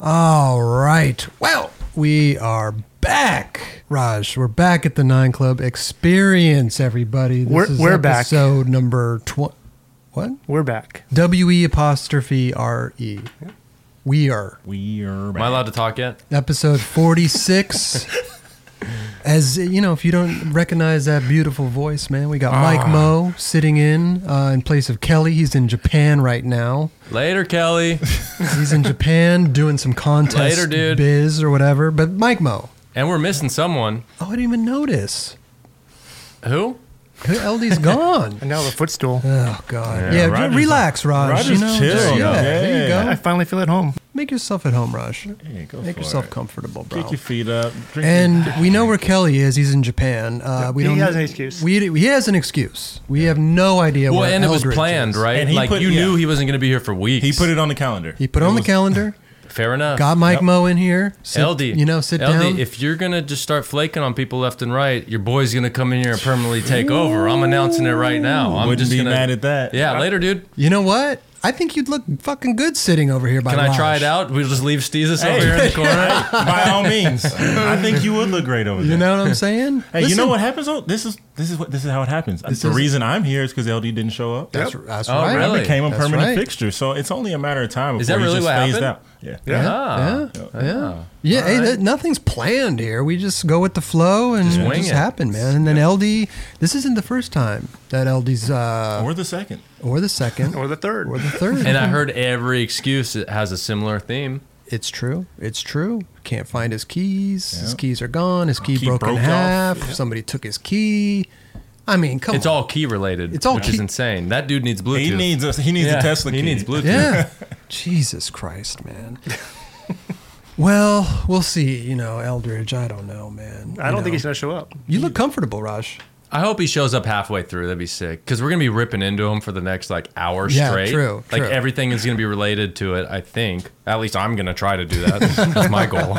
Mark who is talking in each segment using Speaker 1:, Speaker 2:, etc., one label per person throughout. Speaker 1: All right. Well, we are back, Raj. We're back at the Nine Club Experience, everybody. This
Speaker 2: We're-
Speaker 1: is
Speaker 2: we're back.
Speaker 1: episode number twenty. What?
Speaker 2: We're back.
Speaker 1: W e apostrophe r e. We are
Speaker 3: We are
Speaker 4: Am I allowed to talk yet?
Speaker 1: episode forty six. As you know, if you don't recognize that beautiful voice, man, we got Mike Moe sitting in uh, in place of Kelly. He's in Japan right now.
Speaker 4: Later, Kelly.
Speaker 1: He's in Japan doing some contest
Speaker 4: Later, dude.
Speaker 1: biz or whatever. But Mike Mo,
Speaker 4: and we're missing someone.
Speaker 1: oh, I didn't even notice.
Speaker 4: Who?
Speaker 1: LD's gone.
Speaker 2: And now the footstool.
Speaker 1: Oh God!
Speaker 3: Yeah,
Speaker 1: Yeah,
Speaker 3: Roger's-
Speaker 1: just relax, Raj.
Speaker 3: Roger's
Speaker 1: you know,
Speaker 3: chill,
Speaker 1: just-
Speaker 3: you
Speaker 1: yeah,
Speaker 3: know.
Speaker 1: there you
Speaker 3: Yeah.
Speaker 2: I
Speaker 1: go.
Speaker 2: finally feel at home.
Speaker 1: Make yourself at home, Raj.
Speaker 3: Yeah, go
Speaker 1: Make
Speaker 3: for
Speaker 1: yourself
Speaker 3: it.
Speaker 1: comfortable, bro.
Speaker 3: Kick your feet up. Drink
Speaker 1: And
Speaker 3: your-
Speaker 1: we know where Kelly is. He's in Japan. Uh, we
Speaker 2: He
Speaker 1: don't.
Speaker 2: has an excuse.
Speaker 1: We, he has an excuse. We have no idea.
Speaker 4: Well,
Speaker 1: where
Speaker 4: and it was
Speaker 1: Eldridge
Speaker 4: planned,
Speaker 1: is.
Speaker 4: right?
Speaker 3: And he
Speaker 4: like
Speaker 3: put-
Speaker 4: you
Speaker 3: yeah.
Speaker 4: knew he wasn't going to be here for weeks.
Speaker 3: he put it on the calendar.
Speaker 1: He put on the calendar.
Speaker 4: Fair enough.
Speaker 1: Got Mike
Speaker 3: Yep.
Speaker 1: Mo in here. Sit-
Speaker 4: LD,
Speaker 1: you know, sit
Speaker 4: LD,
Speaker 1: down.
Speaker 4: If you're gonna just start flaking on people left and right, your boy's gonna come in here and permanently take over. I'm announcing it right now. I'm
Speaker 3: Wouldn't
Speaker 4: just
Speaker 3: be
Speaker 4: gonna,
Speaker 3: mad at that.
Speaker 4: Yeah, later, dude.
Speaker 1: you know what? I think you'd look fucking good sitting over here by
Speaker 4: Can I try
Speaker 1: Raj.
Speaker 4: it out? We'll just leave Steezus
Speaker 3: Hey.
Speaker 4: over here in the corner.
Speaker 3: By all means, I think you would look great over there.
Speaker 1: You know what I'm saying?
Speaker 3: hey, you
Speaker 1: Listen-
Speaker 3: know what happens? though? this is this is what this is how it happens. the
Speaker 1: is-
Speaker 3: reason I'm here is because LD didn't show up.
Speaker 1: That's, that's
Speaker 4: Oh,
Speaker 1: right.
Speaker 4: really?
Speaker 3: I became a
Speaker 1: That's
Speaker 3: permanent
Speaker 1: right.
Speaker 3: fixture, so it's only a matter of time before
Speaker 4: Is that really
Speaker 3: he's just
Speaker 4: what
Speaker 3: phased
Speaker 4: happened?
Speaker 3: out. Yeah.
Speaker 1: Yeah,
Speaker 4: Ah.
Speaker 1: yeah, yeah. Yeah, hey, that, nothing's planned here. We just go with the flow and it
Speaker 4: wing
Speaker 1: just
Speaker 4: it.
Speaker 1: happen, man. And then LD, this isn't the first time that LD's uh,
Speaker 3: Or the second.
Speaker 1: or the second
Speaker 2: Or the third.
Speaker 1: or the third.
Speaker 4: And I heard every excuse has a similar theme.
Speaker 1: it's true. It's true. Can't find his keys. His
Speaker 3: Yeah.
Speaker 1: keys are gone. His key,
Speaker 3: Key
Speaker 1: broke in
Speaker 3: broke off.
Speaker 1: half.
Speaker 3: Yeah.
Speaker 1: Somebody took his key. I mean,
Speaker 3: Oh.
Speaker 1: come
Speaker 4: It's
Speaker 1: on.
Speaker 4: all key related.
Speaker 1: It's all
Speaker 4: which
Speaker 1: key-
Speaker 4: is insane. That dude needs Bluetooth.
Speaker 3: He needs a he needs
Speaker 4: Yeah,
Speaker 3: a Tesla.
Speaker 4: He
Speaker 3: key.
Speaker 4: needs Bluetooth.
Speaker 1: Yeah. Jesus Christ, man. well, we'll see. You know, Eldridge. I don't know, man.
Speaker 2: I
Speaker 1: you
Speaker 2: don't think
Speaker 1: know.
Speaker 2: he's going to show up.
Speaker 1: You look comfortable, Raj.
Speaker 4: I hope he shows up halfway through. That'd be sick. Because we're gonna be ripping into him for the next like hour
Speaker 1: Yeah,
Speaker 4: straight.
Speaker 1: true,
Speaker 4: Like
Speaker 1: true.
Speaker 4: everything is gonna be related to it. I think. At least I'm gonna try to do that. That's my goal.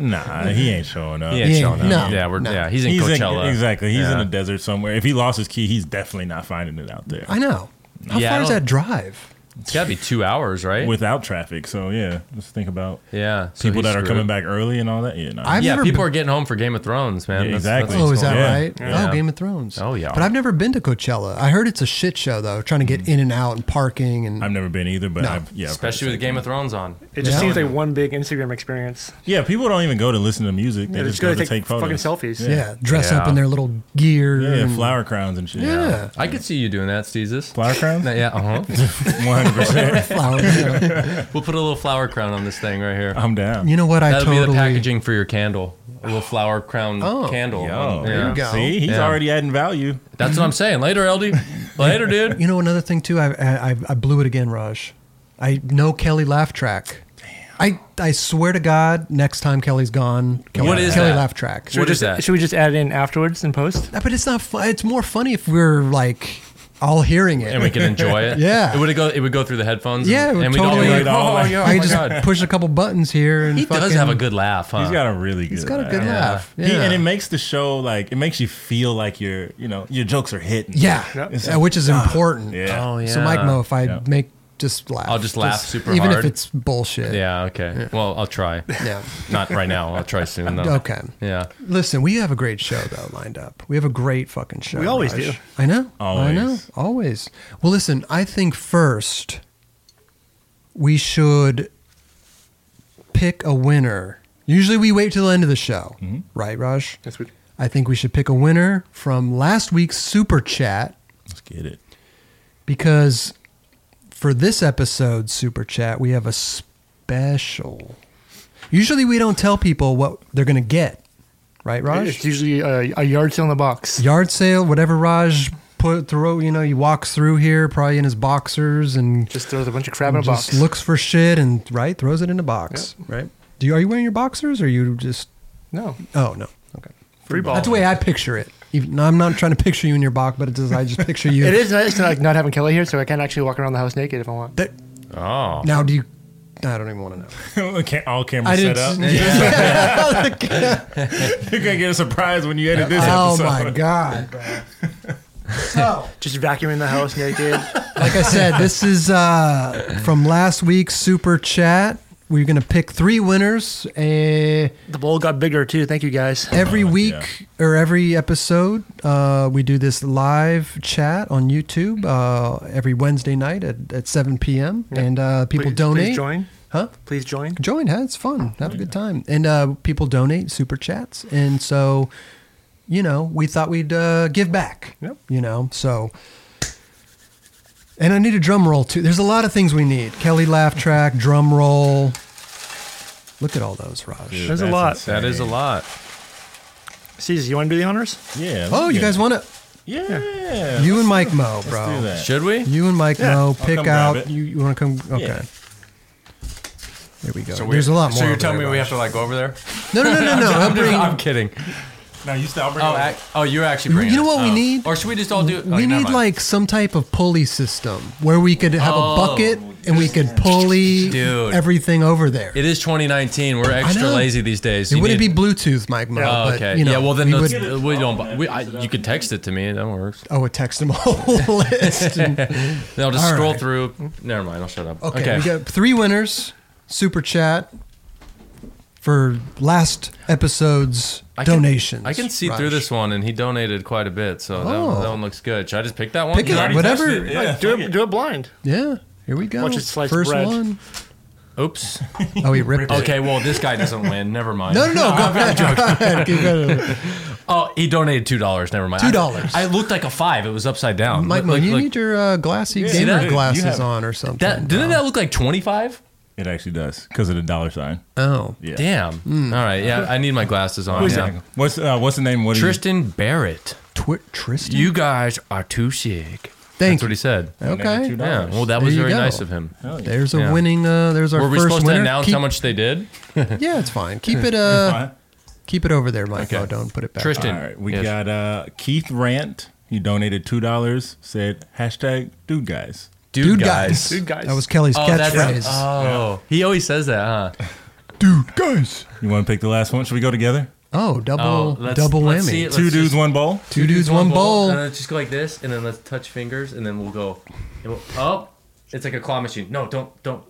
Speaker 3: Nah, he ain't showing up.
Speaker 4: He ain't
Speaker 1: Yeah,
Speaker 4: showing up.
Speaker 1: no,
Speaker 4: yeah, we're
Speaker 1: no.
Speaker 4: yeah. He's in
Speaker 3: He's in-
Speaker 4: Coachella.
Speaker 3: exactly. He's in
Speaker 4: Yeah.
Speaker 3: a desert somewhere. If he lost his key, he's definitely not finding it out there
Speaker 1: I know. How
Speaker 4: Yeah, I
Speaker 1: far is
Speaker 4: don't-
Speaker 1: that drive?
Speaker 4: It's gotta be two hours, right?
Speaker 3: without traffic. So yeah, just think about
Speaker 4: yeah. so he's
Speaker 3: people that are
Speaker 4: screwed.
Speaker 3: coming back early and all that. Yeah, nah.
Speaker 1: I've
Speaker 4: Yeah,
Speaker 1: never
Speaker 4: people
Speaker 1: been-
Speaker 4: are getting home for Game of Thrones, man.
Speaker 3: Yeah,
Speaker 4: That's- that's
Speaker 3: exactly.
Speaker 4: what's
Speaker 1: Oh, is that
Speaker 4: going on.
Speaker 3: Yeah.
Speaker 1: right?
Speaker 4: Yeah.
Speaker 1: Oh, Game of Thrones.
Speaker 4: Oh, yeah. Mm.
Speaker 1: But I've never been to Coachella. I heard it's a shit show though. Trying to get in and out and parking and
Speaker 3: I've never been either, but I've, yeah, I've heard
Speaker 4: Especially
Speaker 3: the
Speaker 4: with
Speaker 3: same
Speaker 4: Game of Thrones on.
Speaker 2: It just
Speaker 1: Yeah.
Speaker 2: seems like one big Instagram experience.
Speaker 3: thing. Yeah, people don't even go to listen to music. They
Speaker 2: Yeah,
Speaker 3: just go to take, photos.
Speaker 2: fucking selfies.
Speaker 1: yeah, dress up
Speaker 4: Yeah.
Speaker 1: in their little gear.
Speaker 3: Yeah,
Speaker 1: and-
Speaker 3: flower crowns and shit.
Speaker 1: Mm. Yeah.
Speaker 4: I could see you doing that, Steezus.
Speaker 3: Flower crowns?
Speaker 4: Yeah, uh huh.
Speaker 3: One hundred percent.
Speaker 1: flower. yeah.
Speaker 4: we'll put a little flower crown on this thing right here.
Speaker 3: I'm down.
Speaker 1: You know what? I
Speaker 4: That'll
Speaker 1: totally.
Speaker 4: be the packaging for your candle. A little flower crown
Speaker 1: Oh.
Speaker 4: candle.
Speaker 3: Yo,
Speaker 4: Yeah.
Speaker 1: you go.
Speaker 3: See, he's
Speaker 4: Yeah.
Speaker 3: already adding value.
Speaker 4: That's what I'm saying. Later, LD. Later, dude.
Speaker 1: You know another thing too. I, I I- I blew it again, Raj. I know Kelly laugh track. I, I swear to God, next time Kelly's gone, Kelly,
Speaker 4: What is
Speaker 1: Kelly
Speaker 4: that?
Speaker 1: laugh track. Ah,
Speaker 4: What
Speaker 2: we
Speaker 4: is
Speaker 2: just,
Speaker 4: that?
Speaker 2: Should we just add it in afterwards and post?
Speaker 1: But it's not. Fun. It's more funny if we're like all hearing it.
Speaker 4: And we can enjoy it.
Speaker 1: Yeah.
Speaker 4: It would go. It would go through the headphones.
Speaker 1: Yeah, it
Speaker 4: and,
Speaker 1: would
Speaker 4: and
Speaker 1: totally-
Speaker 4: we'd all be like,
Speaker 3: Right all
Speaker 4: oh,
Speaker 3: the way.
Speaker 4: yeah, oh
Speaker 1: I
Speaker 4: my
Speaker 1: could just
Speaker 4: God.
Speaker 1: push a couple buttons here and
Speaker 4: He does
Speaker 1: fucking-
Speaker 4: have a good laugh, huh?
Speaker 3: He's got a really good.
Speaker 1: He's got a good
Speaker 3: laugh.
Speaker 1: laugh. Yeah.
Speaker 3: He, and it makes the show like it makes you feel like you're you know your jokes are hitting.
Speaker 1: yeah,
Speaker 2: Yep.
Speaker 1: Yeah, which is important.
Speaker 3: Yeah.
Speaker 4: Oh yeah.
Speaker 1: So Mike Mo, if I
Speaker 3: Yeah.
Speaker 1: make just laugh,
Speaker 4: I'll just laugh super
Speaker 1: even
Speaker 4: hard.
Speaker 1: if it's bullshit.
Speaker 4: Yeah. Okay. Well, I'll try.
Speaker 1: Yeah.
Speaker 4: Not right now. I'll try soon though.
Speaker 1: Okay.
Speaker 4: Yeah.
Speaker 1: Listen, we have a great show though lined up. We have a great fucking show.
Speaker 2: We always
Speaker 1: Raj.
Speaker 2: do.
Speaker 1: I know. I
Speaker 3: Always.
Speaker 1: know. Always. Well, listen. I think first we should pick a winner. Usually we wait till the end of the show, right, Raj?
Speaker 2: That's what,
Speaker 1: I think we should pick a winner from last week's super chat
Speaker 3: Let's get it.
Speaker 1: because for this episode super chat we have a special. Usually we don't tell people what they're going to get, right,
Speaker 2: It's
Speaker 1: Raj?
Speaker 2: usually a, a yard sale in the box.
Speaker 1: Yard sale, whatever Raj put through. You know, he walks through here probably in his boxers and
Speaker 2: Just throws a bunch of crap in a
Speaker 1: just
Speaker 2: box.
Speaker 1: looks for shit and right throws it in a box, right? Do you are you wearing your boxers or you just?
Speaker 2: no,
Speaker 1: Oh no. Okay.
Speaker 2: free ball.
Speaker 1: That's the way I picture it. Even, no, I'm not trying to picture you in your box, but it does. I just picture you.
Speaker 2: It is nice like not having Kelly here, so I can actually walk around the house naked if I want.
Speaker 1: That,
Speaker 4: Oh.
Speaker 1: now, do you? I don't even want to know.
Speaker 3: Ca- All
Speaker 1: I
Speaker 3: cameras set
Speaker 1: didn't.
Speaker 3: up. You're gonna get a surprise when you edit this
Speaker 1: oh
Speaker 3: episode.
Speaker 1: my god, bro. So,
Speaker 2: Just vacuuming the house naked.
Speaker 1: like I said, this is uh, from last week's super chat. We're gonna pick three winners uh,
Speaker 2: The bowl got bigger too. Thank you guys.
Speaker 1: every
Speaker 3: Oh,
Speaker 1: week or every episode. Uh, we do this live chat on YouTube uh, every Wednesday night at, at 7 p.m. and uh, people
Speaker 2: Please-
Speaker 1: donate.
Speaker 2: Please join.
Speaker 1: Huh?
Speaker 2: Please join.
Speaker 1: join huh? it's fun have a good time and uh, people donate super chats and so you know we thought we'd uh, give back
Speaker 2: Yep.
Speaker 1: you know so and i need a drum roll too there's a lot of things we need kelly laugh track drum roll look at all those raj
Speaker 2: There's a
Speaker 3: That's
Speaker 2: lot.
Speaker 3: insane.
Speaker 4: That is a lot.
Speaker 2: Caesar, you want to do the honors?
Speaker 3: Yeah.
Speaker 1: oh
Speaker 3: look
Speaker 1: you
Speaker 3: at
Speaker 1: guys
Speaker 3: it.
Speaker 1: want to
Speaker 3: Yeah.
Speaker 1: you and mike mo bro
Speaker 3: Let's do that.
Speaker 4: Should we?
Speaker 1: you and mike
Speaker 2: Yeah,
Speaker 1: mo
Speaker 3: come
Speaker 1: pick
Speaker 3: grab
Speaker 1: out
Speaker 3: it.
Speaker 1: you, you want to come okay
Speaker 3: Yeah.
Speaker 1: There we go.
Speaker 4: So we-
Speaker 1: There's a lot more.
Speaker 4: So you're
Speaker 1: over
Speaker 4: telling
Speaker 1: there,
Speaker 4: me we
Speaker 1: Raj.
Speaker 4: have to like go over there?
Speaker 1: No, no, no, no, no. I'm bringing-
Speaker 4: I'm kidding.
Speaker 3: No, you still. I'll bring
Speaker 4: Oh,
Speaker 3: it over.
Speaker 4: ac oh, you're actually bringing.
Speaker 1: Oh, You know
Speaker 4: it.
Speaker 1: what we
Speaker 4: Oh.
Speaker 1: need?
Speaker 4: Or should we just all do? it? Oh,
Speaker 1: We need like some type of pulley system where we could have
Speaker 4: Oh.
Speaker 1: a bucket and we could pulley
Speaker 4: Dude.
Speaker 1: everything over there. It,
Speaker 4: It is 2019. We're extra
Speaker 1: know.
Speaker 4: lazy these days. You
Speaker 1: wouldn't
Speaker 4: need-
Speaker 1: be Bluetooth, Mike. Mo,
Speaker 4: Oh,
Speaker 1: but,
Speaker 4: okay.
Speaker 1: You know,
Speaker 4: yeah. Well, then
Speaker 1: we
Speaker 4: let's,
Speaker 1: would-
Speaker 4: uh, we don't. We, I, you could text it to me. That works.
Speaker 1: I would text them a whole list. and-
Speaker 4: Then I'll just
Speaker 1: All
Speaker 4: scroll
Speaker 1: right.
Speaker 4: through. Never mind. I'll shut up.
Speaker 1: okay, we got three winners. Super chat for last episode's
Speaker 4: I can-
Speaker 1: donations.
Speaker 4: I can see
Speaker 1: Raj.
Speaker 4: through this one, and he donated quite a bit, so that,
Speaker 1: Oh.
Speaker 4: one, that one looks good. Should I just pick that one?
Speaker 1: Pick it.
Speaker 4: You already-
Speaker 3: You
Speaker 1: whatever-
Speaker 3: touched it. Yeah,
Speaker 2: Do
Speaker 3: fuck
Speaker 2: it.
Speaker 3: it.
Speaker 2: Do it blind.
Speaker 1: Yeah, here we go.
Speaker 2: Watch it slice
Speaker 1: First
Speaker 2: bread.
Speaker 1: one.
Speaker 4: Oops.
Speaker 1: Oh, he ripped it.
Speaker 4: Okay. Well, this guy doesn't win. Never mind.
Speaker 1: No, no, no. Go ahead. Go ahead. Keep going.
Speaker 4: Oh, he donated two dollars. Never mind.
Speaker 1: $2.
Speaker 4: I, I looked like a five. It was upside down.
Speaker 1: Mike, Mo,
Speaker 4: Look-
Speaker 1: you
Speaker 4: look-
Speaker 1: need your uh, glassy
Speaker 3: Yeah,
Speaker 1: gamer
Speaker 4: that-
Speaker 3: you
Speaker 1: glasses
Speaker 3: have-
Speaker 1: on or something.
Speaker 4: that. Didn't
Speaker 1: bro.
Speaker 4: that look like twenty five?
Speaker 3: It actually does because of the dollar sign.
Speaker 1: Oh,
Speaker 3: Yeah.
Speaker 4: Damn. All right. Yeah. I need my glasses on.
Speaker 3: Who's
Speaker 4: yeah.
Speaker 3: that? What's uh, what's the name? What are you-
Speaker 4: Tristan Barrett.
Speaker 1: Twi- Tristan.
Speaker 4: You guys are too sick.
Speaker 1: Thank
Speaker 4: That's
Speaker 1: you.
Speaker 4: what he said.
Speaker 1: okay.
Speaker 3: $2.
Speaker 4: Yeah. Well, that
Speaker 1: There
Speaker 4: was
Speaker 1: you
Speaker 4: very
Speaker 1: go.
Speaker 4: nice of him.
Speaker 3: Hell Oh, yeah.
Speaker 1: There's a
Speaker 4: Yeah.
Speaker 1: winning. Uh, there's our
Speaker 4: Were we
Speaker 1: first
Speaker 4: supposed to
Speaker 1: winner.
Speaker 4: announce
Speaker 1: Keep-
Speaker 4: how much they did?
Speaker 1: Yeah, it's fine. Keep it. Uh,
Speaker 3: Fine.
Speaker 1: keep it over there, Mike.
Speaker 4: Okay.
Speaker 1: No, don't put it back.
Speaker 4: Tristan.
Speaker 3: All right, we
Speaker 4: Yes.
Speaker 3: got uh, Keith Rant. He donated two dollars. Said hashtag dude guys.
Speaker 1: Dude, guys.
Speaker 2: Dude, guys.
Speaker 1: That was Kelly's
Speaker 4: Oh, that's
Speaker 1: catchphrase.
Speaker 4: oh, he always says that, huh?
Speaker 1: Dude, guys.
Speaker 3: You want to pick the last one? Should we go together?
Speaker 1: Oh, double
Speaker 4: Oh, let's-
Speaker 1: double
Speaker 4: let's see
Speaker 1: whammy.
Speaker 4: it.
Speaker 3: two
Speaker 4: just-
Speaker 3: dudes, one bowl.
Speaker 1: Two dudes, one
Speaker 4: And
Speaker 1: bowl.
Speaker 4: then just go like this, and then let's touch fingers, and then we'll go. And we'll, oh, it's like a claw machine. No, don't, don't.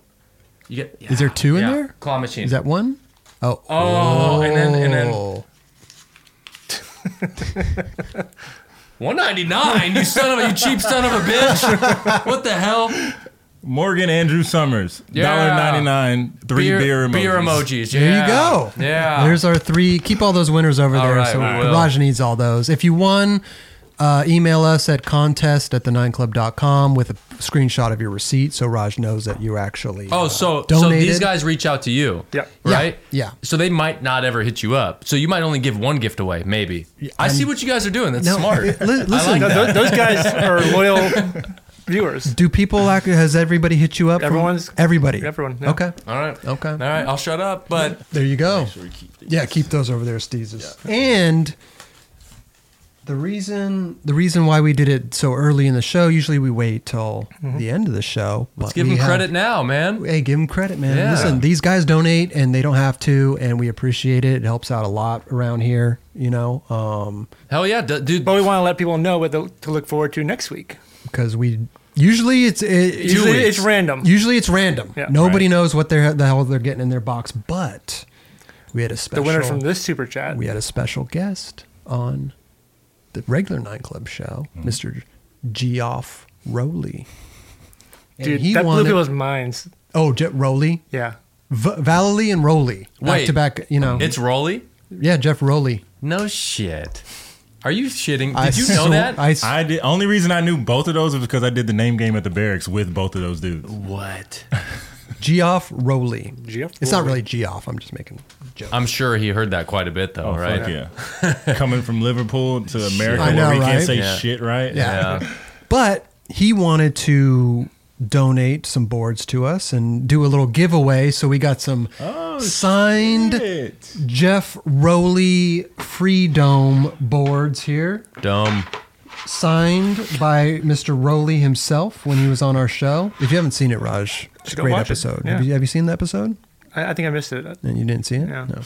Speaker 4: You get.
Speaker 1: Is there two in
Speaker 4: yeah,
Speaker 1: there?
Speaker 4: Claw machine.
Speaker 1: Is that one? Oh.
Speaker 4: Oh, and then- and then-
Speaker 1: Oh.
Speaker 4: 199? You son of a, you cheap son of a bitch. What the hell?
Speaker 3: Morgan Andrew Summers.
Speaker 4: Yeah.
Speaker 3: Dollar ninety nine. Three beer, emojis.
Speaker 4: emojis.
Speaker 1: There
Speaker 4: yeah.
Speaker 1: you go.
Speaker 4: Yeah.
Speaker 1: There's our three. Keep all those winners over
Speaker 4: All
Speaker 1: there.
Speaker 4: right,
Speaker 1: so
Speaker 4: we will.
Speaker 1: Raj needs all those. If you won, uh, email us at contest at the nineclub.com with a screenshot of your receipt so Raj knows that you actually.
Speaker 4: Oh,
Speaker 1: uh,
Speaker 4: so so
Speaker 1: donated.
Speaker 4: these guys reach out to you.
Speaker 2: Yeah.
Speaker 1: Yeah,
Speaker 4: Right?
Speaker 1: yeah.
Speaker 4: So they might not ever hit you up. So you might only give one gift away, maybe. I see what you guys are doing. That's
Speaker 1: No,
Speaker 4: smart.
Speaker 1: li- listen.
Speaker 2: No, those, those guys are loyal viewers.
Speaker 1: Do people act? Has everybody hit you up? from-
Speaker 2: Everyone's-
Speaker 1: everybody.
Speaker 2: everyone, yeah.
Speaker 1: Okay.
Speaker 4: All right.
Speaker 1: Okay.
Speaker 4: All right, I'll shut up, but
Speaker 1: There you go. Yeah, keep those over there, Steezes. And the reason the reason why we did it so early in the show, usually we wait till the end of the show.
Speaker 4: let's give them credit now, man.
Speaker 1: Hey, give them credit, man.
Speaker 4: Yeah.
Speaker 1: Listen, these guys donate and they don't have to, and we appreciate it. It helps out a lot around here, you know, um,
Speaker 4: Hell yeah, d- dude.
Speaker 1: Oh.
Speaker 2: But we want to let people know what to to look forward to next week.
Speaker 1: because we usually it's it,
Speaker 2: Usually
Speaker 1: usually,
Speaker 2: it's random.
Speaker 1: usually it's random.
Speaker 2: Yeah.
Speaker 1: Nobody knows what they're the hell they're getting in their box, but we had a
Speaker 2: the
Speaker 1: special.
Speaker 2: winners from this super chat.
Speaker 1: we had a special guest on the regular nightclub show,
Speaker 4: Mm-hmm.
Speaker 1: Mr. Geoff Rowley. And
Speaker 2: Dude,
Speaker 1: he
Speaker 2: that blew
Speaker 1: wanted-
Speaker 2: people's minds.
Speaker 1: Oh, Jeff Rowley,
Speaker 2: Yeah.
Speaker 1: v- Valerie and Rowley, back
Speaker 4: Wait.
Speaker 1: to back. You know,
Speaker 4: It's Rolly?
Speaker 1: yeah, Jeff Rowley.
Speaker 4: No shit. Are you shitting? Did
Speaker 1: I
Speaker 4: you
Speaker 1: sw-
Speaker 4: know that?
Speaker 1: I, s-
Speaker 3: I did. Only reason I knew both of those was because I did the name game at the barracks with both of those dudes.
Speaker 4: what?
Speaker 1: Geoff Rowley.
Speaker 2: Geoff
Speaker 1: It's not
Speaker 2: Rowley.
Speaker 1: really Geoff. I'm just making a joke.
Speaker 4: I'm sure he heard that quite a bit though,
Speaker 3: Oh,
Speaker 4: right?
Speaker 3: fuck yeah. Coming from Liverpool to America
Speaker 1: I know,
Speaker 3: where we
Speaker 1: right?
Speaker 3: can't say
Speaker 4: Yeah.
Speaker 3: shit, right?
Speaker 1: yeah.
Speaker 4: Yeah.
Speaker 1: But he wanted to donate some boards to us and do a little giveaway. So we got some
Speaker 4: Oh,
Speaker 1: signed
Speaker 3: Oh, Shit.
Speaker 1: Jeff Rowley Free Dome boards here,
Speaker 4: Dumb.
Speaker 1: signed by Mr. Rowley himself when he was on our show. If you haven't seen it, Raj, it's a
Speaker 2: Should go
Speaker 1: great
Speaker 2: watch it.
Speaker 1: episode.
Speaker 2: Yeah.
Speaker 1: Have, you, have you seen the episode?
Speaker 2: I, I think I missed it.
Speaker 1: And you didn't see it?
Speaker 2: Yeah.
Speaker 1: No.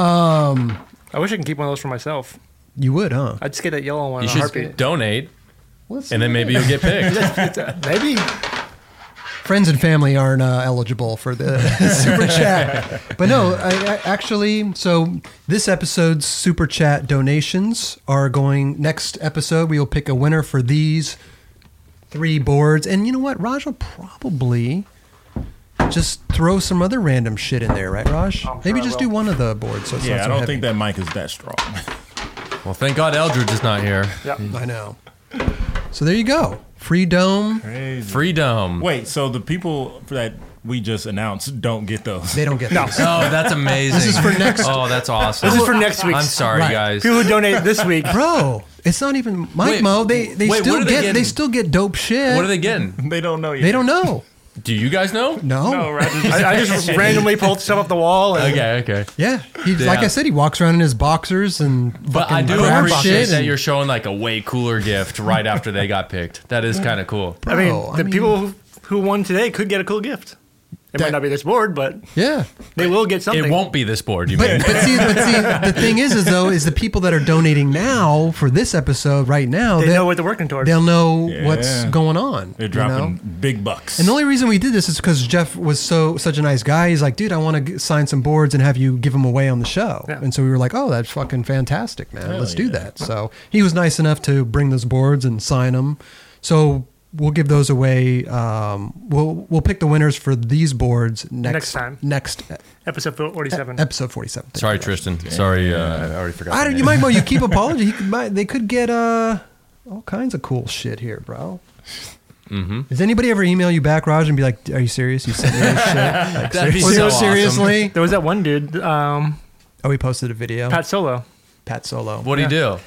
Speaker 2: I wish I could keep one of those for myself.
Speaker 1: You would, huh?
Speaker 2: I'd just get that yellow one on
Speaker 4: You
Speaker 2: a
Speaker 4: should
Speaker 2: heartbeat.
Speaker 4: donate
Speaker 1: Let's
Speaker 4: and then maybe you'll get picked.
Speaker 2: It's, uh, maybe.
Speaker 1: friends and family aren't uh, eligible for the super chat. But no, I, I actually, so this episode's super chat donations are going next episode. We will pick a winner for these three boards, and you know what, Raj will probably just throw some other random shit in there, right, Raj?
Speaker 2: I'm sure
Speaker 1: Maybe
Speaker 2: I
Speaker 1: just do
Speaker 2: will.
Speaker 1: one of the boards. So it's
Speaker 3: Yeah,
Speaker 1: not
Speaker 3: I
Speaker 1: so
Speaker 3: don't
Speaker 1: heavy.
Speaker 3: think that mic is that strong.
Speaker 4: Well, thank God Eldridge is not here.
Speaker 2: Yeah.
Speaker 1: I know. So there you go. Free dome.
Speaker 3: Crazy.
Speaker 4: Freedom.
Speaker 3: Wait, so the people that we just announced don't get those.
Speaker 1: They don't get
Speaker 2: No.
Speaker 1: these.
Speaker 4: Oh, that's amazing. this is for next. Oh, that's awesome.
Speaker 2: This is for next week's-
Speaker 4: I'm sorry,
Speaker 1: Right.
Speaker 4: guys.
Speaker 2: People who donate this week.
Speaker 1: Bro, it's not even Mike
Speaker 4: Wait,
Speaker 1: Mo. They they
Speaker 4: wait, what
Speaker 1: still
Speaker 4: are they
Speaker 1: get they
Speaker 4: getting?
Speaker 1: still get dope shit.
Speaker 4: What are they getting?
Speaker 3: They don't know yet.
Speaker 1: They don't know.
Speaker 4: Do you guys know?
Speaker 1: No.
Speaker 3: know, right?
Speaker 2: I, I just randomly pulled stuff off the wall. And
Speaker 4: Okay, okay.
Speaker 1: Yeah. He,
Speaker 4: Yeah.
Speaker 1: Like I said, he walks around in his boxers and
Speaker 4: But
Speaker 1: fucking
Speaker 4: I do
Speaker 1: grab
Speaker 4: appreciate
Speaker 1: shit
Speaker 4: that
Speaker 1: and-
Speaker 4: you're showing like a way cooler gift right after they got picked. That is kind of cool.
Speaker 2: I mean,
Speaker 1: Bro, I
Speaker 2: the
Speaker 1: mean-
Speaker 2: people who- who won today could get a cool gift. It
Speaker 1: That-
Speaker 2: might not be this board, but
Speaker 1: Yeah.
Speaker 2: they will get something.
Speaker 4: It won't be this board, you
Speaker 1: But,
Speaker 4: mean?
Speaker 1: but see, but see, the thing is, is though, is the people that are donating now for this episode right now,
Speaker 2: They
Speaker 1: they'll-
Speaker 2: know what they're working towards.
Speaker 1: they'll know what's
Speaker 3: Yeah.
Speaker 1: going on.
Speaker 3: They're
Speaker 1: you
Speaker 3: dropping
Speaker 1: know?
Speaker 3: big bucks.
Speaker 1: And the only reason we did this is because Jeff was so such a nice guy. He's like, dude, I want to sign some boards and have you give them away on the show.
Speaker 2: Yeah.
Speaker 1: And so we were like, oh, that's fucking fantastic, man.
Speaker 3: Hell
Speaker 1: Let's do
Speaker 3: yeah.
Speaker 1: that. So he was nice enough to bring those boards and sign them. So we'll give those away. Um, we'll we'll pick the winners for these boards next,
Speaker 2: Next time.
Speaker 1: Next e-
Speaker 2: Episode 47.
Speaker 1: episode forty-seven.
Speaker 4: Sorry, Tristan. Sorry, uh, I already forgot.
Speaker 1: I
Speaker 4: the
Speaker 1: don't, you
Speaker 4: name.
Speaker 1: might know you keep apologizing. He could, might, they could get uh, all kinds of cool shit here, bro. Mm-hmm. Does anybody ever email you back, Raj, and be like, "Are you serious? You sent me this shit? Like,
Speaker 4: That'd be
Speaker 1: seriously?
Speaker 4: so awesome.
Speaker 1: seriously?"
Speaker 2: there was that one dude, um,
Speaker 1: Oh, he posted a video.
Speaker 2: Pat Solo.
Speaker 1: Pat Solo.
Speaker 4: What'd he do?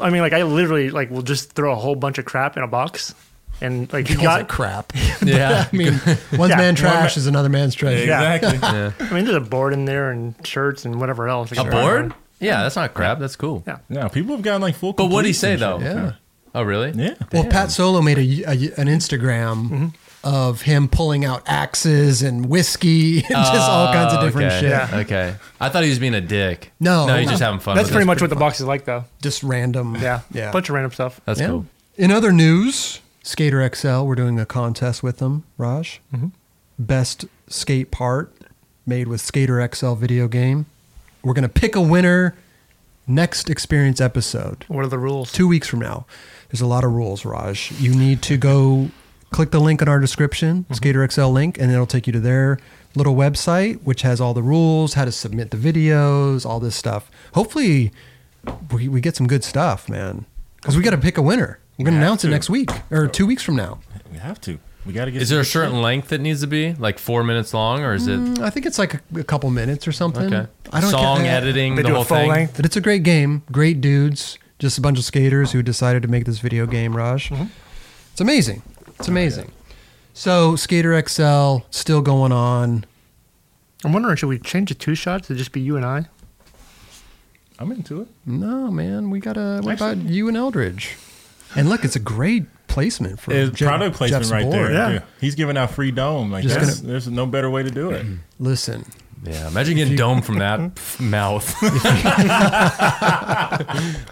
Speaker 2: I mean, like I literally like will just throw a whole bunch of crap in a box, and like he
Speaker 1: Calls it
Speaker 2: got.
Speaker 1: crap.
Speaker 4: Yeah.
Speaker 1: I mean, one
Speaker 2: Yeah.
Speaker 1: man trash is another man's treasure.
Speaker 2: Yeah.
Speaker 3: exactly.
Speaker 2: I mean, there's a board in there and shirts and whatever else.
Speaker 4: a board? Yeah, that's not crap. That's cool.
Speaker 2: Yeah.
Speaker 3: Yeah, people have gotten like full.
Speaker 4: But what'd he
Speaker 3: completes
Speaker 4: say,
Speaker 3: and
Speaker 4: though?
Speaker 3: shit.
Speaker 1: Yeah.
Speaker 4: Oh, really?
Speaker 3: Yeah.
Speaker 1: Well, Pat Solo made a, a- an Instagram
Speaker 4: Mm-hmm.
Speaker 1: of him pulling out axes and whiskey and just all kinds of
Speaker 4: Oh,
Speaker 1: different
Speaker 4: okay.
Speaker 1: shit.
Speaker 2: Yeah.
Speaker 4: Okay. I thought he was being a dick.
Speaker 1: No.
Speaker 4: No, he's
Speaker 1: No.
Speaker 4: just having fun.
Speaker 2: That's
Speaker 4: with
Speaker 2: pretty
Speaker 4: it.
Speaker 2: much what the box is like, though.
Speaker 1: Just random.
Speaker 2: Yeah.
Speaker 1: Yeah.
Speaker 2: Bunch of random stuff.
Speaker 4: That's
Speaker 1: Yeah.
Speaker 4: cool.
Speaker 1: In other news, Skater XL, we're doing a contest with them, Raj.
Speaker 4: Mm-hmm.
Speaker 1: Best skate part made with Skater XL video game. We're going to pick a winner next experience episode.
Speaker 2: What are the rules?
Speaker 1: two weeks from now. There's a lot of rules, Raj. You need to go click the link in our description, Skater XL link, and it'll take you to their little website, which has all the rules, how to submit the videos, all this stuff. Hopefully, we, we get some good stuff, man, because we got to pick a winner. We're gonna
Speaker 3: We have
Speaker 1: announce it
Speaker 3: to.
Speaker 1: next week or two weeks from now.
Speaker 3: We have to. We got to get.
Speaker 4: Is there a certain length that needs to be? Like four minutes long, or is it?
Speaker 1: I think it's like a, a couple minutes or something.
Speaker 4: Okay.
Speaker 1: Mm, I don't
Speaker 4: Song
Speaker 1: get-
Speaker 4: editing,
Speaker 2: They
Speaker 4: the
Speaker 2: do
Speaker 4: whole
Speaker 2: a full
Speaker 4: thing.
Speaker 2: length.
Speaker 1: But it's a great game. Great dudes. Just a bunch of skaters who decided to make this video game, Raj.
Speaker 3: Mm-hmm.
Speaker 1: It's amazing. It's amazing. So, Skater XL still going on.
Speaker 2: I'm wondering, should we change the two shots to just be you and I?
Speaker 3: I'm into it.
Speaker 1: No, man. We got to. What about you and Eldridge? And look, it's a great placement for
Speaker 3: It's
Speaker 1: Je-
Speaker 3: product placement
Speaker 1: Jeff's
Speaker 3: right there.
Speaker 1: board.
Speaker 2: Yeah.
Speaker 3: He's giving out free dome. Like
Speaker 1: Just
Speaker 3: that's,
Speaker 1: gonna-
Speaker 3: there's no better way to do it.
Speaker 1: Listen,
Speaker 4: Yeah. Imagine getting domed from that f- mouth.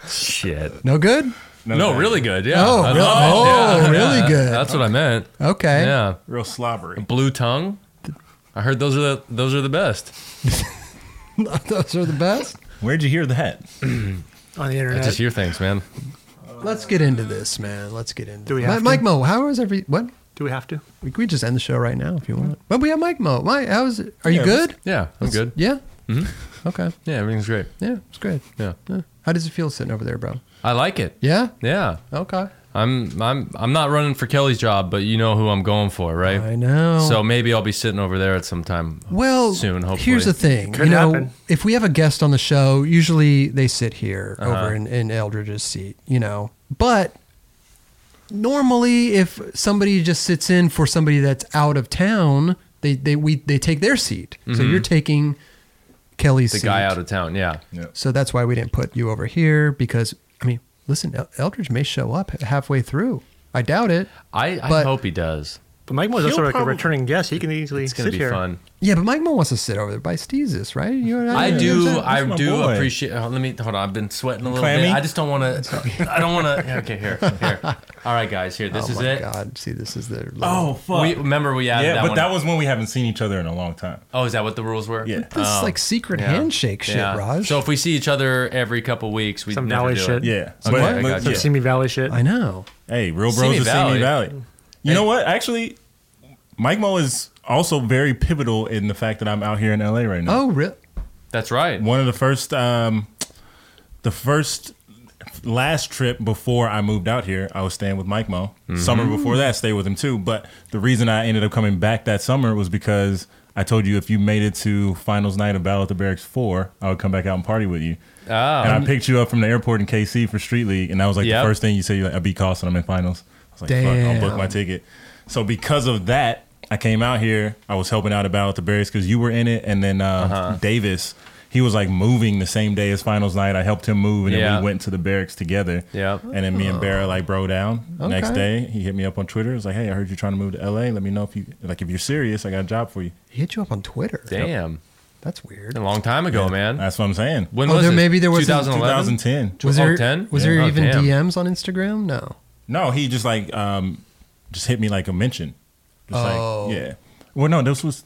Speaker 4: Shit.
Speaker 1: no good?
Speaker 4: No,
Speaker 3: thanks.
Speaker 4: really good. Yeah.
Speaker 1: Oh,
Speaker 4: I
Speaker 1: really?
Speaker 4: love it.
Speaker 1: Oh,
Speaker 4: Yeah,
Speaker 1: really
Speaker 4: yeah.
Speaker 1: good.
Speaker 4: That's what I meant.
Speaker 1: Okay.
Speaker 4: Yeah.
Speaker 3: Real slobbery.
Speaker 4: Blue tongue. I heard those are the those are the best.
Speaker 1: Those are the best.
Speaker 3: Where'd you hear that?
Speaker 2: On the
Speaker 4: I
Speaker 2: internet.
Speaker 4: just hear things, man.
Speaker 1: Let's get into this, man. Let's get into
Speaker 2: Do we
Speaker 1: it.
Speaker 2: have
Speaker 1: Mi- Mike
Speaker 2: to?
Speaker 1: Mo, how is every. What?
Speaker 2: do we have to?
Speaker 1: We we just end the show right now if you want. But we have Mike Mo. Mike, how's it? Are you
Speaker 3: Yeah,
Speaker 1: good?
Speaker 4: Yeah, I'm good.
Speaker 1: Yeah. Okay.
Speaker 4: Yeah, everything's great.
Speaker 1: Yeah, it's great.
Speaker 4: Mm-hmm. Yeah.
Speaker 1: Yeah. How does it feel sitting over there, bro?
Speaker 4: I like it.
Speaker 1: Yeah.
Speaker 4: Yeah.
Speaker 1: Okay.
Speaker 4: I'm I'm I'm not running for Kelly's job, but you know who I'm going for, right?
Speaker 1: I know.
Speaker 4: So maybe I'll be sitting over there at some time.
Speaker 1: Oh. well,
Speaker 4: soon, hopefully.
Speaker 1: here's the thing.
Speaker 2: Could
Speaker 1: you know,
Speaker 2: happen.
Speaker 1: if we have a guest on the show, usually they sit here
Speaker 4: Uh-huh.
Speaker 1: over in, in Eldridge's seat. You know, but normally if somebody just sits in for somebody that's out of town, they they we they take their seat. So you're taking Kelly's
Speaker 4: Mm-hmm. the
Speaker 1: seat.
Speaker 4: guy out of town. Yeah.
Speaker 1: So that's why we didn't put you over here because I mean, listen, El- Eldridge may show up halfway through. I doubt it.
Speaker 4: I, I
Speaker 1: But-
Speaker 4: hope he does.
Speaker 2: But Mike Mo's also
Speaker 3: He'll
Speaker 2: like
Speaker 3: probab-
Speaker 2: a returning guest. He can easily
Speaker 4: It's gonna
Speaker 2: sit
Speaker 4: be
Speaker 2: here.
Speaker 4: fun.
Speaker 1: Yeah, but Mike Mo wants to sit over there by Steezus, right? You know what
Speaker 4: I
Speaker 1: mean?
Speaker 3: that's
Speaker 4: do.
Speaker 3: it. That's
Speaker 4: I
Speaker 3: my
Speaker 4: do
Speaker 3: boy.
Speaker 4: appreciate. oh, let me hold on. I've been sweating a little
Speaker 3: Clammy?
Speaker 4: bit. I just don't want to. I don't want to. Okay, here, here. All right, guys. Here, this
Speaker 1: oh
Speaker 4: is
Speaker 1: my
Speaker 4: it.
Speaker 1: God! See, this is the
Speaker 3: Oh fuck.
Speaker 4: We remember we added
Speaker 3: yeah,
Speaker 4: that
Speaker 3: but
Speaker 4: one.
Speaker 3: that was when we haven't seen each other in a long time.
Speaker 4: oh, is that what the rules were?
Speaker 3: Yeah.
Speaker 1: This is like secret
Speaker 4: oh. Yeah.
Speaker 1: handshake shit,
Speaker 4: Yeah.
Speaker 1: Raj.
Speaker 4: So if we see each other every couple weeks, we
Speaker 2: Some
Speaker 4: never
Speaker 2: Valley
Speaker 4: do
Speaker 2: shit.
Speaker 4: It.
Speaker 3: Yeah.
Speaker 4: Okay, I got
Speaker 2: Some
Speaker 4: you.
Speaker 2: Simi Valley shit.
Speaker 1: I know.
Speaker 3: Hey, real bros
Speaker 4: Simi
Speaker 3: of Simi
Speaker 4: Valley.
Speaker 3: Valley. You know what? Actually, Mike Mo is also very pivotal in the fact that I'm out here in LA right now.
Speaker 1: Oh, really?
Speaker 4: That's right.
Speaker 3: One of the first, um, the first last trip before I moved out here, I was staying with Mike Mo.
Speaker 4: Mm-hmm.
Speaker 3: Summer before that, I stayed with him too. But the reason I ended up coming back that summer was because I told you if you made it to finals night of Battle at the Barracks 4, I would come back out and party with you.
Speaker 4: Ah,
Speaker 3: And I picked you up from the airport in KC for Street League, and that was like
Speaker 4: Yep.
Speaker 3: the first thing you said. You're like, I beat Carlson. I'm in finals. I was like, fuck, I'll book my
Speaker 1: Damn.
Speaker 3: ticket. So because of that, I came out here. I was helping out about the Berries because you were in it, and then uh, Davis. He was like moving the same day as finals night. I helped him move, and
Speaker 4: Yeah.
Speaker 3: then we went to the barracks together.
Speaker 4: Yep.
Speaker 3: And then me and Barra like bro down. Next
Speaker 1: Okay.
Speaker 3: day, he hit me up on Twitter. It was like, "Hey, I heard you're trying to move to LA. Let me know if you like if you're serious. I got a job for you."
Speaker 1: He hit you up on Twitter.
Speaker 4: damn.
Speaker 1: That's weird.
Speaker 4: A long time ago, Oh, man.
Speaker 3: That's what I'm saying.
Speaker 4: when
Speaker 1: Oh,
Speaker 4: was
Speaker 1: there-
Speaker 4: it?
Speaker 1: maybe there wasn't-
Speaker 4: 2011.
Speaker 3: 2010.
Speaker 1: Was
Speaker 4: Oh,
Speaker 1: there
Speaker 4: 10?
Speaker 1: was
Speaker 4: Yeah.
Speaker 1: there
Speaker 4: Oh,
Speaker 1: even
Speaker 4: damn.
Speaker 1: DMs on Instagram? No.
Speaker 3: No, he just like um just hit me like a mention. Just
Speaker 1: Oh.
Speaker 3: like yeah. Well, no, this was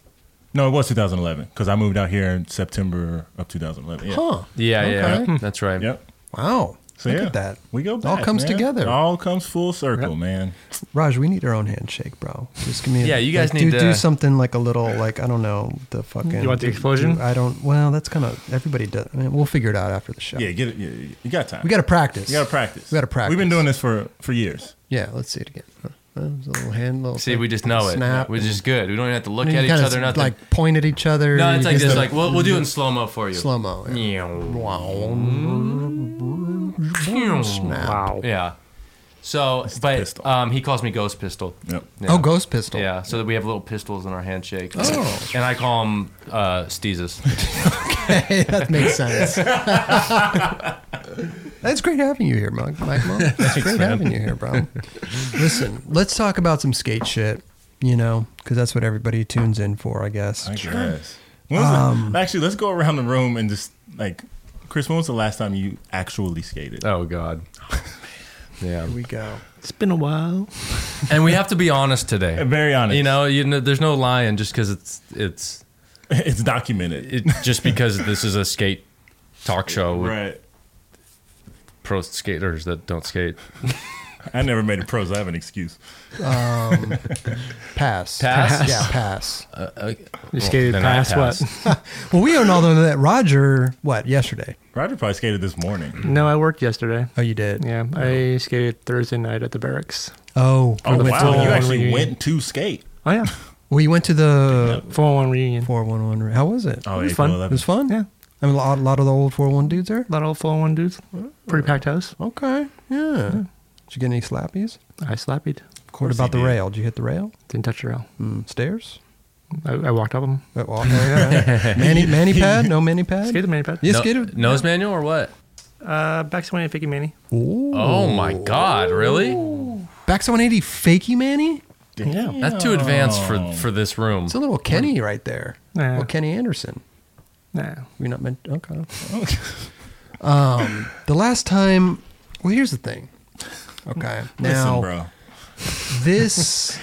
Speaker 3: no, it was 2011 because I moved out here in September of 2011. Yeah.
Speaker 1: Huh.
Speaker 4: Yeah, yeah,
Speaker 1: Okay.
Speaker 4: That's right.
Speaker 3: Yep.
Speaker 1: Wow.
Speaker 3: So
Speaker 1: Look
Speaker 3: yeah,
Speaker 1: at that.
Speaker 3: we go.
Speaker 1: It all
Speaker 3: back,
Speaker 1: comes
Speaker 3: man.
Speaker 1: together.
Speaker 3: It all comes full circle, man.
Speaker 1: Raj, we need our own handshake, bro. Just give me. a-
Speaker 4: Yeah, you guys
Speaker 1: like,
Speaker 4: need
Speaker 1: do,
Speaker 4: to-
Speaker 1: do something like a little like I don't know the fucking.
Speaker 2: You want the explosion?
Speaker 1: I don't. Well, that's kind of everybody does. I mean, we'll figure it out after the show.
Speaker 3: Yeah, get it. Yeah, you got time.
Speaker 1: We got to practice.
Speaker 3: You got to practice.
Speaker 1: We gotta practice.
Speaker 3: We've been doing this for for years.
Speaker 1: Yeah, let's see it again. Huh. Well, it was a little hand, little
Speaker 4: See,
Speaker 1: thing.
Speaker 4: we just know it.
Speaker 1: Snap.
Speaker 4: We're just good. We don't even have to look
Speaker 1: You
Speaker 4: at each
Speaker 1: kinda
Speaker 4: other. Nothing.
Speaker 1: Like point at each other.
Speaker 4: no, it's like
Speaker 1: You
Speaker 4: this.
Speaker 1: just-
Speaker 4: Like we'll, we'll do it in slow mo for you.
Speaker 1: slow mo.
Speaker 2: Wow.
Speaker 4: Yeah. So,
Speaker 3: the
Speaker 4: but
Speaker 3: pistol.
Speaker 4: um, he calls me Ghost Pistol.
Speaker 3: Yep.
Speaker 1: Oh, ghost pistol.
Speaker 4: Yeah, so that we have little pistols in our handshake.
Speaker 1: Oh.
Speaker 4: And I call him uh, Steezus.
Speaker 1: Hey, that makes sense. That's great having you here, Mike. Mike Mom. That's great having you here, bro. Listen, let's talk about some skate shit. You know, because that's what everybody tunes in for, I guess.
Speaker 3: I guess. When was the-
Speaker 1: Um,
Speaker 3: actually, let's go around the room and just like, Chris, when was the last time you actually skated?
Speaker 1: Uh,
Speaker 4: Oh, God. Yeah.
Speaker 1: Here we go.
Speaker 2: It's been a while.
Speaker 4: And we have to be honest today.
Speaker 3: Very honest.
Speaker 4: You know, you know, there's no lying just because it's, it's,
Speaker 3: it's documented.
Speaker 4: it, just because this is a skate talk show with
Speaker 3: right.
Speaker 4: pro skaters that don't skate.
Speaker 3: I never made a pros. I have an excuse.
Speaker 1: Um, Pass.
Speaker 4: Pass?
Speaker 1: Yeah, pass.
Speaker 2: You skated
Speaker 4: Uh, then I
Speaker 2: past what?
Speaker 4: passed.
Speaker 1: well, we don't know though that Roger. What yesterday?
Speaker 3: Roger probably skated this morning.
Speaker 2: No, I worked yesterday.
Speaker 1: Oh, you did.
Speaker 2: Yeah, I skated Thursday night at the barracks.
Speaker 1: Oh,
Speaker 3: Oh
Speaker 1: we went
Speaker 3: wow!
Speaker 1: to
Speaker 3: You
Speaker 1: the,
Speaker 3: actually
Speaker 2: reunion.
Speaker 3: went to skate.
Speaker 2: Oh yeah,
Speaker 1: we went to the
Speaker 2: 401 reunion.
Speaker 1: 411. How was it?
Speaker 3: Oh,
Speaker 2: It was fun.
Speaker 1: It was fun. Yeah. I mean, a lot, a lot of the old 411 dudes there.
Speaker 2: A lot of 401 dudes. Pretty packed house.
Speaker 1: Okay. Yeah. Did you get any slappies?
Speaker 2: I slappied.
Speaker 1: What
Speaker 3: course
Speaker 1: about
Speaker 3: he
Speaker 1: the
Speaker 3: did. Hmm.
Speaker 1: rail? Did you hit the rail?
Speaker 2: Didn't touch the rail.
Speaker 1: Stairs?
Speaker 2: I, I walked up them.
Speaker 1: Oh, well, okay, yeah. Manny, manny pad? No manny pad?
Speaker 2: Skated the mani pad.
Speaker 1: You
Speaker 4: No-
Speaker 1: skated?
Speaker 4: nose manual or what?
Speaker 2: Uh, back to my Fakey Manny.
Speaker 1: Ooh.
Speaker 4: Oh, my God. Really?
Speaker 1: Back to 180 fakey manny?
Speaker 3: Damn.
Speaker 4: That's too advanced for, for this room.
Speaker 1: It's a little Kenny right there.
Speaker 2: Yeah.
Speaker 1: Well, Kenny Anderson.
Speaker 2: Nah.
Speaker 1: You're not meant. Okay. um, the last time. Well, here's the thing. Okay.
Speaker 3: Listen,
Speaker 1: now,
Speaker 3: bro.
Speaker 1: this.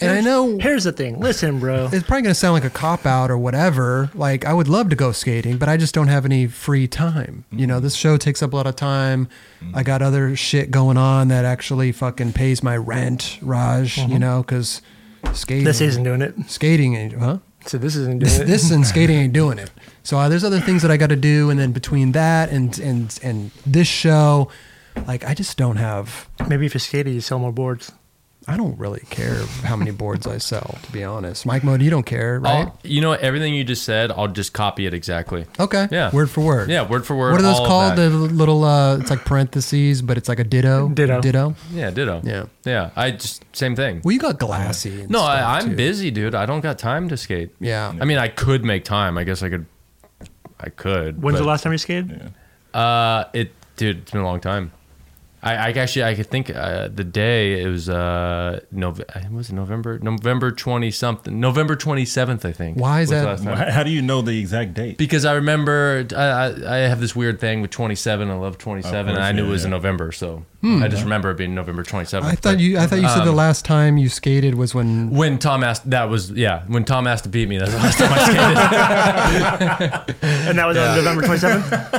Speaker 1: And I know
Speaker 2: Here's the thing. Listen, bro.
Speaker 1: it's probably going to sound like a cop out or whatever. Like I would love to go skating, but I just don't have any free time. You know, this show takes up a lot of time. I got other shit going on that actually fucking pays my rent, Raj. You know, because skating.
Speaker 2: Mm-hmm. This isn't doing it.
Speaker 1: skating, ain't- huh?
Speaker 2: So this isn't
Speaker 1: This,
Speaker 2: doing it.
Speaker 1: this and skating ain't doing it. So uh, there's other things that I got to do, and then between that and and and this show, like I just don't have.
Speaker 2: Maybe if you skated, you sell more boards.
Speaker 1: I don't really care how many boards I sell, to be honest. Mike Mode, you don't care, right?
Speaker 4: I'll- you know, what? everything you just said, I'll just copy it exactly.
Speaker 1: okay.
Speaker 4: Oh. Yeah.
Speaker 1: Word for word.
Speaker 4: Yeah, word for word.
Speaker 1: What are those
Speaker 4: all of
Speaker 1: called? The
Speaker 4: that.
Speaker 1: little uh, it's like parentheses, but it's like a ditto.
Speaker 2: Ditto.
Speaker 1: Ditto.
Speaker 4: yeah, ditto.
Speaker 1: Yeah.
Speaker 4: yeah. I just same thing.
Speaker 1: Well, you got glassy. And
Speaker 4: no,
Speaker 1: stuff,
Speaker 4: I, I'm
Speaker 1: too.
Speaker 4: busy, dude. I don't got time to skate.
Speaker 1: Yeah.
Speaker 4: I mean, I could make time. I guess I could. I could.
Speaker 2: When's
Speaker 4: but,
Speaker 2: the last time you skated?
Speaker 4: Uh, it, dude. It's been a long time. I, I actually I could think uh, the day it was uh Nov was it November November twenty something November twenty seventh I think.
Speaker 1: Why is
Speaker 4: was
Speaker 1: that-
Speaker 4: last time.
Speaker 3: How how do you know the exact date?
Speaker 4: Because I remember I, I, I have this weird thing with 27. I love 27.
Speaker 3: Of course,
Speaker 4: and I knew
Speaker 3: yeah,
Speaker 4: it was
Speaker 3: Oh, yeah.
Speaker 4: in November, so I just remember it being November 27th.
Speaker 1: Hmm. I thought
Speaker 4: But
Speaker 1: you. I thought you said the last time you skated was when.
Speaker 4: when Tom asked that was yeah when Tom asked to beat me that's the last time I skated.
Speaker 2: And that was on November 27th?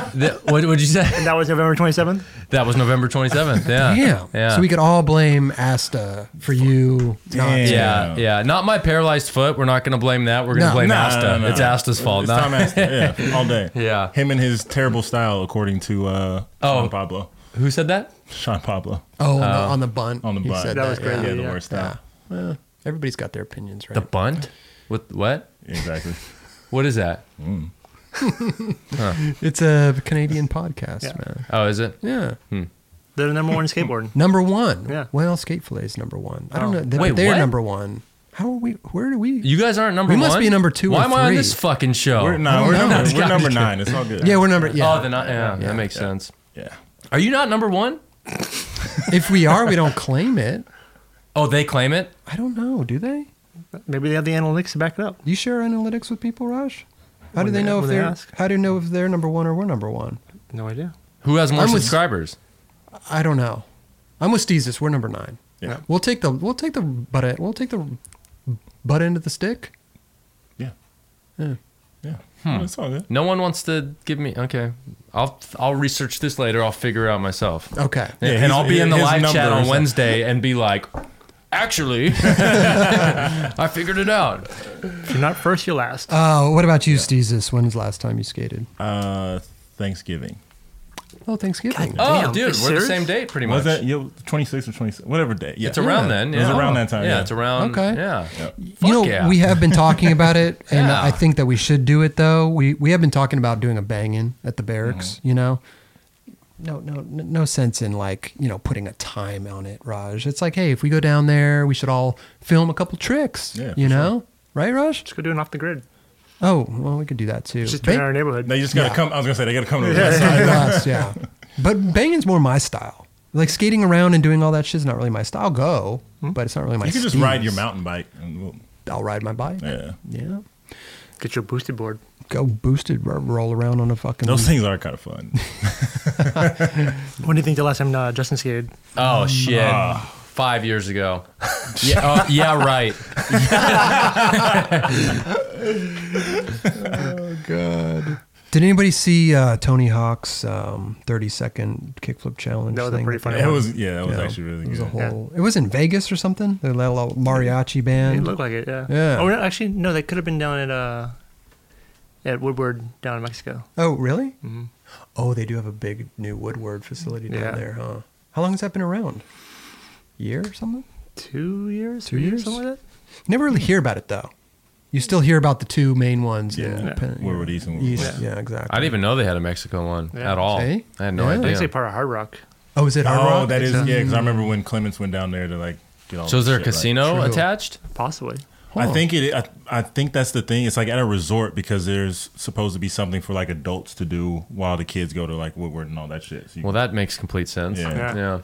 Speaker 4: The- what would you say?
Speaker 2: That was November 27th?
Speaker 4: That was November 27th. Yeah.
Speaker 1: Damn.
Speaker 4: Yeah.
Speaker 1: So we could all blame Asta for you. Not
Speaker 4: yeah,
Speaker 3: Damn.
Speaker 4: yeah, Not my paralyzed foot. We're not going to blame that. We're going to
Speaker 1: No.
Speaker 4: blame
Speaker 3: No,
Speaker 4: Asta.
Speaker 3: no, no, no.
Speaker 4: It's Asta's fault.
Speaker 3: It's
Speaker 4: not-
Speaker 3: Tom Astor, yeah, all day.
Speaker 4: Yeah.
Speaker 3: him and his terrible style, according to uh,
Speaker 4: Oh.
Speaker 3: Sean Pablo.
Speaker 4: Who said that?
Speaker 3: Sean Pablo
Speaker 1: oh, on, the, on the bunt.
Speaker 3: on the
Speaker 1: He
Speaker 3: butt.
Speaker 1: said
Speaker 2: That was crazy,
Speaker 1: yeah.
Speaker 3: Yeah, the
Speaker 2: yeah.
Speaker 3: worst style.
Speaker 1: Everybody's got their opinions, right?
Speaker 4: The bunt? What? What?
Speaker 3: Exactly.
Speaker 4: What is that?
Speaker 1: it's a Canadian podcast,
Speaker 2: Yeah.
Speaker 1: man.
Speaker 4: Oh, is it?
Speaker 1: Yeah.
Speaker 2: They're the number one skateboard.
Speaker 1: Number one.
Speaker 2: Yeah. Oh.
Speaker 1: Well, Skate Fillet is number one. I don't know. They,
Speaker 4: Wait,
Speaker 1: but they're
Speaker 4: what?
Speaker 1: number one. How are we? Where do we?
Speaker 4: You guys aren't number
Speaker 1: We
Speaker 4: one.
Speaker 1: must be number two
Speaker 4: Why
Speaker 1: or
Speaker 4: am I on
Speaker 1: three.
Speaker 4: this fucking show?
Speaker 3: We're, no,
Speaker 1: don't
Speaker 3: we're
Speaker 1: know.
Speaker 3: number,
Speaker 1: It's
Speaker 3: we're
Speaker 1: gotta
Speaker 3: number
Speaker 1: be
Speaker 3: nine. It's all good.
Speaker 1: yeah, we're number. Yeah.
Speaker 4: Oh, then I, yeah, that makes sense.
Speaker 3: yeah.
Speaker 4: Are you not number one?
Speaker 1: if we are, we don't claim it.
Speaker 4: Oh, they claim it.
Speaker 1: I don't know. Do they?
Speaker 2: Maybe they have the analytics to back it up.
Speaker 1: You share analytics with people, Raj? How do
Speaker 2: When
Speaker 1: they,
Speaker 2: they-
Speaker 1: know if
Speaker 2: when they
Speaker 1: they're?
Speaker 2: ask.
Speaker 1: How do you know if they're number one or we're number one?
Speaker 2: No idea.
Speaker 4: Who has more
Speaker 1: I'm with-
Speaker 4: subscribers?
Speaker 1: I don't know. I'm with Steezus. We're number nine.
Speaker 3: Yeah.
Speaker 1: We'll take the we'll take the butt we'll take the butt end of the stick.
Speaker 3: Yeah.
Speaker 1: Yeah.
Speaker 3: Yeah. It's all good.
Speaker 4: No one wants to give me. Okay, I'll I'll research this later. I'll figure it out myself.
Speaker 1: Okay.
Speaker 3: Yeah,
Speaker 4: and I'll
Speaker 3: his-
Speaker 4: be in the
Speaker 3: his
Speaker 4: live
Speaker 3: number
Speaker 4: chat
Speaker 3: or
Speaker 4: on
Speaker 3: something.
Speaker 4: Wednesday and be like, actually, I figured it out.
Speaker 2: If you're not first, you're last.
Speaker 1: Uh, what about you, Steezus? When was the last time you skated?
Speaker 3: Uh, Thanksgiving.
Speaker 1: Oh, Thanksgiving.
Speaker 4: Oh,
Speaker 2: Damn, are
Speaker 4: dude,
Speaker 2: you
Speaker 4: we're the
Speaker 2: serious?
Speaker 4: same date pretty much.
Speaker 3: Was that you? Twenty six or twenty seven? Whatever day. Yeah.
Speaker 4: It's around then.
Speaker 3: It was
Speaker 4: yeah.
Speaker 3: around that time, yeah.
Speaker 4: it's around.
Speaker 1: Okay.
Speaker 4: Yeah.
Speaker 1: you know,
Speaker 4: fuck yeah.
Speaker 1: we have been talking about it, and
Speaker 4: Yeah.
Speaker 1: I think that we should do it though. We we have been talking about doing a banging at the barracks.
Speaker 3: Mm-hmm.
Speaker 1: You know, no no n- no sense in like you know putting a time on it, Raj. It's like, hey, if we go down there, we should all film a couple tricks.
Speaker 3: Yeah,
Speaker 1: you
Speaker 3: for
Speaker 1: know, right, Raj?
Speaker 2: Just go do it off the grid.
Speaker 1: Oh, well, we could do that too.
Speaker 2: Just do it
Speaker 1: Bang-
Speaker 2: in our neighborhood.
Speaker 3: They just gotta
Speaker 1: Yeah.
Speaker 3: come. I was gonna say they gotta come to the west side.
Speaker 1: Us, yeah. But banging's more my style. Like skating around and doing all that shit is not really my style. I'll go, but it's not really my.
Speaker 3: Hmm? You can just
Speaker 1: skis.
Speaker 3: ride your mountain bike. And we'll,
Speaker 1: I'll ride my bike.
Speaker 3: yeah.
Speaker 1: Yeah.
Speaker 2: Get your boosted board.
Speaker 1: Go boosted, ro- roll around on a fucking.
Speaker 3: Those things are kind of fun.
Speaker 2: When do you think the last time uh, Justin skated?
Speaker 4: Oh
Speaker 3: Mm,
Speaker 4: shit.
Speaker 3: ah.
Speaker 4: Five years ago. Yeah. Oh, yeah. Right.
Speaker 1: Oh, Did anybody see uh, Tony Hawk's um, 30 second kickflip challenge?
Speaker 2: That was a
Speaker 1: thing?
Speaker 2: pretty funny
Speaker 3: it
Speaker 2: one.
Speaker 3: was. Yeah, that was
Speaker 1: Yeah.
Speaker 3: actually really
Speaker 1: It was a
Speaker 3: good.
Speaker 1: whole. It was in Vegas or something. They let a little mariachi band.
Speaker 2: It looked like it, yeah.
Speaker 1: Yeah.
Speaker 2: Oh, no, actually, no, they could have been down at uh, at Woodward down in Mexico.
Speaker 1: oh, really? Oh, they do have a big new Woodward facility down
Speaker 2: Yeah.
Speaker 1: there, huh? How long has that been around? Year or something?
Speaker 2: Two years?
Speaker 1: Two
Speaker 2: three
Speaker 1: years?
Speaker 2: Something like
Speaker 1: You never really hear about it though. You still hear about the two main ones. in
Speaker 3: Yeah.
Speaker 1: Pen-
Speaker 3: Where would East and where would
Speaker 1: East,
Speaker 3: West?
Speaker 1: yeah, exactly.
Speaker 4: I didn't even know they had a Mexico one
Speaker 2: Yeah.
Speaker 4: at all.
Speaker 1: See?
Speaker 4: I had no
Speaker 1: Yeah.
Speaker 2: that. They
Speaker 4: idea.
Speaker 2: say part of Hard Rock.
Speaker 1: Oh, is it Hard
Speaker 3: Oh,
Speaker 1: Rock?
Speaker 3: that is yeah. Because I remember when Clements went down there to like get all.
Speaker 4: So is
Speaker 3: the
Speaker 4: there a
Speaker 3: shit, like-
Speaker 4: casino
Speaker 1: True.
Speaker 4: attached?
Speaker 2: Possibly.
Speaker 1: Oh.
Speaker 3: I think it. I, I think that's the thing. It's like at a resort because there's supposed to be something for like adults to do while the kids go to like Woodward and all that shit. So you,
Speaker 4: Well, that makes complete sense.
Speaker 3: Yeah.
Speaker 2: Yeah.
Speaker 4: yeah.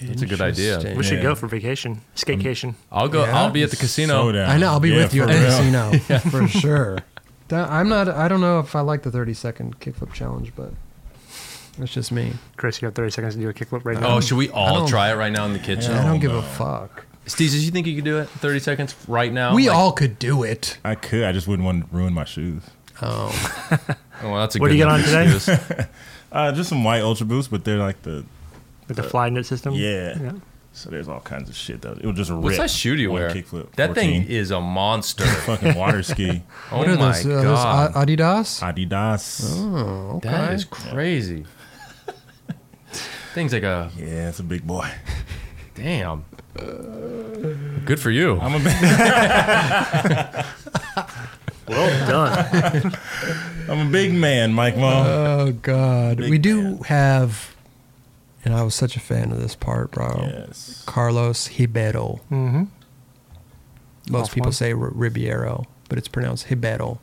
Speaker 4: That's a good idea.
Speaker 1: Interesting.
Speaker 2: We should
Speaker 3: Yeah.
Speaker 2: go for vacation. Skatecation.
Speaker 4: I'll go.
Speaker 1: Yeah?
Speaker 4: I'll be at the
Speaker 3: so
Speaker 4: casino.
Speaker 3: down.
Speaker 1: I know. I'll be
Speaker 3: Yeah,
Speaker 1: with you
Speaker 3: for
Speaker 1: at the
Speaker 3: real.
Speaker 1: casino for sure. That- I'm not. I don't know if I like the 30 second kickflip challenge, but that's just me.
Speaker 2: Chris, you got 30 seconds to do a kickflip right now.
Speaker 4: oh, should we
Speaker 1: I
Speaker 4: all
Speaker 1: don't-
Speaker 4: try it right now in the kitchen?
Speaker 1: I
Speaker 3: Yeah.
Speaker 1: don't
Speaker 3: Oh,
Speaker 1: give
Speaker 3: no.
Speaker 1: a fuck.
Speaker 4: Steve, did you think you could do it? Thirty seconds right now.
Speaker 1: we
Speaker 4: Like-
Speaker 1: all could do it.
Speaker 3: I could. I just wouldn't want to ruin my shoes.
Speaker 1: Oh,
Speaker 4: Oh, well, that's a
Speaker 2: What
Speaker 4: good
Speaker 2: do you get
Speaker 4: enough
Speaker 2: on today?
Speaker 4: excuse.
Speaker 3: Uh, just some white Ultra Boosts, but they're like the
Speaker 2: With the fly net system?
Speaker 3: yeah.
Speaker 2: Yeah.
Speaker 3: So there's all kinds of shit though. It will just rip.
Speaker 4: What size shoe do you
Speaker 3: on a
Speaker 4: wear?
Speaker 3: Kickflip.
Speaker 4: That thing
Speaker 3: 14.
Speaker 4: is a monster.
Speaker 3: fucking water ski.
Speaker 4: oh
Speaker 1: what are
Speaker 4: my
Speaker 1: those? Uh, those
Speaker 4: god,
Speaker 1: A- Adidas?
Speaker 3: Adidas.
Speaker 1: oh, okay.
Speaker 4: that is crazy. Things like a
Speaker 3: Yeah, it's a big boy.
Speaker 4: damn. Good for you.
Speaker 3: I'm a big,
Speaker 2: Well done.
Speaker 3: I'm a big man, Mike Mo.
Speaker 1: Oh God,
Speaker 3: Big
Speaker 1: we do
Speaker 3: man.
Speaker 1: have, and I was such a fan of this part,
Speaker 4: Oh.
Speaker 1: bro.
Speaker 3: yes.
Speaker 1: Carlos Hibero.
Speaker 2: mm-hmm.
Speaker 1: Most
Speaker 2: Off
Speaker 1: people
Speaker 2: one.
Speaker 1: say R- Ribeiro, but it's pronounced Hibero.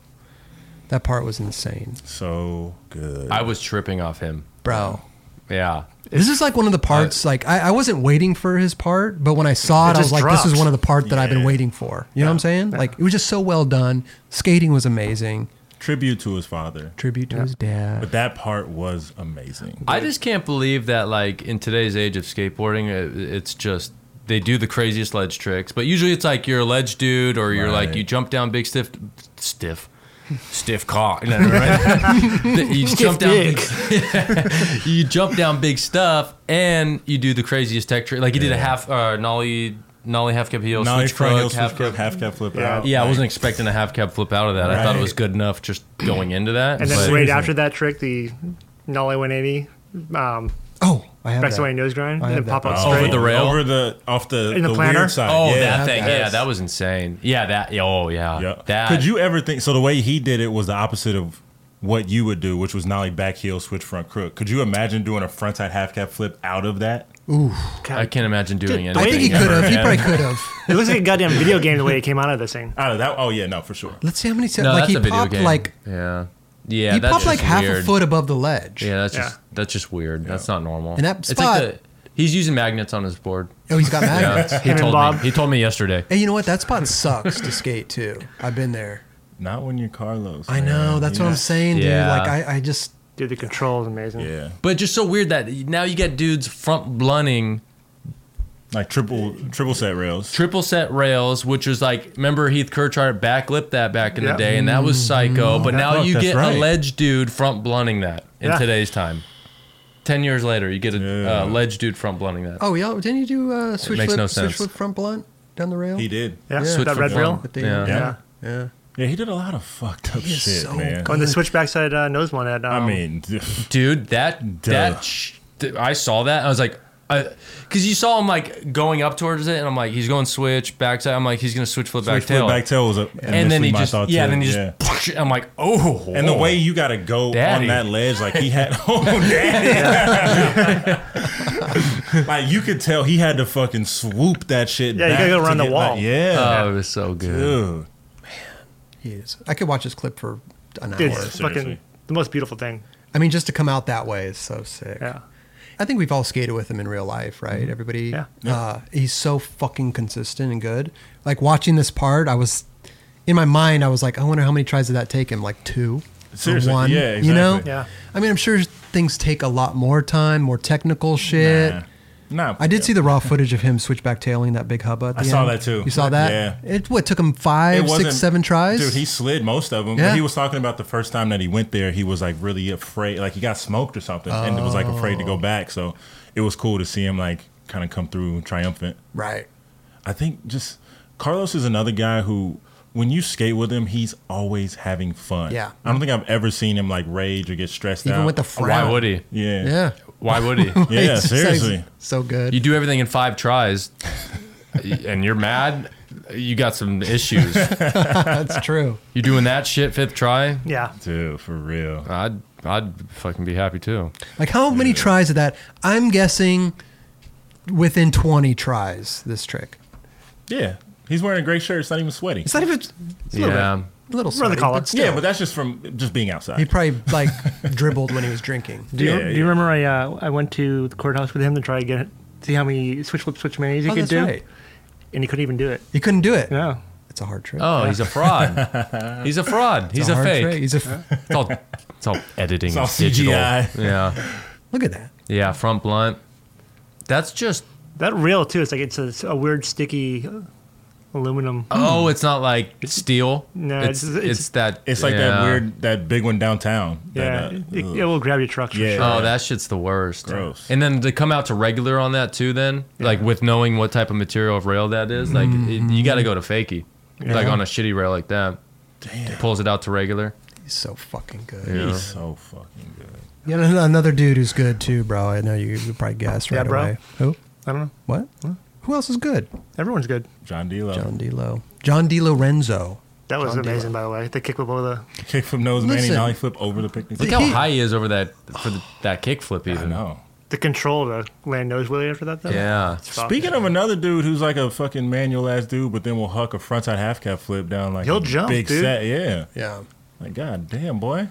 Speaker 1: That part was insane,
Speaker 3: So good.
Speaker 4: I was tripping off him.
Speaker 1: bro.
Speaker 4: Yeah.
Speaker 1: This is like one of the parts. like I, I wasn't waiting for his part, but when I saw
Speaker 2: It
Speaker 1: it, I was
Speaker 2: just
Speaker 1: like, "This is
Speaker 2: dropped.
Speaker 1: one of the part that I've been
Speaker 3: Yeah.
Speaker 1: waiting for." You know what I'm saying? Like it was just so well done. Skating was amazing.
Speaker 3: Tribute to his father.
Speaker 1: Tribute to his
Speaker 3: But
Speaker 1: dad.
Speaker 3: that part was amazing.
Speaker 4: I just can't believe that, like, in today's age of skateboarding, it, it's just they do the craziest ledge tricks. But usually it's like you're a ledge dude or you're like,
Speaker 3: Right.
Speaker 4: you jump down big stiff, stiff, stiff cock. No, no, right? you jump down
Speaker 2: big.
Speaker 4: you jump down big stuff and you do the craziest tech trick. Like, you did a
Speaker 3: Yeah.
Speaker 4: half, uh, nollie, nollie half cap heel,
Speaker 3: Now
Speaker 4: switch
Speaker 3: he's trying
Speaker 4: crook,
Speaker 3: to half
Speaker 4: half cap.
Speaker 3: cap, half cap flip
Speaker 2: Yeah.
Speaker 3: out.
Speaker 4: Yeah, I
Speaker 3: Like,
Speaker 4: wasn't expecting a half cab flip out of that. I thought it was
Speaker 3: Right.
Speaker 4: good enough just going into that.
Speaker 2: And then
Speaker 4: but-
Speaker 2: right after that trick, the nollie 180, um,
Speaker 1: Oh, I have
Speaker 2: back
Speaker 1: that.
Speaker 2: to my nose grind,
Speaker 1: I
Speaker 2: and
Speaker 1: have
Speaker 2: then
Speaker 1: that.
Speaker 2: pop up
Speaker 3: oh,
Speaker 4: Over
Speaker 2: straight.
Speaker 4: the rail?
Speaker 3: over the off the,
Speaker 2: In the planner?
Speaker 3: weird side.
Speaker 4: Oh,
Speaker 3: yeah.
Speaker 4: that thing. Yeah,
Speaker 2: Yes.
Speaker 4: that was insane. Yeah, that. Oh, yeah.
Speaker 3: Yeah.
Speaker 4: That.
Speaker 3: Could you ever think? So the way he did it was the opposite of what you would do, which was nollie back heel switch front crook. Could you imagine doing a front side half cap flip out of that?
Speaker 4: I can't imagine doing anything.
Speaker 1: I think he could
Speaker 4: ever
Speaker 1: have. He
Speaker 4: again.
Speaker 1: probably could have.
Speaker 2: It looks like a goddamn video game the way it came out of this thing.
Speaker 3: Out of that? Oh yeah, no, for sure.
Speaker 1: Let's see how many times.
Speaker 4: No,
Speaker 1: like
Speaker 4: that's
Speaker 1: he
Speaker 4: a video
Speaker 1: popped
Speaker 4: game.
Speaker 1: like
Speaker 4: Yeah. Yeah.
Speaker 1: he
Speaker 4: that's
Speaker 1: popped like
Speaker 4: just
Speaker 1: half a
Speaker 4: weird.
Speaker 1: foot above the ledge.
Speaker 4: Yeah, that's
Speaker 2: Yeah.
Speaker 4: just that's just weird. That's not normal.
Speaker 1: And that
Speaker 4: It's like
Speaker 1: spot-
Speaker 4: the, he's using magnets on his board.
Speaker 1: Oh, he's got magnets.
Speaker 4: Yeah. he
Speaker 2: Him and
Speaker 4: told
Speaker 2: Bob.
Speaker 4: me. He told me yesterday.
Speaker 1: Hey, you know what? That spot sucks to skate too. I've been there.
Speaker 3: Not when you're Carlos.
Speaker 1: I
Speaker 3: man.
Speaker 1: know. That's what I'm
Speaker 3: Yeah.
Speaker 1: saying,
Speaker 4: Yeah.
Speaker 1: dude. Like I, I just
Speaker 2: Dude, the control is amazing.
Speaker 3: Yeah,
Speaker 4: But just so weird that now you get dudes front blunting
Speaker 3: like triple triple set rails.
Speaker 4: triple set rails, which was like remember Heath Kirchhardt backlipped that back in
Speaker 2: Yeah.
Speaker 4: the day, and that was psycho. But now
Speaker 3: Mm-hmm. fuck,
Speaker 4: you
Speaker 3: that's
Speaker 4: get
Speaker 3: right.
Speaker 4: a ledge dude front blunting that in
Speaker 2: Yeah.
Speaker 4: today's time. Ten years later, you get a
Speaker 3: Yeah.
Speaker 4: uh, ledge dude front blunting that.
Speaker 1: Oh, yeah. Didn't you do uh, switch
Speaker 4: makes
Speaker 1: flip,
Speaker 4: no
Speaker 1: switch
Speaker 4: sense.
Speaker 1: flip front blunt down the rail?
Speaker 3: he did.
Speaker 2: Yeah,
Speaker 1: Yeah.
Speaker 4: Switch
Speaker 2: that
Speaker 4: from
Speaker 2: red
Speaker 4: one.
Speaker 2: rail.
Speaker 1: With the-
Speaker 4: Yeah.
Speaker 1: yeah.
Speaker 2: Yeah.
Speaker 1: yeah.
Speaker 3: Yeah, he did a lot of fucked up
Speaker 1: is
Speaker 3: shit,
Speaker 1: so
Speaker 3: man.
Speaker 1: good.
Speaker 2: On the switch backside uh, nose one at um,
Speaker 3: I mean,
Speaker 4: dude that
Speaker 3: Duh.
Speaker 4: that sh- th- i saw that and i was like because you saw him like going up towards it and i'm like he's going switch backside i'm like he's gonna switch flip back
Speaker 3: switch
Speaker 4: tail
Speaker 3: flip back tail was a,
Speaker 4: and then he
Speaker 3: my
Speaker 4: just
Speaker 3: thought
Speaker 4: yeah
Speaker 3: too.
Speaker 4: then he
Speaker 3: Yeah.
Speaker 4: just i'm like oh
Speaker 3: And the way you got to go
Speaker 4: Daddy.
Speaker 3: on that ledge, like he had, oh daddy, like you could tell he had to fucking swoop that shit.
Speaker 2: Yeah, you
Speaker 3: back
Speaker 2: gotta go
Speaker 3: to
Speaker 2: around the
Speaker 3: get-
Speaker 2: wall.
Speaker 3: like, yeah,
Speaker 4: oh it was so good
Speaker 3: dude,
Speaker 1: He is. I could watch this clip for an hour.
Speaker 2: dude, it's fucking
Speaker 3: seriously.
Speaker 2: the most beautiful thing.
Speaker 1: I mean, just to come out that way is so sick.
Speaker 2: Yeah.
Speaker 1: I think we've all skated with him in real life, right?
Speaker 3: Mm-hmm.
Speaker 1: Everybody.
Speaker 2: Yeah.
Speaker 1: Uh, he's so fucking consistent and good. Like watching this part, I was in my mind. I was like, I wonder how many tries did that take him? Like two. or
Speaker 3: Seriously,
Speaker 1: one.
Speaker 3: yeah,
Speaker 1: You know.
Speaker 3: exactly.
Speaker 2: Yeah.
Speaker 1: I mean, I'm sure things take a lot more time, more technical shit.
Speaker 3: Nah. Nah,
Speaker 1: I did
Speaker 3: yeah.
Speaker 1: see the raw footage of him switchback tailing that big hubba. At the
Speaker 3: I
Speaker 1: end.
Speaker 3: saw that too.
Speaker 1: You saw that?
Speaker 3: Yeah.
Speaker 1: It what took him five, six,
Speaker 3: wasn't-
Speaker 1: seven tries.
Speaker 3: Dude, he slid most of them.
Speaker 1: Yeah.
Speaker 3: He was talking about the first time that he went there, he was like really afraid, like he got smoked or something, and was like afraid to
Speaker 1: Oh.
Speaker 3: go back. So it was cool to see him like kind of come through triumphant.
Speaker 1: right.
Speaker 3: I think just Carlos is another guy who, when you skate with him, he's always having fun.
Speaker 1: Yeah.
Speaker 3: I don't think I've ever seen him like rage or get stressed
Speaker 1: Even
Speaker 3: out.
Speaker 1: with the
Speaker 4: why
Speaker 1: frown.
Speaker 4: would he
Speaker 3: yeah,
Speaker 1: Yeah.
Speaker 4: why would he
Speaker 3: Yeah,
Speaker 1: It's just like
Speaker 3: seriously.
Speaker 1: So good.
Speaker 4: you do everything in five tries and you're mad you got some issues
Speaker 1: That's true.
Speaker 4: you doing that shit fifth try
Speaker 2: Yeah.
Speaker 3: Dude, for real.
Speaker 4: i'd i'd fucking be happy too
Speaker 1: Like how many tries of that? I'm guessing within 20 tries this trick.
Speaker 3: Yeah. He's wearing a gray shirt. It's not even sweaty.
Speaker 1: It's not even. It's a little
Speaker 4: yeah
Speaker 1: bit- a little
Speaker 2: Run the
Speaker 1: sweaty,
Speaker 2: call
Speaker 1: but
Speaker 2: it.
Speaker 1: still.
Speaker 3: yeah, but that's just from just being outside.
Speaker 1: he probably like dribbled when he was drinking.
Speaker 2: Do you,
Speaker 3: Yeah,
Speaker 2: do
Speaker 3: yeah.
Speaker 2: you remember I uh, I went to the courthouse with him to try to get see how many switch flip switch manis he
Speaker 1: Oh,
Speaker 2: could
Speaker 1: that's
Speaker 2: do,
Speaker 1: right.
Speaker 2: and he couldn't even do it.
Speaker 1: He couldn't do it.
Speaker 2: No.
Speaker 1: It's a hard trick.
Speaker 4: Oh, he's a fraud. He's a fraud.
Speaker 1: It's
Speaker 4: He's a,
Speaker 1: hard
Speaker 4: fake.
Speaker 1: trick. He's a f-
Speaker 4: It's all it's all editing. It's
Speaker 3: all CGI.
Speaker 4: Digital. Yeah,
Speaker 1: Look at that.
Speaker 4: yeah. Front blunt. That's just.
Speaker 2: That rail too. It's like it's a, it's a weird sticky uh, aluminum.
Speaker 4: Oh, it's not like steel.
Speaker 2: No,
Speaker 4: it's
Speaker 2: it's-
Speaker 4: it's,
Speaker 2: it's-
Speaker 4: that.
Speaker 3: it's like
Speaker 4: yeah.
Speaker 3: that weird, that big one downtown.
Speaker 2: yeah,
Speaker 3: That, uh,
Speaker 2: it,
Speaker 3: ugh.
Speaker 2: it will grab your truck. For
Speaker 3: Yeah.
Speaker 2: Sure.
Speaker 4: Oh, that shit's the worst.
Speaker 3: Gross.
Speaker 4: And then to come out to regular on that too, then like with knowing what type of material of rail that is, like
Speaker 3: Mm-hmm.
Speaker 4: it, you got to go to fakie, like on a shitty rail like that. Damn. Pulls it out to regular.
Speaker 1: He's so fucking good.
Speaker 3: He's so fucking good.
Speaker 1: Yeah, and another dude who's good too, bro. I know you you probably guessed right
Speaker 2: Yeah, bro.
Speaker 1: away. Who?
Speaker 2: I don't know.
Speaker 1: What? Who else is good?
Speaker 2: Everyone's good.
Speaker 3: John D.
Speaker 1: John D. Lo. John D. Lorenzo.
Speaker 2: That was
Speaker 1: John Deere.
Speaker 2: amazing, by the way. The kick with all the
Speaker 3: Kick from nose, Manny.
Speaker 1: Listen.
Speaker 3: Now he flip over the picnic.
Speaker 4: Look how
Speaker 1: He-
Speaker 4: high he is over that for the, that kickflip
Speaker 3: I
Speaker 4: even.
Speaker 3: know.
Speaker 2: the control to land nose wheelie after that. Though.
Speaker 4: Yeah.
Speaker 3: Speaking of another dude who's like a fucking manual ass dude, but then will huck a frontside half cap flip down like
Speaker 2: He'll
Speaker 3: a
Speaker 2: jump,
Speaker 3: big
Speaker 2: dude.
Speaker 3: set. Yeah.
Speaker 1: Yeah.
Speaker 3: Like, god damn, boy.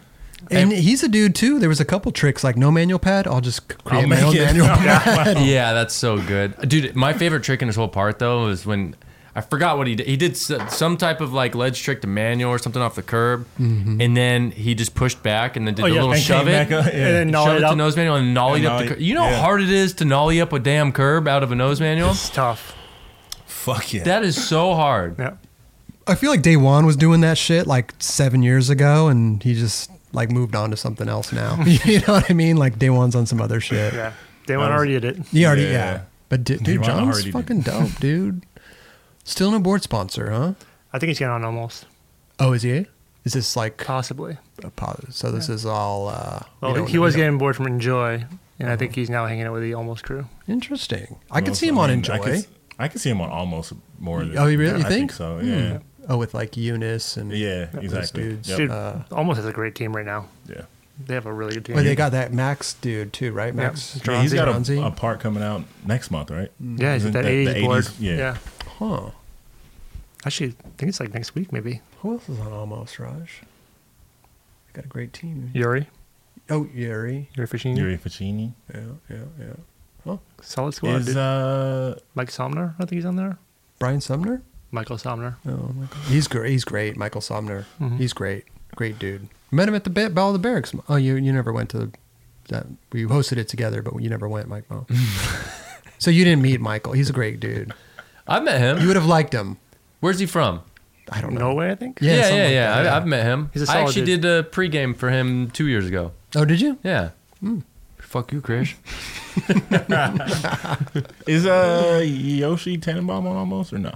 Speaker 1: And he's a dude too. There was a couple tricks like no manual pad. I'll just c- create
Speaker 3: I'll
Speaker 1: my
Speaker 3: make
Speaker 1: own
Speaker 3: it.
Speaker 1: manual.
Speaker 4: yeah, that's so good, dude. My favorite trick in this whole part though was when I forgot what he did. He did s- some type of like ledge trick to manual or something off the curb, and then he just pushed back and then did
Speaker 2: Oh,
Speaker 4: a
Speaker 2: yeah,
Speaker 4: little
Speaker 3: Mm-hmm. and
Speaker 4: shove
Speaker 3: came
Speaker 4: it,
Speaker 3: back up. Yeah.
Speaker 2: And then
Speaker 4: shove
Speaker 2: gnarled
Speaker 4: it
Speaker 2: it
Speaker 4: to
Speaker 2: up.
Speaker 4: nose manual, and nollied
Speaker 3: And
Speaker 4: up
Speaker 3: nollie-
Speaker 4: the. Cur- you know how
Speaker 3: yeah.
Speaker 4: hard it is to nollie up a damn curb out of a nose manual.
Speaker 2: It's tough.
Speaker 3: Fuck yeah.
Speaker 4: That is so hard.
Speaker 2: Yeah.
Speaker 1: I feel like Day One was doing that shit like seven years ago, and he just like moved on to something else now. you know what I mean? Like Day One's on some other shit.
Speaker 2: Yeah. They went already did it.
Speaker 1: He already yeah.
Speaker 3: Yeah.
Speaker 1: But d- dude,
Speaker 3: One
Speaker 1: John's
Speaker 3: already did.
Speaker 1: fucking dope, dude. Still no board sponsor, huh?
Speaker 2: I think he's getting on almost.
Speaker 1: Oh, is he? Is this like
Speaker 2: Possibly.
Speaker 1: a positive? So this is all. Uh, we
Speaker 3: Oh,
Speaker 2: Well,
Speaker 1: don't
Speaker 2: he was
Speaker 1: know.
Speaker 2: getting bored from Enjoy, and I
Speaker 3: Uh-huh.
Speaker 2: think he's now hanging out with the Almost crew.
Speaker 1: interesting. I could
Speaker 3: Almost,
Speaker 1: see him on
Speaker 3: mean,
Speaker 1: Enjoy.
Speaker 3: I could, s- I could see him on almost more. Than,
Speaker 1: Oh, you really-
Speaker 3: I
Speaker 1: you think?
Speaker 3: think so? Yeah.
Speaker 1: oh, with like Eunice and
Speaker 3: Yeah,
Speaker 1: those
Speaker 3: exactly.
Speaker 1: dudes.
Speaker 3: Yep. Uh,
Speaker 2: Dude, Almost has a great team right now.
Speaker 3: Yeah.
Speaker 2: They have a really good team.
Speaker 1: Well, Oh, they got that Max dude too, right? Max.
Speaker 2: Yeah.
Speaker 3: Yeah, he's got
Speaker 1: Stronzi.
Speaker 3: a, a part coming out next month, right?
Speaker 2: yeah, he's
Speaker 3: Isn't
Speaker 2: that,
Speaker 3: that the
Speaker 2: 80s board.
Speaker 3: 80s? Yeah.
Speaker 1: Huh.
Speaker 2: Actually, I think it's like next week, maybe.
Speaker 1: Who else is on Almost Raj? They Got a great team.
Speaker 2: Yuri.
Speaker 1: Oh, Yuri.
Speaker 2: Yuri Fishing.
Speaker 3: Yuri Ficini
Speaker 1: Yeah, yeah, yeah. Huh.
Speaker 2: Solid squad.
Speaker 3: is
Speaker 2: dude.
Speaker 3: uh
Speaker 2: Mike Somner, I think he's on there.
Speaker 1: Brian Sumner.
Speaker 2: Michael Somner.
Speaker 1: Oh, Michael. he's great. He's great. Michael Sumner.
Speaker 4: Mm-hmm.
Speaker 1: He's great. Great dude. Met him at the ba- Battle of the Barracks. Oh, you you never went to that. We hosted it together, but you never went, Mike Mo. so you didn't meet Michael. He's a great dude.
Speaker 4: I met him.
Speaker 1: You would have liked him.
Speaker 4: Where's he from?
Speaker 1: I don't know.
Speaker 2: Norway, I think.
Speaker 1: Yeah,
Speaker 4: Yeah, yeah,
Speaker 1: something
Speaker 4: yeah.
Speaker 1: like that,
Speaker 4: I,
Speaker 1: yeah.
Speaker 4: I've met him.
Speaker 2: He's a
Speaker 4: I
Speaker 2: solid
Speaker 4: actually
Speaker 2: dude.
Speaker 4: did a pregame for him two years ago.
Speaker 1: Oh, did you?
Speaker 4: Yeah. Fuck you, Krish.
Speaker 3: is uh Yoshi Tannenbaum on almost or no?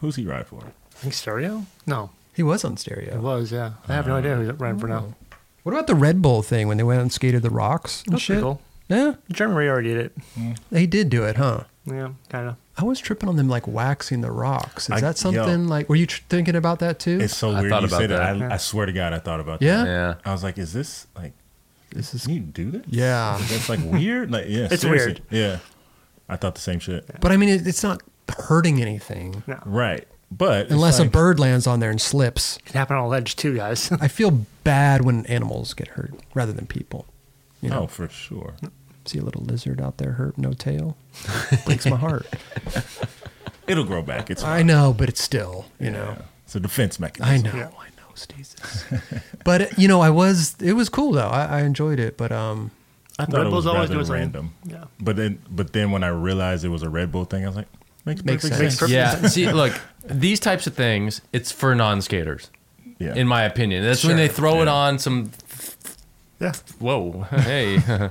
Speaker 3: Who's he ride for?
Speaker 2: I think Stereo? No.
Speaker 1: He was on
Speaker 2: It
Speaker 1: stereo.
Speaker 2: was, yeah. I
Speaker 3: Uh,
Speaker 2: have no idea who ran for
Speaker 3: oh,
Speaker 2: now.
Speaker 1: What about the Red Bull thing when they went and skated the rocks and
Speaker 2: That's
Speaker 1: shit?
Speaker 2: pretty cool.
Speaker 1: Yeah,
Speaker 2: Germany already did it.
Speaker 1: they did do it, huh?
Speaker 2: Yeah, kind of.
Speaker 1: I was tripping on them like waxing the rocks. Is
Speaker 3: I-
Speaker 1: that something
Speaker 3: yo.
Speaker 1: like? Were you tr- thinking about that too?
Speaker 3: It's so
Speaker 4: I
Speaker 3: weird
Speaker 4: thought
Speaker 3: you
Speaker 4: about
Speaker 3: say
Speaker 4: that.
Speaker 3: that. I, I swear to God, I thought about
Speaker 1: yeah?
Speaker 3: that.
Speaker 4: Yeah.
Speaker 3: I was like, is this like
Speaker 1: This is.
Speaker 3: can you do this?
Speaker 1: Yeah.
Speaker 3: That's like weird. Like yeah,
Speaker 2: It's
Speaker 3: seriously.
Speaker 2: weird.
Speaker 3: Yeah. I thought the same shit.
Speaker 1: But I mean, it, it's not hurting anything
Speaker 2: No.
Speaker 3: Right. But it's
Speaker 1: unless a
Speaker 3: like-
Speaker 1: bird lands on there and slips.
Speaker 2: It happened on a ledge, too, guys.
Speaker 1: I feel bad when animals get hurt rather than people. You know,
Speaker 3: Oh, for sure.
Speaker 1: see a little lizard out there hurt, no tail, breaks my heart.
Speaker 3: It'll grow back. It's
Speaker 1: I know, but it's still, you know.
Speaker 3: Yeah. It's a defense mechanism.
Speaker 1: I know,
Speaker 2: Yeah.
Speaker 1: I know, Stasis. but you know, I was. It was cool though. I, I enjoyed it. But um,
Speaker 3: I thought
Speaker 2: Red
Speaker 3: it
Speaker 2: Bulls
Speaker 3: was
Speaker 2: always
Speaker 3: rather
Speaker 2: do something.
Speaker 3: random.
Speaker 2: Yeah.
Speaker 3: But then, but then when I realized it was a Red Bull thing, I was like, makes,
Speaker 1: Makes
Speaker 3: perfect
Speaker 1: sense.
Speaker 3: sense.
Speaker 4: Yeah. See, look, these types of things, it's for non skaters,
Speaker 3: Yeah.
Speaker 4: in my opinion. That's
Speaker 1: Sure.
Speaker 4: when they throw it
Speaker 3: Yeah.
Speaker 4: on some.
Speaker 2: yeah.
Speaker 4: Whoa. Hey.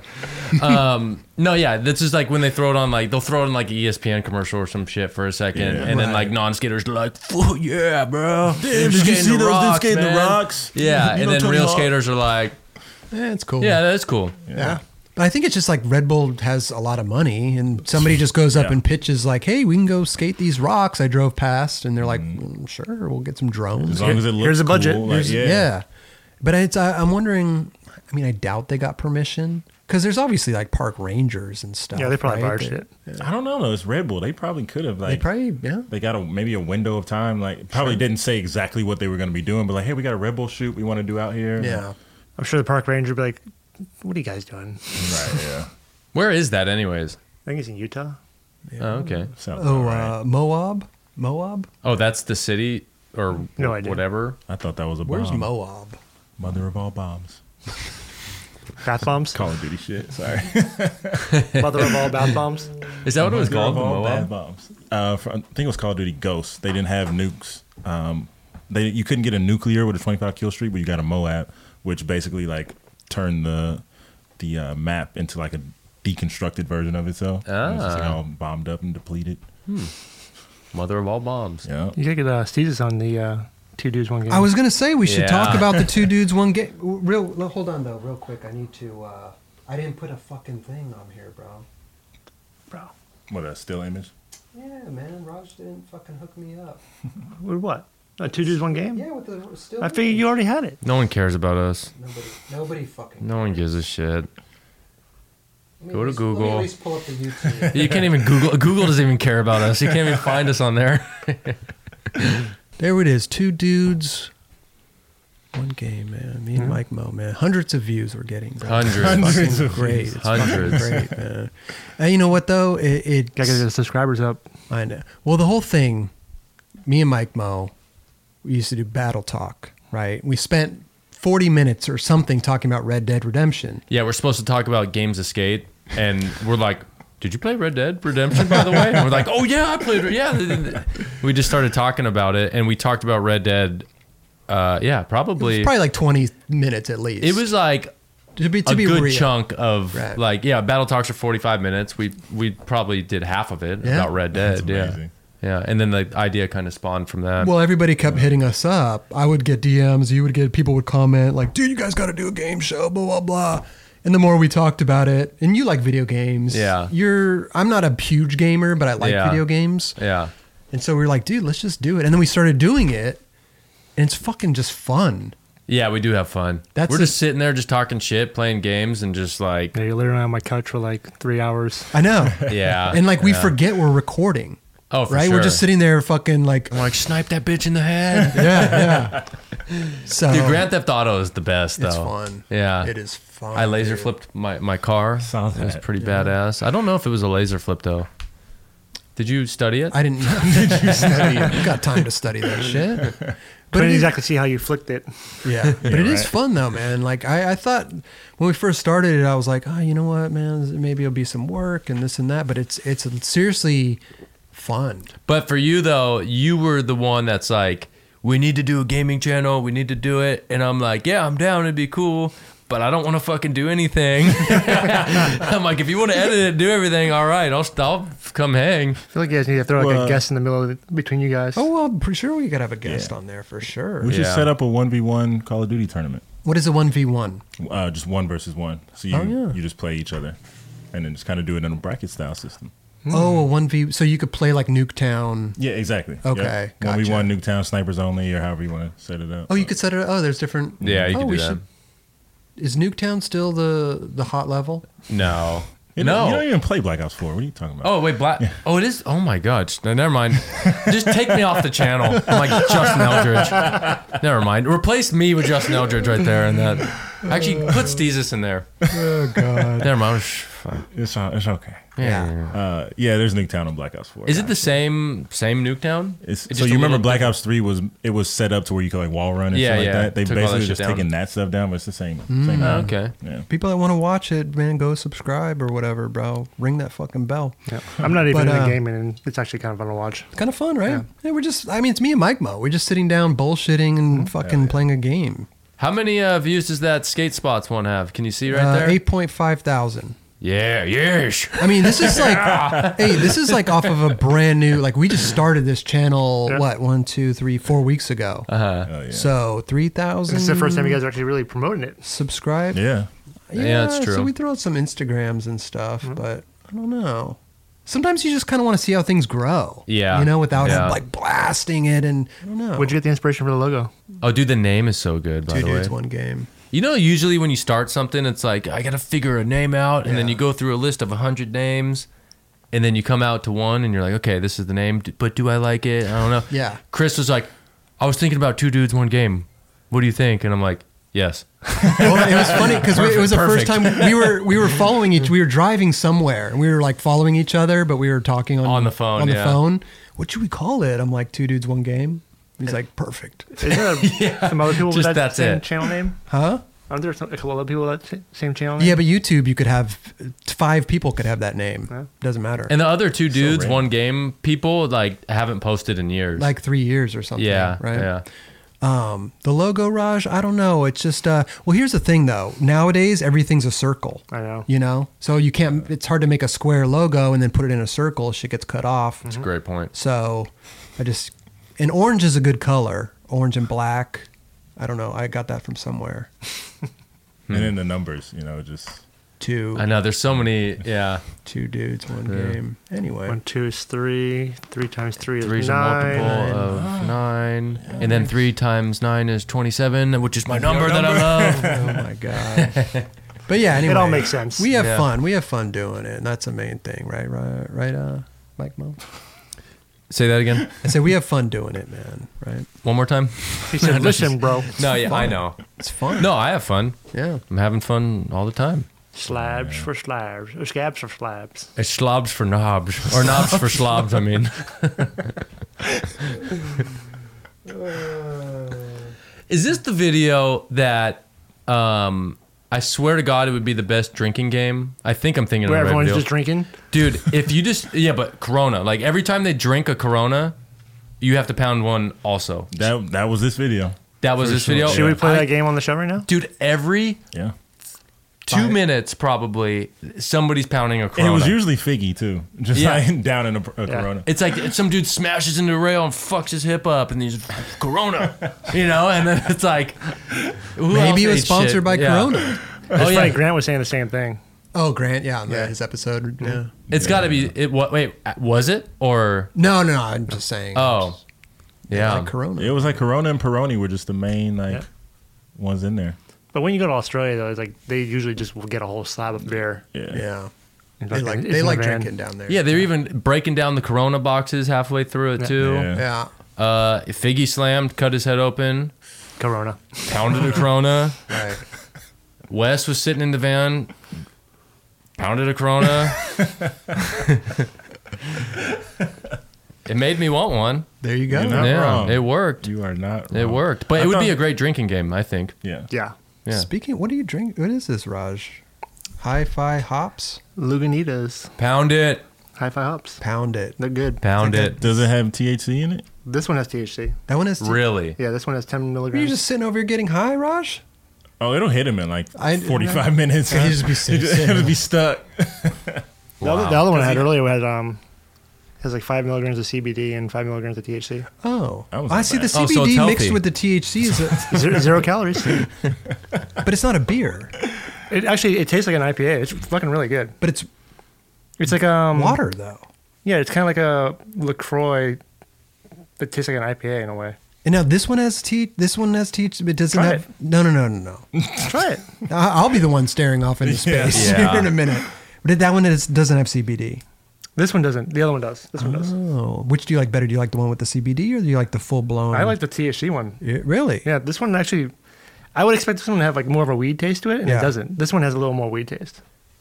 Speaker 4: um, no, yeah. This is like when they throw it on, like, they'll throw it on, like, E an ESPN commercial or some shit for a second.
Speaker 3: Yeah.
Speaker 4: and then,
Speaker 1: Right.
Speaker 4: like, non skaters are like, "Fuck yeah, bro.
Speaker 3: Damn, did you
Speaker 4: Skating
Speaker 3: see
Speaker 4: the
Speaker 3: those dudes
Speaker 4: rocks,
Speaker 3: skating the
Speaker 4: man."
Speaker 3: rocks?
Speaker 4: Yeah.
Speaker 3: You
Speaker 4: and
Speaker 3: know
Speaker 4: then
Speaker 3: Tony
Speaker 4: real
Speaker 3: Hawk?
Speaker 4: skaters are like,
Speaker 1: eh, it's cool.
Speaker 4: yeah, that's cool.
Speaker 1: Yeah. But I think it's just like Red Bull has a lot of money, and somebody just goes up
Speaker 3: Yeah.
Speaker 1: and pitches like, "Hey, we can go skate these rocks." I drove past, and they're like, "Mm, "Sure, we'll get some drones."
Speaker 3: As long as it looks
Speaker 2: Here's a budget.
Speaker 3: cool, like,
Speaker 1: Here's-
Speaker 3: yeah.
Speaker 1: yeah. But it's I, I'm wondering. I mean, I doubt they got permission because there's obviously like park rangers and stuff.
Speaker 2: Yeah, they probably
Speaker 1: right?
Speaker 2: barged
Speaker 1: They-
Speaker 2: it.
Speaker 3: I don't know. though. It's Red Bull. They probably could have
Speaker 1: They
Speaker 3: like. They,
Speaker 1: probably yeah.
Speaker 3: got a maybe a window of time. Like probably didn't say exactly what they were going to be doing, but like, hey, we got a Red Bull shoot we want to do out here.
Speaker 1: Yeah.
Speaker 2: I'm sure the park ranger would be like, what are you guys doing? I
Speaker 3: Right. Yeah.
Speaker 4: Where is that, anyways?
Speaker 2: think he's in Utah.
Speaker 4: Oh, okay.
Speaker 3: Sounds
Speaker 1: Oh,
Speaker 3: about right.
Speaker 1: uh, Moab, Moab.
Speaker 4: Oh, that's the city or
Speaker 2: No idea.
Speaker 4: whatever.
Speaker 3: I thought that was a
Speaker 1: Where's
Speaker 3: bomb.
Speaker 1: Moab?
Speaker 3: Mother of all bombs.
Speaker 2: Bath bombs?
Speaker 3: Call of Duty shit. Sorry.
Speaker 2: Mother of all bath bombs?
Speaker 4: Is that what it was
Speaker 3: Mother
Speaker 4: called?
Speaker 3: of all
Speaker 4: Moab?
Speaker 3: bath bombs. Uh, for, I think it was Call of Duty Ghosts. They didn't have nukes. Um, they you couldn't get a nuclear with a 25 kill streak, but you got a Moab, which basically like turned the the uh, map into like a deconstructed version of itself. And It's just like
Speaker 4: Ah.
Speaker 3: all bombed up and depleted.
Speaker 4: Mother of all bombs.
Speaker 3: Yeah.
Speaker 2: You gotta get uh, Steezes on the uh, two dudes, one game.
Speaker 1: I was gonna say we should
Speaker 4: Yeah.
Speaker 1: talk about the two dudes one game. Real, l- hold on though, real quick. I need to. Uh, I didn't put a fucking thing on here, bro.
Speaker 2: Bro.
Speaker 3: What a still image.
Speaker 1: Yeah, man, Raj didn't fucking hook me up.
Speaker 2: With what? Uh, two dudes, one game?
Speaker 1: Yeah, with the still.
Speaker 2: I figured you already had it.
Speaker 4: No one cares about us.
Speaker 1: Nobody, nobody fucking.
Speaker 4: No one gives a shit.
Speaker 1: Let me
Speaker 4: Go
Speaker 1: at
Speaker 4: to
Speaker 1: least- Let me
Speaker 4: Google.
Speaker 1: at least pull up the YouTube.
Speaker 4: You can't even Google. Google doesn't even care about us. You can't even find us on there.
Speaker 1: there it is. Two dudes, One game, man. Me and Mike Mo, man. Hundreds of views we're getting. Bro.
Speaker 4: Hmm?
Speaker 1: It's
Speaker 4: Hundreds.
Speaker 3: Hundreds
Speaker 1: fucking
Speaker 3: of
Speaker 1: great.
Speaker 3: views.
Speaker 1: It's fucking
Speaker 4: Hundreds.
Speaker 1: great, man. And you know what though? It,
Speaker 2: Gotta get
Speaker 1: it's
Speaker 2: the subscribers up.
Speaker 1: I know. Well, the whole thing, me and Mike Mo, we used to do battle talk, right? We spent 40 minutes or something talking about Red Dead Redemption.
Speaker 4: Yeah, we're supposed to talk about games of skate, and we're like, "Did you play Red Dead Redemption?" By the way, and we're like, "Oh yeah, I played." Red- Yeah, th- th- th-" we just started talking about it, and we talked about Red Dead. Uh, yeah,
Speaker 1: It
Speaker 4: probably.
Speaker 1: was probably like 20 minutes at least.
Speaker 4: It was like
Speaker 1: to be to
Speaker 4: a
Speaker 1: be
Speaker 4: good
Speaker 1: real.
Speaker 4: chunk of
Speaker 1: Right.
Speaker 4: like yeah, battle talks are forty five minutes. We we probably did half of it
Speaker 1: Yeah.
Speaker 4: about Red
Speaker 3: That's
Speaker 4: Dead. Yeah,
Speaker 3: amazing.
Speaker 4: yeah, and then the idea kind of spawned from that.
Speaker 1: Well, everybody kept hitting us up. I would get DMs. You would get people would comment like, "Dude, you guys got to do a game show." Blah blah blah. And the more we talked about it, and you like video games,
Speaker 4: Yeah.
Speaker 1: You're I'm not a huge gamer, but I like
Speaker 4: Yeah.
Speaker 1: video games,
Speaker 4: yeah,
Speaker 1: and so we were like, "Dude, let's just do it." And then we started doing it, and it's fucking just fun.
Speaker 4: yeah, we do have fun.
Speaker 1: That's
Speaker 4: we're
Speaker 1: a-
Speaker 4: just sitting there, just talking shit, playing games, and just like
Speaker 2: Yeah, you're literally on my couch for like three hours.
Speaker 1: I know,
Speaker 4: yeah,
Speaker 1: and like we
Speaker 4: yeah.
Speaker 1: forget we're recording,
Speaker 4: Oh, for
Speaker 1: right? We're just
Speaker 4: sure.
Speaker 1: sitting there, fucking like,
Speaker 4: I'm like snipe that bitch in the head.
Speaker 1: yeah, yeah. So
Speaker 4: Dude, Grand Theft Auto is the best though.
Speaker 1: Oh. it's fun.
Speaker 4: Yeah.
Speaker 1: it is fun.
Speaker 4: I laser
Speaker 1: dude.
Speaker 4: flipped my, my car.
Speaker 3: Saw
Speaker 4: It was
Speaker 3: that.
Speaker 4: pretty badass. I don't know if it was a laser flip though. Did you study it?
Speaker 1: I didn't Did you study. I've got time to study that shit. But it
Speaker 2: Couldn't
Speaker 1: is,
Speaker 2: exactly see how you flicked it.
Speaker 1: yeah, but it is
Speaker 3: right.
Speaker 1: fun though, man. Like I, I thought when we first started it, I was like, oh, you know what, man, maybe it'll be some work and this and that. But it's it's seriously fun.
Speaker 4: But for you though, you were the one that's like, we need to do a gaming channel. We need to do it. And I'm like, yeah, I'm down. It'd be cool. But I don't want to fucking do anything. I'm like, if you want to edit it, do everything. All right, I'll I'll come hang.
Speaker 2: I feel like you guys need to throw like
Speaker 3: Well,
Speaker 2: a guess in the middle of the, between you guys.
Speaker 1: Oh well, I'm pretty sure we gotta have a guest on there for sure.
Speaker 3: We should
Speaker 4: Yeah.
Speaker 3: set up a one v one Call of Duty tournament.
Speaker 1: What is a one v one?
Speaker 3: Uh, just one versus one. So you
Speaker 1: Oh, yeah.
Speaker 3: you just play each other, and then just kind of do it in a bracket style system.
Speaker 1: Oh, a one v. So you could play like Nuketown.
Speaker 3: Yeah, exactly.
Speaker 1: Okay,
Speaker 3: One v
Speaker 1: gotcha.
Speaker 3: one Nuketown snipers only, or however you want to set it up.
Speaker 1: Oh, you could set it. Oh, there's different.
Speaker 4: Yeah, you
Speaker 1: oh,
Speaker 4: can
Speaker 1: we
Speaker 4: do that.
Speaker 1: Is Nuketown still the the hot level?
Speaker 4: No,
Speaker 3: You
Speaker 4: no.
Speaker 3: don't- you don't even play Black Ops Four. What are you talking about?
Speaker 4: Oh wait, black. Oh, it is. Oh my God. No, never mind. Just take me off the channel. I'm like Justin Eldridge. Never mind. Replace me with Justin Eldridge right there, and that. Actually, put Steezus in there.
Speaker 1: Oh God.
Speaker 4: Never mind. Shh, fine.
Speaker 3: it's all, it's okay.
Speaker 1: yeah.
Speaker 3: Uh, yeah, there's Nuketown on Black Ops Four.
Speaker 4: Is it the same same Nuketown?
Speaker 3: It's,
Speaker 4: It's
Speaker 3: so
Speaker 4: just a
Speaker 3: you remember
Speaker 4: little-
Speaker 3: Black Ops Three was it was set up to where you could like wall run and
Speaker 4: Yeah,
Speaker 3: shit like
Speaker 4: yeah.
Speaker 3: that. They
Speaker 4: Took all that
Speaker 3: basically
Speaker 4: shit
Speaker 3: just
Speaker 4: down.
Speaker 3: taking that stuff down, but it's the same.
Speaker 1: Mm.
Speaker 3: same
Speaker 4: Oh,
Speaker 3: thing.
Speaker 4: okay.
Speaker 3: Yeah.
Speaker 1: People that want to watch it, man, go subscribe or whatever, bro. Ring that fucking bell.
Speaker 2: Yeah. I'm not even
Speaker 1: But,
Speaker 2: in the
Speaker 1: uh, Mm.
Speaker 2: gaming, and it's actually kind of fun to watch.
Speaker 1: It's kind of fun, right? Yeah. we're just, I mean, it's me and Mike Mo. We're just sitting down, bullshitting,
Speaker 4: Mm-hmm.
Speaker 1: and fucking playing a game.
Speaker 4: How many uh, views does that Skate Spots one have? Can you see right
Speaker 1: uh,
Speaker 4: there?
Speaker 1: 8.5 thousand.
Speaker 4: Yeah. Yes.
Speaker 1: I mean, this is like, hey, this is like off of a brand new, like, we just started this channel,
Speaker 2: Yeah.
Speaker 1: what, one, two, three, four weeks ago. Uh-huh.
Speaker 3: Oh, yeah.
Speaker 1: So
Speaker 2: This is the
Speaker 1: 3,000
Speaker 2: first time you guys are actually really promoting it.
Speaker 1: subscribe.
Speaker 3: yeah.
Speaker 4: Yeah, that's
Speaker 1: So
Speaker 4: true.
Speaker 1: we throw out some Instagrams and stuff,
Speaker 2: Mm-hmm.
Speaker 1: but I don't know. Sometimes you just kind of want to see how things grow.
Speaker 4: Yeah.
Speaker 1: You know, without
Speaker 4: Yeah.
Speaker 1: like blasting it and I don't know.
Speaker 2: Where'd you get the inspiration for the logo?
Speaker 4: Oh, dude, the name is so good. By
Speaker 1: Two
Speaker 4: the way,
Speaker 1: dudes, one game.
Speaker 4: You know, usually when you start something, it's like I gotta figure a name out, and then
Speaker 1: Yeah.
Speaker 4: you go through a list of hundred names, and then you come out to one, and you're like, okay, this is the name, d- but do I like it? I don't know.
Speaker 1: Yeah.
Speaker 4: Chris was like, I was thinking about two dudes, one game. What do you think? And I'm like, yes.
Speaker 1: Well, it was funny because it was the
Speaker 4: Perfect,
Speaker 1: first time we were we were following each. We were driving somewhere and we were like following each other, but we were talking on
Speaker 4: On the phone,
Speaker 1: On the
Speaker 4: yeah.
Speaker 1: phone. What should we call it? I'm like two dudes, one game. He's like perfect.
Speaker 2: Isn't there some other people
Speaker 4: Just
Speaker 2: with that
Speaker 4: that's
Speaker 2: same
Speaker 4: it.
Speaker 2: channel name?
Speaker 1: Huh?
Speaker 2: Aren't there some, a couple other people with that sa- same channel name?
Speaker 1: Yeah, but YouTube, you could have five people could have that name.
Speaker 2: Yeah.
Speaker 1: Doesn't matter.
Speaker 4: And the other two dudes,
Speaker 3: random.
Speaker 4: one game people, like haven't posted in years.
Speaker 1: like three years or something.
Speaker 4: yeah,
Speaker 1: Right.
Speaker 4: yeah.
Speaker 1: Um, the logo, Raj, I don't know. It's just, uh, well, here's the thing though. Nowadays, everything's a circle.
Speaker 2: I know.
Speaker 1: You know? So you can't, it's hard to make a square logo and then put it in a circle. Shit gets cut
Speaker 2: Mm-hmm.
Speaker 1: off.
Speaker 4: It's a great point.
Speaker 1: So I just, and orange is a good color. Orange and black. I don't know. I got that from somewhere
Speaker 4: Hmm.
Speaker 3: And then the numbers, you know, just
Speaker 1: Two,
Speaker 4: I know. There's so many. Yeah.
Speaker 1: two dudes, one
Speaker 4: Yeah.
Speaker 1: game. Anyway.
Speaker 2: One, two is three. Three times three is
Speaker 4: Three's
Speaker 2: nine.
Speaker 4: a multiple of nine, and then three times nine is twenty-seven, which is my number, that I love.
Speaker 1: oh my god. But yeah, anyway,
Speaker 2: It all makes sense.
Speaker 1: We have
Speaker 4: Yeah.
Speaker 1: fun. We have fun doing it, and that's the main thing, right? Right? Right? Uh, Mike Mo.
Speaker 4: Say that again.
Speaker 1: I say we have fun doing it, man. Right?
Speaker 4: One more time.
Speaker 2: He said, "Listen, bro,
Speaker 4: No, yeah, I know.
Speaker 1: It's fun.
Speaker 4: No, I have fun.
Speaker 1: Yeah.
Speaker 4: I'm having fun all the time.
Speaker 2: slabs for slabs, or scabs for slabs."
Speaker 4: It's slobs for knobs, or knobs for slobs. I mean, is this the video that? Um, I swear to God, it would be the best drinking game. I think I'm thinking
Speaker 2: Where
Speaker 4: of the right
Speaker 2: everyone's
Speaker 4: deal.
Speaker 2: just drinking.
Speaker 4: Dude, if you just yeah, but Corona, like every time they drink a Corona, you have to pound one. Also,
Speaker 3: That that was this video.
Speaker 4: that was
Speaker 3: For
Speaker 4: this
Speaker 3: sure.
Speaker 4: video.
Speaker 2: Should we play
Speaker 4: Oh, I-
Speaker 2: that game on the show right now?
Speaker 4: dude? Every
Speaker 3: Yeah.
Speaker 4: two
Speaker 1: Fire.
Speaker 4: minutes, probably somebody's pounding a Corona.
Speaker 3: It was usually Figgy too, just
Speaker 4: Yeah.
Speaker 3: like down in a, a
Speaker 2: Yeah.
Speaker 3: Corona.
Speaker 4: It's like some dude smashes into a rail and fucks his hip up, and he's Corona, you know. And then it's like, who else
Speaker 1: Maybe it
Speaker 4: ate
Speaker 1: was
Speaker 4: shit?
Speaker 1: sponsored by
Speaker 4: Yeah.
Speaker 1: Corona.
Speaker 4: Oh
Speaker 2: It's
Speaker 4: yeah,
Speaker 2: funny, Grant was saying the same thing.
Speaker 1: Oh, Grant. Yeah, on the-
Speaker 2: Yeah.
Speaker 1: his episode. Yeah.
Speaker 4: it's got to be. It what? Wait, was it or
Speaker 1: No, no, no. I'm just saying.
Speaker 4: oh? Yeah,
Speaker 1: Like Corona.
Speaker 3: It was like Corona and Peroni were just the main like
Speaker 2: Yeah.
Speaker 3: ones in there.
Speaker 2: But when you go to Australia, though, it's like they usually just will get a whole slab of beer.
Speaker 3: Yeah.
Speaker 1: Yeah.
Speaker 2: and
Speaker 1: They
Speaker 2: fucking-
Speaker 1: like
Speaker 2: it's
Speaker 1: they
Speaker 2: in
Speaker 1: like
Speaker 2: the van.
Speaker 1: drinking down there.
Speaker 4: yeah. They're even breaking down the Corona boxes halfway through it too.
Speaker 3: Yeah.
Speaker 1: Yeah.
Speaker 4: Uh, Figgy slammed, cut his head open,
Speaker 2: Corona.
Speaker 4: pounded a Corona.
Speaker 1: Right.
Speaker 4: Wes was sitting in the van, pounded a Corona. it made me want one.
Speaker 1: There you go.
Speaker 3: You know? Not
Speaker 4: yeah,
Speaker 3: wrong.
Speaker 4: it worked.
Speaker 3: You are not.
Speaker 4: It
Speaker 3: wrong.
Speaker 4: worked, but
Speaker 3: I
Speaker 4: it would be
Speaker 3: thought-
Speaker 4: a great drinking game, I think.
Speaker 3: Yeah.
Speaker 2: Yeah.
Speaker 4: Yeah.
Speaker 1: Speaking, what do you drink? What is this, Raj? Hi-fi hops.
Speaker 2: Lagunitas.
Speaker 4: Pound it,
Speaker 2: Hi fi hops.
Speaker 1: Pound it.
Speaker 2: They're good.
Speaker 4: pound it.
Speaker 3: Does it have THC in it?
Speaker 2: This one has THC.
Speaker 1: That one is.
Speaker 4: Really?
Speaker 2: Yeah, this one has 10
Speaker 1: Are you
Speaker 2: milligrams.
Speaker 1: just sitting over here getting high, Raj?
Speaker 3: Oh, it'll hit him in like
Speaker 1: I-
Speaker 3: 45 minutes.
Speaker 1: He'd just be sitting-
Speaker 3: He'd just be stuck.
Speaker 2: the, other,
Speaker 4: Wow.
Speaker 2: the other one I had earlier had, um, has like 5 milligrams of CBD and 5 milligrams of THC.
Speaker 1: Oh,
Speaker 3: That was
Speaker 1: I
Speaker 3: not
Speaker 1: see the
Speaker 3: bad.
Speaker 4: Oh,
Speaker 1: CBD
Speaker 4: so it's
Speaker 1: mixed
Speaker 4: healthy.
Speaker 1: with the THC, is a,
Speaker 2: Zero, zero calories.
Speaker 1: but it's not a beer.
Speaker 2: It actually it tastes like an IPA. It's fucking really good.
Speaker 1: But it's
Speaker 2: It's like um
Speaker 1: water, though.
Speaker 2: Yeah, it's kind of like a Lacroix that tastes like an IPA in a way.
Speaker 1: And now this one has T. This one has THC. but It doesn't
Speaker 2: Try
Speaker 1: have. No, no, no, no, no.
Speaker 2: Try it.
Speaker 1: I- I'll be the one staring off into space
Speaker 4: Yeah.
Speaker 1: here in a minute. But that one is, doesn't have CBD.
Speaker 2: This one doesn't. The other one does. This one does.
Speaker 1: Oh, which do you like better? Do you like the one with the CBD or do you like the full blown?
Speaker 2: I like the THC one.
Speaker 1: Yeah, really?
Speaker 2: Yeah, this one actually, I would expect this one to have like more of a weed taste to it, and
Speaker 1: Yeah.
Speaker 2: it doesn't. This one has a little more weed taste.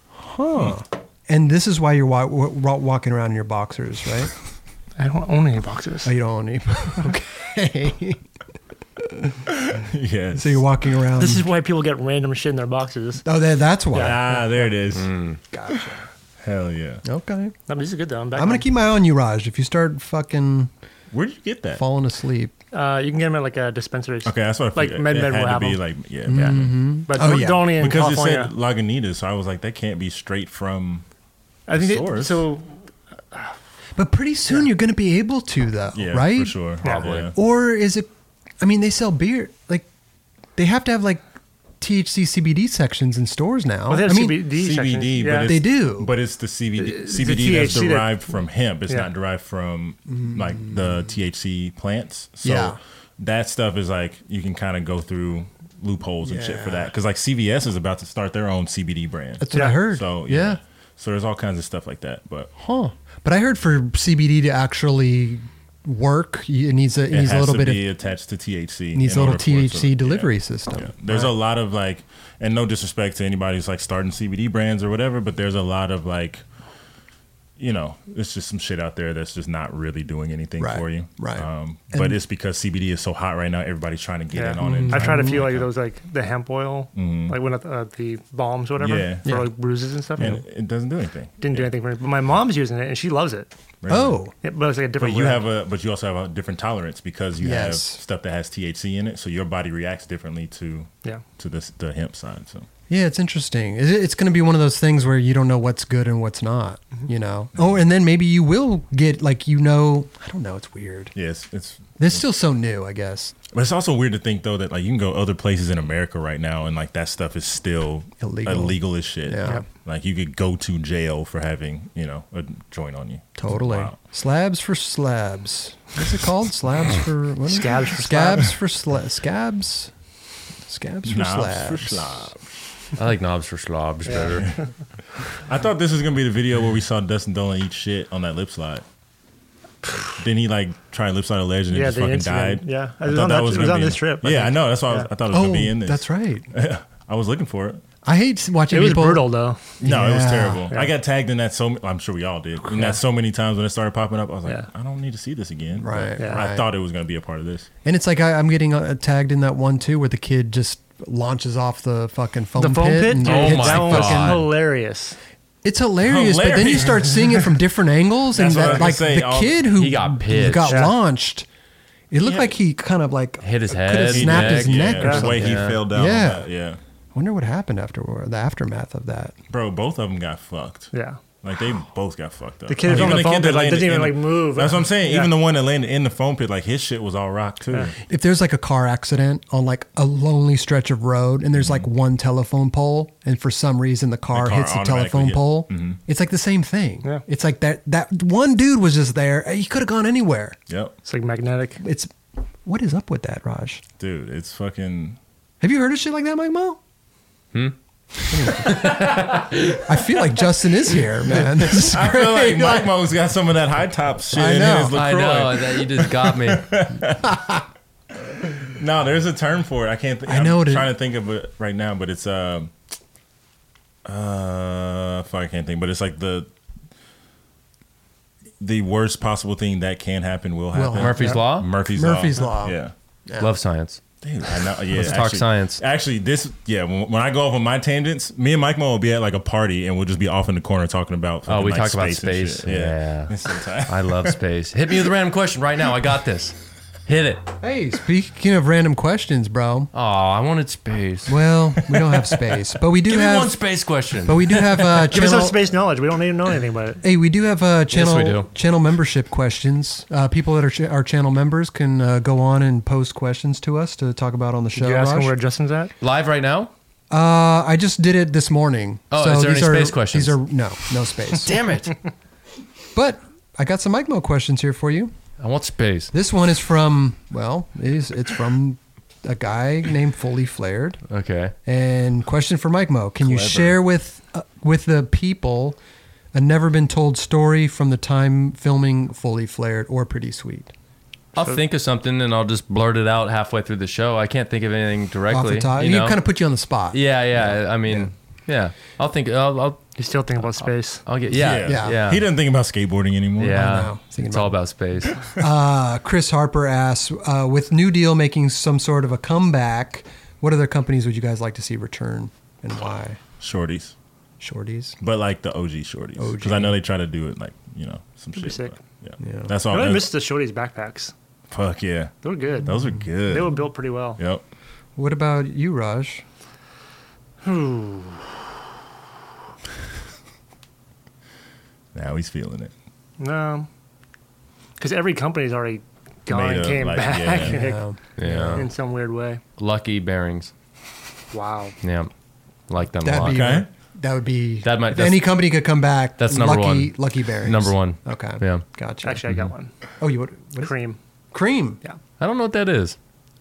Speaker 1: Huh. And this is why you're wa- wa- wa- walking around in your boxers, right?
Speaker 2: I don't own any boxes.
Speaker 1: oh, you don't need. okay.
Speaker 3: yes.
Speaker 1: so you're walking around.
Speaker 2: This is why people get random shit in their boxes.
Speaker 1: oh, that, that's why.
Speaker 3: Ah, there it is.
Speaker 1: Gotcha.
Speaker 3: Hell yeah.
Speaker 1: Okay.
Speaker 2: I mean, this is good though. I'm, back
Speaker 1: I'm gonna
Speaker 2: on.
Speaker 1: keep my eye on you, Raj. If you start fucking
Speaker 3: Where did you get that?
Speaker 1: falling asleep,
Speaker 2: Uh, you can get them at like a dispensary.
Speaker 3: Okay, that's what I
Speaker 2: Like,
Speaker 3: figured.
Speaker 2: Med
Speaker 3: it
Speaker 2: Med
Speaker 3: had
Speaker 2: will
Speaker 3: to
Speaker 2: have
Speaker 3: be
Speaker 2: 'em.
Speaker 3: like yeah,
Speaker 2: Yeah.
Speaker 3: Med Med.
Speaker 2: But
Speaker 1: Oh,
Speaker 2: don't-
Speaker 1: yeah.
Speaker 2: they're only in
Speaker 3: Mm-hmm. because it
Speaker 2: California.
Speaker 3: said Lagunitas, so I was like, that can't be straight from.
Speaker 2: I think they,
Speaker 3: source.
Speaker 2: so.
Speaker 1: but pretty soon you're gonna be able to, though,
Speaker 3: Yeah,
Speaker 1: right?
Speaker 3: for sure.
Speaker 2: Probably.
Speaker 3: Yeah.
Speaker 1: Or is it? I mean, they sell beer. Like, they have to have like THC CBD sections in stores now.
Speaker 2: Well, Oh, they have
Speaker 1: Oh, I mean,
Speaker 2: CBD, sections.
Speaker 3: CBD,
Speaker 2: Yeah.
Speaker 3: but it's,
Speaker 1: They do.
Speaker 3: But it's the CBD,
Speaker 2: It's the
Speaker 3: CBD that's
Speaker 2: THC that-
Speaker 3: derived from hemp. It's
Speaker 2: Yeah.
Speaker 3: not derived from like the THC plants. So
Speaker 1: Mm. Yeah.
Speaker 3: that stuff is like you can kind of go through loopholes and shit for
Speaker 1: Yeah.
Speaker 3: that because like CVS is about to start their own CBD brand.
Speaker 1: that's what I
Speaker 2: Yeah.
Speaker 1: heard.
Speaker 3: so yeah.
Speaker 1: yeah.
Speaker 3: So there's all kinds of stuff like that, but
Speaker 1: Huh. But I heard for CBD to actually work, y- it needs a it,
Speaker 3: it
Speaker 1: needs
Speaker 3: has
Speaker 1: a little
Speaker 3: to
Speaker 1: bit of
Speaker 3: be attached to THC.
Speaker 1: needs
Speaker 3: in
Speaker 1: a little
Speaker 3: order for it to-
Speaker 1: THC
Speaker 3: yeah.
Speaker 1: delivery system.
Speaker 3: Yeah. There's a lot of like, and no disrespect to anybody who's like starting CBD brands or whatever, but there's a lot of like, you know, it's just some shit out there that's just not really doing anything
Speaker 1: Right,
Speaker 3: for you.
Speaker 1: right.
Speaker 3: Um,
Speaker 1: And-
Speaker 3: but it's because CBD is so hot right now, everybody's trying to get
Speaker 2: Yeah. Mm-hmm.
Speaker 3: in on it. and
Speaker 2: I've
Speaker 3: trying
Speaker 2: tried a
Speaker 3: to-
Speaker 2: few like those like the hemp oil, like when uh, the balms or whatever
Speaker 3: Yeah.
Speaker 2: for
Speaker 1: Yeah.
Speaker 2: like bruises and stuff.
Speaker 3: And it it doesn't do anything.
Speaker 2: Didn't do anything for me. But my mom's using it and she loves it.
Speaker 3: Really.
Speaker 1: Oh,
Speaker 2: Yeah, but it's like a different.
Speaker 3: But you
Speaker 2: brand.
Speaker 3: have a, but you also have a different tolerance because you have
Speaker 1: Yes.
Speaker 3: stuff that has THC in it, so your body reacts differently to
Speaker 2: Yeah.
Speaker 3: to this the hemp side. So
Speaker 1: yeah, it's interesting. It- It's going to be one of those things where you don't know what's good and what's not, you know.
Speaker 3: Mm-hmm.
Speaker 1: Oh, and then maybe you will get like you know, I don't know, it's weird.
Speaker 3: yes, it's
Speaker 1: This is still so new, I guess.
Speaker 3: But it's also weird to think though that like you can go other places in America right now and like that stuff is still
Speaker 1: Illegal.
Speaker 3: illegal, as shit.
Speaker 1: Yeah. Yep.
Speaker 3: Like you could go to jail for having, you know, a joint on you.
Speaker 1: Totally.
Speaker 3: Wow.
Speaker 1: Slabs for slabs. What's it called? Slabs for what is it?
Speaker 2: Scabs for
Speaker 1: scabs for sla- scabs. Scabs for
Speaker 3: Knobs
Speaker 1: slabs.
Speaker 3: for slob.
Speaker 4: I like knobs for slobs better.
Speaker 3: I thought this was gonna be the video where we saw Dustin Dolan eat shit on that lip slide. Then he like tried to lift on a ledge and
Speaker 2: Yeah,
Speaker 3: it just
Speaker 2: they
Speaker 3: fucking
Speaker 2: incident.
Speaker 3: died.
Speaker 2: Yeah.
Speaker 3: I
Speaker 2: It was
Speaker 3: thought
Speaker 2: on
Speaker 3: that
Speaker 2: that-
Speaker 3: was
Speaker 2: it was
Speaker 3: gonna
Speaker 2: on
Speaker 3: be
Speaker 2: this
Speaker 3: in-
Speaker 2: trip, I
Speaker 3: Yeah, I
Speaker 2: think.
Speaker 3: know. That's why I,
Speaker 2: Yeah.
Speaker 3: was, I thought it was
Speaker 1: Oh,
Speaker 3: gonna be in this.
Speaker 1: that's right.
Speaker 3: I was looking for it.
Speaker 1: I hate watching
Speaker 2: It was
Speaker 1: people.
Speaker 2: brutal though.
Speaker 3: No, it was
Speaker 1: Yeah.
Speaker 3: terrible.
Speaker 2: Yeah.
Speaker 3: I got tagged in that so. m- I'm sure we all did. In
Speaker 2: Yeah.
Speaker 3: that so many times when it started popping up, I was like,
Speaker 2: Yeah.
Speaker 3: I don't need to see this again.
Speaker 1: Right,
Speaker 3: But
Speaker 1: right.
Speaker 3: I thought it was gonna be a part of this.
Speaker 1: And it's like I, I'm getting uh, tagged in that one too, where the kid just launches off the fucking foam
Speaker 2: The foam
Speaker 1: pit.
Speaker 2: pit,
Speaker 1: and
Speaker 2: dude,
Speaker 4: Oh
Speaker 1: hits
Speaker 4: my
Speaker 2: that
Speaker 1: the
Speaker 2: was
Speaker 1: fucking-
Speaker 4: God.
Speaker 2: hilarious.
Speaker 1: It's hilarious, but then you
Speaker 3: Hilarious.
Speaker 1: start seeing it from different angles, and
Speaker 3: That's what I
Speaker 1: that,
Speaker 3: was gonna
Speaker 1: like
Speaker 3: say,
Speaker 1: the
Speaker 3: all-
Speaker 1: kid who
Speaker 4: He got pissed.
Speaker 1: got
Speaker 2: Yeah.
Speaker 1: launched. It looked
Speaker 3: Yeah.
Speaker 1: like he kind of like
Speaker 4: Hit his
Speaker 1: Could have
Speaker 4: head,
Speaker 1: snapped his
Speaker 4: neck,
Speaker 1: neck
Speaker 3: yeah,
Speaker 1: or
Speaker 3: the
Speaker 1: something.
Speaker 3: way he
Speaker 4: Yeah.
Speaker 3: fell down.
Speaker 1: Yeah.
Speaker 3: Yeah, yeah,
Speaker 1: Wonder what happened afterward. The aftermath of that.
Speaker 3: bro. Both of them got fucked.
Speaker 2: Yeah.
Speaker 3: Like they both got fucked up.
Speaker 2: The kid was
Speaker 3: Even
Speaker 2: on the foam
Speaker 3: kid
Speaker 2: pit,
Speaker 3: that
Speaker 2: like, doesn't
Speaker 3: landed
Speaker 2: even,
Speaker 3: in-
Speaker 2: like, move.
Speaker 3: That's what I'm saying.
Speaker 2: Yeah.
Speaker 3: Even the one that landed in the foam pit, like his shit was all rock too.
Speaker 1: If there's like a car accident on like a lonely stretch of road, and there's like one telephone pole, and for some reason the car,
Speaker 3: car
Speaker 1: hits the
Speaker 3: automatically
Speaker 1: telephone
Speaker 3: hit-
Speaker 1: pole, it's like the same thing.
Speaker 2: Yeah.
Speaker 1: It's like that that one dude was just there. He could have gone anywhere.
Speaker 3: Yep,
Speaker 2: It's like magnetic.
Speaker 1: It's what is up with that, Raj?
Speaker 3: dude, it's fucking.
Speaker 1: Have you heard of shit like that, Mike Mo? Hmm. I feel like Justin is here, man. This is
Speaker 3: I feel like
Speaker 1: great.
Speaker 3: Mike Mo's got some of that high top shit
Speaker 1: I
Speaker 3: in
Speaker 1: know.
Speaker 3: his
Speaker 4: I
Speaker 3: Lacroix.
Speaker 4: know that you just got me.
Speaker 3: No, there's a term for it. I can't. Th-
Speaker 1: I
Speaker 3: I'm
Speaker 1: know what it-
Speaker 3: trying to think of it right now, but it's um, uh, fuck, I can't think. But it's like the the worst possible thing that can happen will happen.
Speaker 4: Murphy's Law.
Speaker 3: Murphy's,
Speaker 1: Murphy's Law.
Speaker 3: law. Yeah.
Speaker 4: Love science.
Speaker 3: Dude, I know. Yeah,
Speaker 4: Let's talk science.
Speaker 3: Actually, this yeah. When, when I go off on my tangents, me and Mike Mo will be at like a party, and we'll just be off in the corner talking about.
Speaker 4: Oh,
Speaker 3: fucking,
Speaker 4: we
Speaker 3: like,
Speaker 4: talked about
Speaker 3: and
Speaker 4: space.
Speaker 3: shit.
Speaker 4: Yeah.
Speaker 3: It's so tight.
Speaker 4: I love space. Hit me with a random question right now. I got this. Hit it.
Speaker 1: Hey, speaking of random questions, bro.
Speaker 4: Oh, I wanted space.
Speaker 1: Well, we don't have space, but we do
Speaker 4: Give me one
Speaker 1: have.
Speaker 4: space question.
Speaker 1: But we do have uh,
Speaker 2: Give us some
Speaker 1: channel.
Speaker 2: space knowledge. We don't even know anything about it.
Speaker 1: Hey, we do have uh, channel
Speaker 4: we do.
Speaker 1: channel membership questions. Uh, people that are ch- our channel members can uh, go on and post questions to us to talk about on the show.
Speaker 2: Did you ask him
Speaker 1: Raj.
Speaker 2: where Justin's at?
Speaker 4: Live right now?
Speaker 1: Uh, I just did it this morning.
Speaker 4: Oh, is there
Speaker 1: these
Speaker 4: any
Speaker 1: are,
Speaker 4: space questions?
Speaker 1: These are no, no space.
Speaker 4: Damn it.
Speaker 1: but I got some Mike Mo questions here for you.
Speaker 4: I want space.
Speaker 1: This one is from well, it is, it's from a guy named Fully Flared.
Speaker 4: Okay.
Speaker 1: And question for Mike Mo: Can you
Speaker 3: Clever.
Speaker 1: share with uh, with the people a never been told story from the time filming Fully Flared or Pretty Sweet?
Speaker 4: I'll think of something and I'll just blurt it out halfway through the show. I can't think of anything
Speaker 1: Off
Speaker 4: directly.
Speaker 1: the top,
Speaker 4: You
Speaker 1: you
Speaker 4: know?
Speaker 1: kind of put you on the spot.
Speaker 4: yeah, yeah, I mean, yeah. I'll think. I'll. I'll,
Speaker 2: You still think
Speaker 3: Uh,
Speaker 2: about space?
Speaker 4: I'll get. Yeah,
Speaker 1: Yeah.
Speaker 4: yeah.
Speaker 3: He doesn't think about skateboarding anymore.
Speaker 1: I know.
Speaker 4: Yeah.
Speaker 1: Thinking
Speaker 4: It's
Speaker 1: about-
Speaker 4: all about space.
Speaker 1: Uh, Chris Harper asks, uh, with New Deal making some sort of a comeback, what other companies would you guys like to see return and why?
Speaker 3: Shorties,
Speaker 1: Shorties.
Speaker 3: but like the OG shorties,
Speaker 1: OG.
Speaker 3: because I know they try to do it like you know some
Speaker 2: That'd be
Speaker 3: shit.
Speaker 2: sick.
Speaker 3: but, Yeah.
Speaker 1: Yeah.
Speaker 3: that's
Speaker 2: I
Speaker 3: all.
Speaker 2: really
Speaker 3: those-
Speaker 2: missed the Shorty's backpacks.
Speaker 3: Fuck yeah,
Speaker 2: They were good.
Speaker 3: those are good.
Speaker 2: They were built pretty well.
Speaker 3: Yep.
Speaker 1: What about you, Raj?
Speaker 3: Now he's feeling it.
Speaker 2: No, because every company's already gone
Speaker 3: Made
Speaker 2: and
Speaker 3: a,
Speaker 2: came
Speaker 3: like,
Speaker 2: back
Speaker 1: Yeah.
Speaker 4: Yeah.
Speaker 2: in some weird way.
Speaker 4: Lucky bearings.
Speaker 2: Wow.
Speaker 4: Yeah. Like them a
Speaker 1: That'd
Speaker 4: lot.
Speaker 1: be
Speaker 3: Okay.
Speaker 1: that would be
Speaker 4: That might-
Speaker 1: if
Speaker 4: that's-
Speaker 1: any company could come back.
Speaker 4: That's number
Speaker 1: lucky,
Speaker 4: one.
Speaker 1: Lucky Berries.
Speaker 4: Number one.
Speaker 1: Okay.
Speaker 4: Yeah.
Speaker 1: Gotcha.
Speaker 2: Actually, I got one.
Speaker 1: oh, you what? what is-
Speaker 2: Cream.
Speaker 1: cream.
Speaker 2: Yeah.
Speaker 4: I don't know what that is.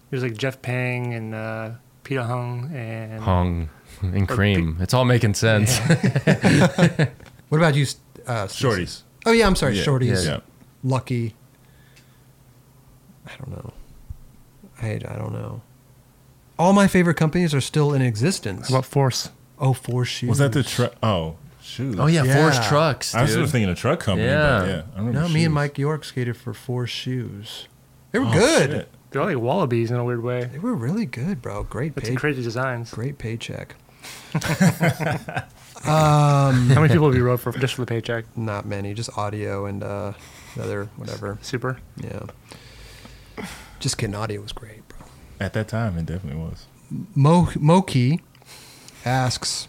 Speaker 2: There's like Jeff Pang and uh, Peter Hung and
Speaker 4: Hung and cream. It's all making sense.
Speaker 1: What about you? Uh, Steve?
Speaker 3: Shorties.
Speaker 1: Oh yeah, I'm sorry.
Speaker 3: Yeah,
Speaker 1: Shorties.
Speaker 3: yeah.
Speaker 1: Lucky. I don't know. I I don't know. All my favorite companies are still in existence.
Speaker 2: How about Force?
Speaker 1: oh, four shoes.
Speaker 3: Was that the truck? Oh, shoot.
Speaker 4: oh yeah,
Speaker 1: Yeah.
Speaker 4: Force trucks.
Speaker 3: I was
Speaker 4: dude.
Speaker 3: just thinking a truck company.
Speaker 4: Yeah.
Speaker 3: Yeah. But yeah I remember
Speaker 1: No, me
Speaker 3: shoes.
Speaker 1: and Mike York skated for four shoes. They were
Speaker 3: Oh,
Speaker 1: good.
Speaker 3: shit.
Speaker 2: They're like wallabies in a weird way.
Speaker 1: They were really good, bro. Great
Speaker 2: It's
Speaker 1: pay.
Speaker 2: crazy designs.
Speaker 1: Great paycheck.
Speaker 2: How many people have you rode for just for the paycheck?
Speaker 1: Not many, just audio and uh, other whatever.
Speaker 2: Super.
Speaker 1: Yeah. Just kidding. Audio was great, bro.
Speaker 3: At that time, it definitely was.
Speaker 1: Mo- Moki asks,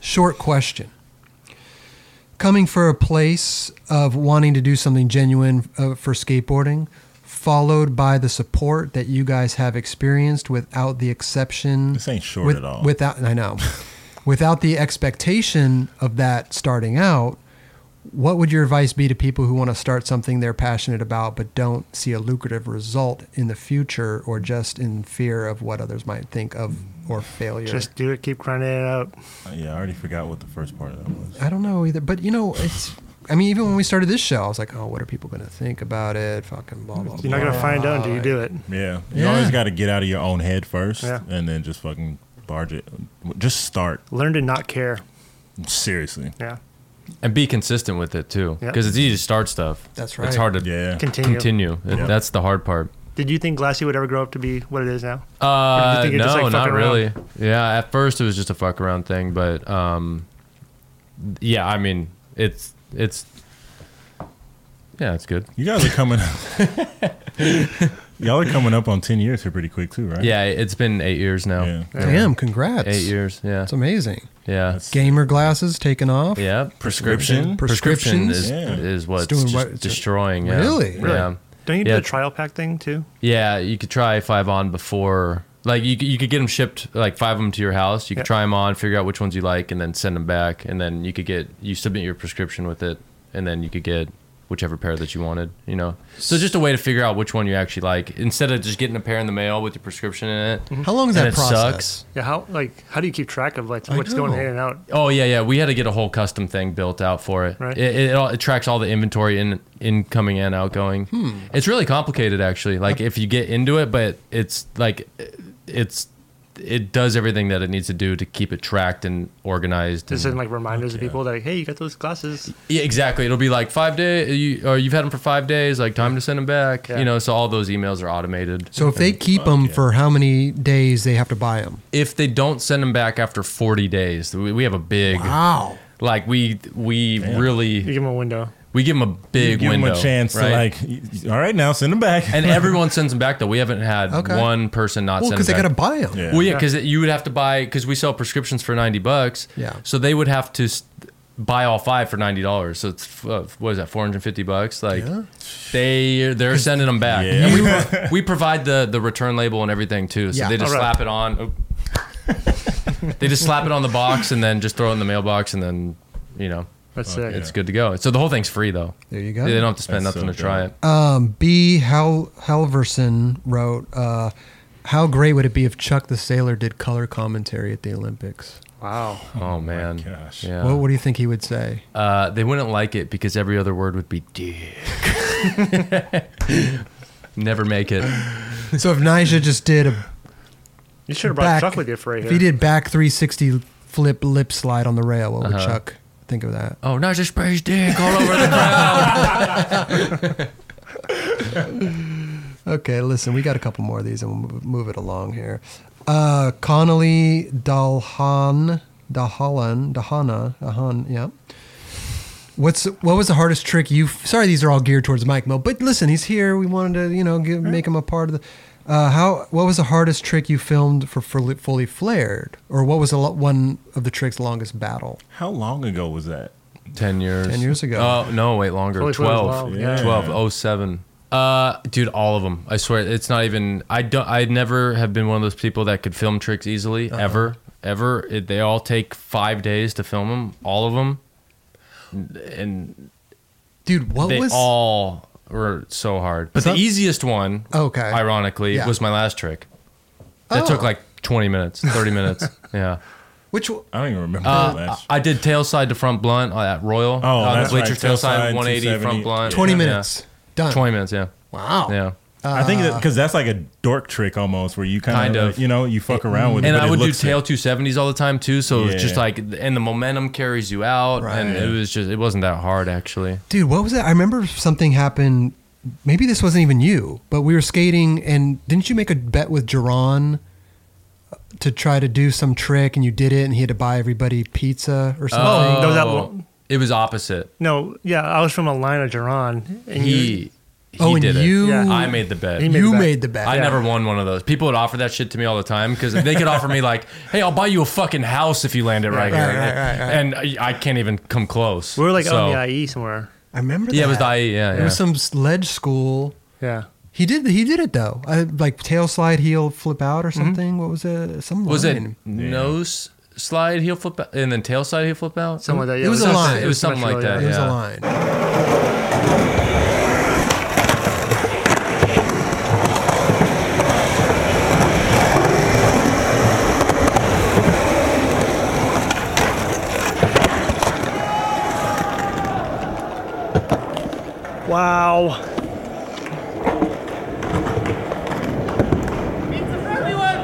Speaker 1: short question. Coming for a place of wanting to do something genuine uh, for skateboarding, followed by the support that you guys have experienced without the exception.
Speaker 3: This ain't short
Speaker 1: with-
Speaker 3: at all.
Speaker 1: Without, I know. without the expectation of that starting out, what would your advice be to people who want to start something they're passionate about but don't see a lucrative result in the future or just in fear of what others might think of or failure?
Speaker 2: Just do it. Keep grinding it out.
Speaker 3: Uh, yeah, I already forgot what the first part of that was.
Speaker 1: I don't know either, but you know, it's I mean, even when we started this show, I was like, oh, what are people going to think about it? Fucking blah, blah,
Speaker 2: You're not gonna
Speaker 1: blah.
Speaker 2: find out until you do it.
Speaker 3: Yeah. You
Speaker 1: Yeah.
Speaker 3: always got to get out of your own head first
Speaker 2: Yeah.
Speaker 3: and then just fucking barge it. Just start.
Speaker 2: Learn to not care.
Speaker 3: Seriously.
Speaker 2: Yeah.
Speaker 4: and be consistent with it too,
Speaker 2: Yep.
Speaker 4: because it's easy to start stuff.
Speaker 1: That's
Speaker 4: It's
Speaker 1: right.
Speaker 4: hard to
Speaker 3: Yeah.
Speaker 2: Continue.
Speaker 4: continue.
Speaker 3: Yeah.
Speaker 4: That's the hard part.
Speaker 2: Did you think Glassy would ever grow up to be what it is now?
Speaker 4: Uh,
Speaker 2: think
Speaker 4: no,
Speaker 2: you're just, like,
Speaker 4: not
Speaker 2: fucking around?
Speaker 4: really. Yeah, at first it was just a fuck around thing, but um, yeah, I mean, it's it's yeah, it's good.
Speaker 3: You guys are coming up. Y'all are coming up on 10 years here pretty quick, too, right?
Speaker 4: Yeah, it's been eight years now.
Speaker 3: Yeah.
Speaker 1: Damn, congrats.
Speaker 4: Eight years. Yeah,
Speaker 1: It's amazing.
Speaker 4: yeah,
Speaker 3: That's-
Speaker 1: Gamer glasses taken off.
Speaker 4: yeah.
Speaker 3: Prescription.
Speaker 4: Prescription is
Speaker 3: Yeah.
Speaker 4: is
Speaker 1: It's
Speaker 4: what's
Speaker 1: doing
Speaker 4: just
Speaker 1: what- it's-
Speaker 4: destroying. Yeah.
Speaker 1: Really?
Speaker 4: Yeah.
Speaker 1: Really?
Speaker 2: Don't you do
Speaker 4: Yeah.
Speaker 2: the trial pack thing too?
Speaker 4: Yeah, you could try five on before. Like you, could- you could get them shipped, like five of them to your house. You could
Speaker 2: Yeah.
Speaker 4: try 'em try them on, figure out which ones you like, and then send them back. And then you could get you submit your prescription with it, and then you could get whichever pair that you wanted. You know, so just a way to figure out which one you actually like instead of just getting a pair in the mail with your prescription in it.
Speaker 1: How long is
Speaker 4: And
Speaker 1: that
Speaker 4: it
Speaker 1: process?
Speaker 4: sucks.
Speaker 2: Yeah. How like how do you keep track of like
Speaker 1: I
Speaker 2: what's going
Speaker 1: know.
Speaker 2: in and out?
Speaker 4: Oh yeah, yeah. We had to get a whole custom thing built out for it.
Speaker 2: Right.
Speaker 4: It, it, all, it tracks all the inventory in incoming and outgoing.
Speaker 2: Hmm.
Speaker 4: It's really complicated actually. Like if you get into it, but it's like it's it does everything that it needs to do to keep it tracked and organized.
Speaker 2: Just
Speaker 4: and-
Speaker 2: in like reminders of people that like, hey, you got those glasses.
Speaker 4: yeah, exactly. It'll be like five day. You, or you've had them for five days. Like time to send them back.
Speaker 2: Yeah.
Speaker 4: You know. So all those emails are automated.
Speaker 1: So if they keep them for how many days they have to buy them?
Speaker 4: if they don't send them back after forty days, we, we have a big
Speaker 1: Wow.
Speaker 4: like we we really
Speaker 2: You give them a window.
Speaker 4: We give them a big
Speaker 3: Give
Speaker 4: window.
Speaker 3: them a chance
Speaker 4: right?
Speaker 3: to, like, y- y- all right, now send them back.
Speaker 4: and e-, everyone sends them back though. We haven't had
Speaker 1: Okay.
Speaker 4: one person not
Speaker 1: Well,
Speaker 4: send them
Speaker 1: because they
Speaker 4: back.
Speaker 1: got to buy them.
Speaker 3: yeah.
Speaker 4: Well, yeah, because you would have to buy because we sell prescriptions for ninety bucks.
Speaker 1: Yeah.
Speaker 4: So they would have to s- buy all five for ninety dollars. So it's uh, what is that four hundred fifty bucks? Like
Speaker 1: Yeah.
Speaker 4: they they're sending them back.
Speaker 3: Yeah.
Speaker 4: And we, pro- we provide the the return label and everything too. So
Speaker 1: Yeah.
Speaker 4: they just
Speaker 2: All right.
Speaker 4: slap it on. Oh. they just slap it on the box and then just throw it in the mailbox and then you know
Speaker 2: That's
Speaker 3: Okay.
Speaker 2: it.
Speaker 4: it's good to go. So the whole thing's free though.
Speaker 1: There you go.
Speaker 4: They don't have to spend
Speaker 3: That's
Speaker 4: nothing
Speaker 3: so
Speaker 4: to try
Speaker 3: good.
Speaker 4: it.
Speaker 1: Um, B. Hal Halverson wrote, uh, "How great would it be if Chuck the Sailor did color commentary at the Olympics?
Speaker 2: Wow.
Speaker 4: Oh man,
Speaker 3: gosh.
Speaker 4: yeah.
Speaker 1: What, what do you think he would say?
Speaker 4: uh, they wouldn't like it because every other word would be dick. Never make it.
Speaker 1: so if Nigel just did a
Speaker 2: You should have brought
Speaker 1: back,
Speaker 2: Chuck with you for right
Speaker 1: if
Speaker 2: here.
Speaker 1: he did back 360 flip lip slide on the rail, what would
Speaker 4: Uh-huh.
Speaker 1: Chuck think of that?
Speaker 4: Oh, not just sprays dick all over the ground.
Speaker 1: Okay, listen, we got a couple more of these and we'll move- move it along here. Uh, Connolly Dalhan, Dahalan, Dahana, Dahan, yeah. What's what was the hardest trick you? Sorry, these are all geared towards Mike Mo, but listen, he's here. We wanted to, you know, give, make him a part of the. Uh, how? What was the hardest trick you filmed for fully, fully flared, or what was the, lo- one of the trick's longest battle?
Speaker 3: How long ago was that?
Speaker 4: Ten years.
Speaker 1: 10 years ago.
Speaker 4: Oh no, wait, longer.
Speaker 2: Holy shit, it was
Speaker 4: Twelve.
Speaker 2: long.
Speaker 3: Yeah.
Speaker 4: Twelve. Oh seven. Uh, dude, all of them. I swear, it's not even. I don't. I never have been one of those people that could film tricks easily
Speaker 1: Uh-huh.
Speaker 4: ever. Ever. It, they all take five days to film them. All of them. And
Speaker 1: Dude, what
Speaker 4: they
Speaker 1: was?
Speaker 4: all were so hard. But
Speaker 1: Some-
Speaker 4: the easiest one,
Speaker 1: Okay.
Speaker 4: ironically,
Speaker 1: Yeah.
Speaker 4: was my last trick. That
Speaker 1: Oh.
Speaker 4: took like 20 minutes, 30 minutes. Yeah.
Speaker 1: which one-
Speaker 3: I don't even remember the
Speaker 4: Uh,
Speaker 3: last.
Speaker 4: I I did tail side to front blunt uh, at Royal.
Speaker 3: Oh,
Speaker 4: on the
Speaker 3: that's
Speaker 4: bleacher
Speaker 3: right.
Speaker 4: tail
Speaker 3: Tailside,
Speaker 4: side 180
Speaker 3: 270.
Speaker 4: front blunt.
Speaker 1: 20
Speaker 4: Yeah.
Speaker 1: minutes done?
Speaker 4: 20 minutes, yeah.
Speaker 1: Wow.
Speaker 4: Yeah.
Speaker 1: uh,
Speaker 3: I think because that's like a dork trick almost, where you kind
Speaker 4: Kind
Speaker 3: of,
Speaker 4: of.
Speaker 3: like, you know, you fuck around with it.
Speaker 4: and
Speaker 3: but
Speaker 4: I
Speaker 3: it
Speaker 4: would do
Speaker 3: looks sick.
Speaker 4: tail 270s all the time too. So it's just
Speaker 3: Yeah.
Speaker 4: like, and the momentum carries you out.
Speaker 1: Right.
Speaker 4: And it was just, it wasn't that hard actually.
Speaker 1: Dude, what was that? I remember something happened. Maybe this wasn't even you, but we were skating, and didn't you make a bet with Jerron uh, to try to do some trick, and you did it, and he had to buy everybody pizza or something?
Speaker 4: Oh,
Speaker 2: no, that one-
Speaker 4: it was opposite.
Speaker 2: No, yeah, I was from a line of Geron. and
Speaker 4: He,
Speaker 2: you-
Speaker 4: he
Speaker 1: Oh, and
Speaker 4: did it.
Speaker 1: you-
Speaker 2: Yeah.
Speaker 4: I made the bet.
Speaker 2: He made
Speaker 1: you
Speaker 2: the bet.
Speaker 1: made the bet.
Speaker 4: I never won one of those. People would offer that shit to me all the time because they could offer me like, "Hey, I'll buy you a fucking house if you land it right,
Speaker 1: Right,
Speaker 4: here,"
Speaker 1: right, right, right.
Speaker 4: and I, I can't even come close.
Speaker 2: we were like oh,
Speaker 4: So-
Speaker 2: on the IE somewhere.
Speaker 1: I remember.
Speaker 4: yeah, it was
Speaker 1: that.
Speaker 4: the IE, yeah,
Speaker 1: It was
Speaker 4: yeah.
Speaker 1: some sledge school.
Speaker 2: Yeah.
Speaker 1: He did. He did it though. I, like tail slide, heel flip out or something. What was it? Some
Speaker 4: Mm-hmm. was it
Speaker 1: line.
Speaker 4: nose slide heel flip out, and then tail side heel flip out?
Speaker 2: Something like that. Yeah,
Speaker 1: It was a
Speaker 2: something-
Speaker 1: line.
Speaker 4: It was something like
Speaker 2: metro,
Speaker 4: that,
Speaker 1: It was a
Speaker 4: yeah.
Speaker 1: line.
Speaker 2: Wow.
Speaker 5: It's a friendly one!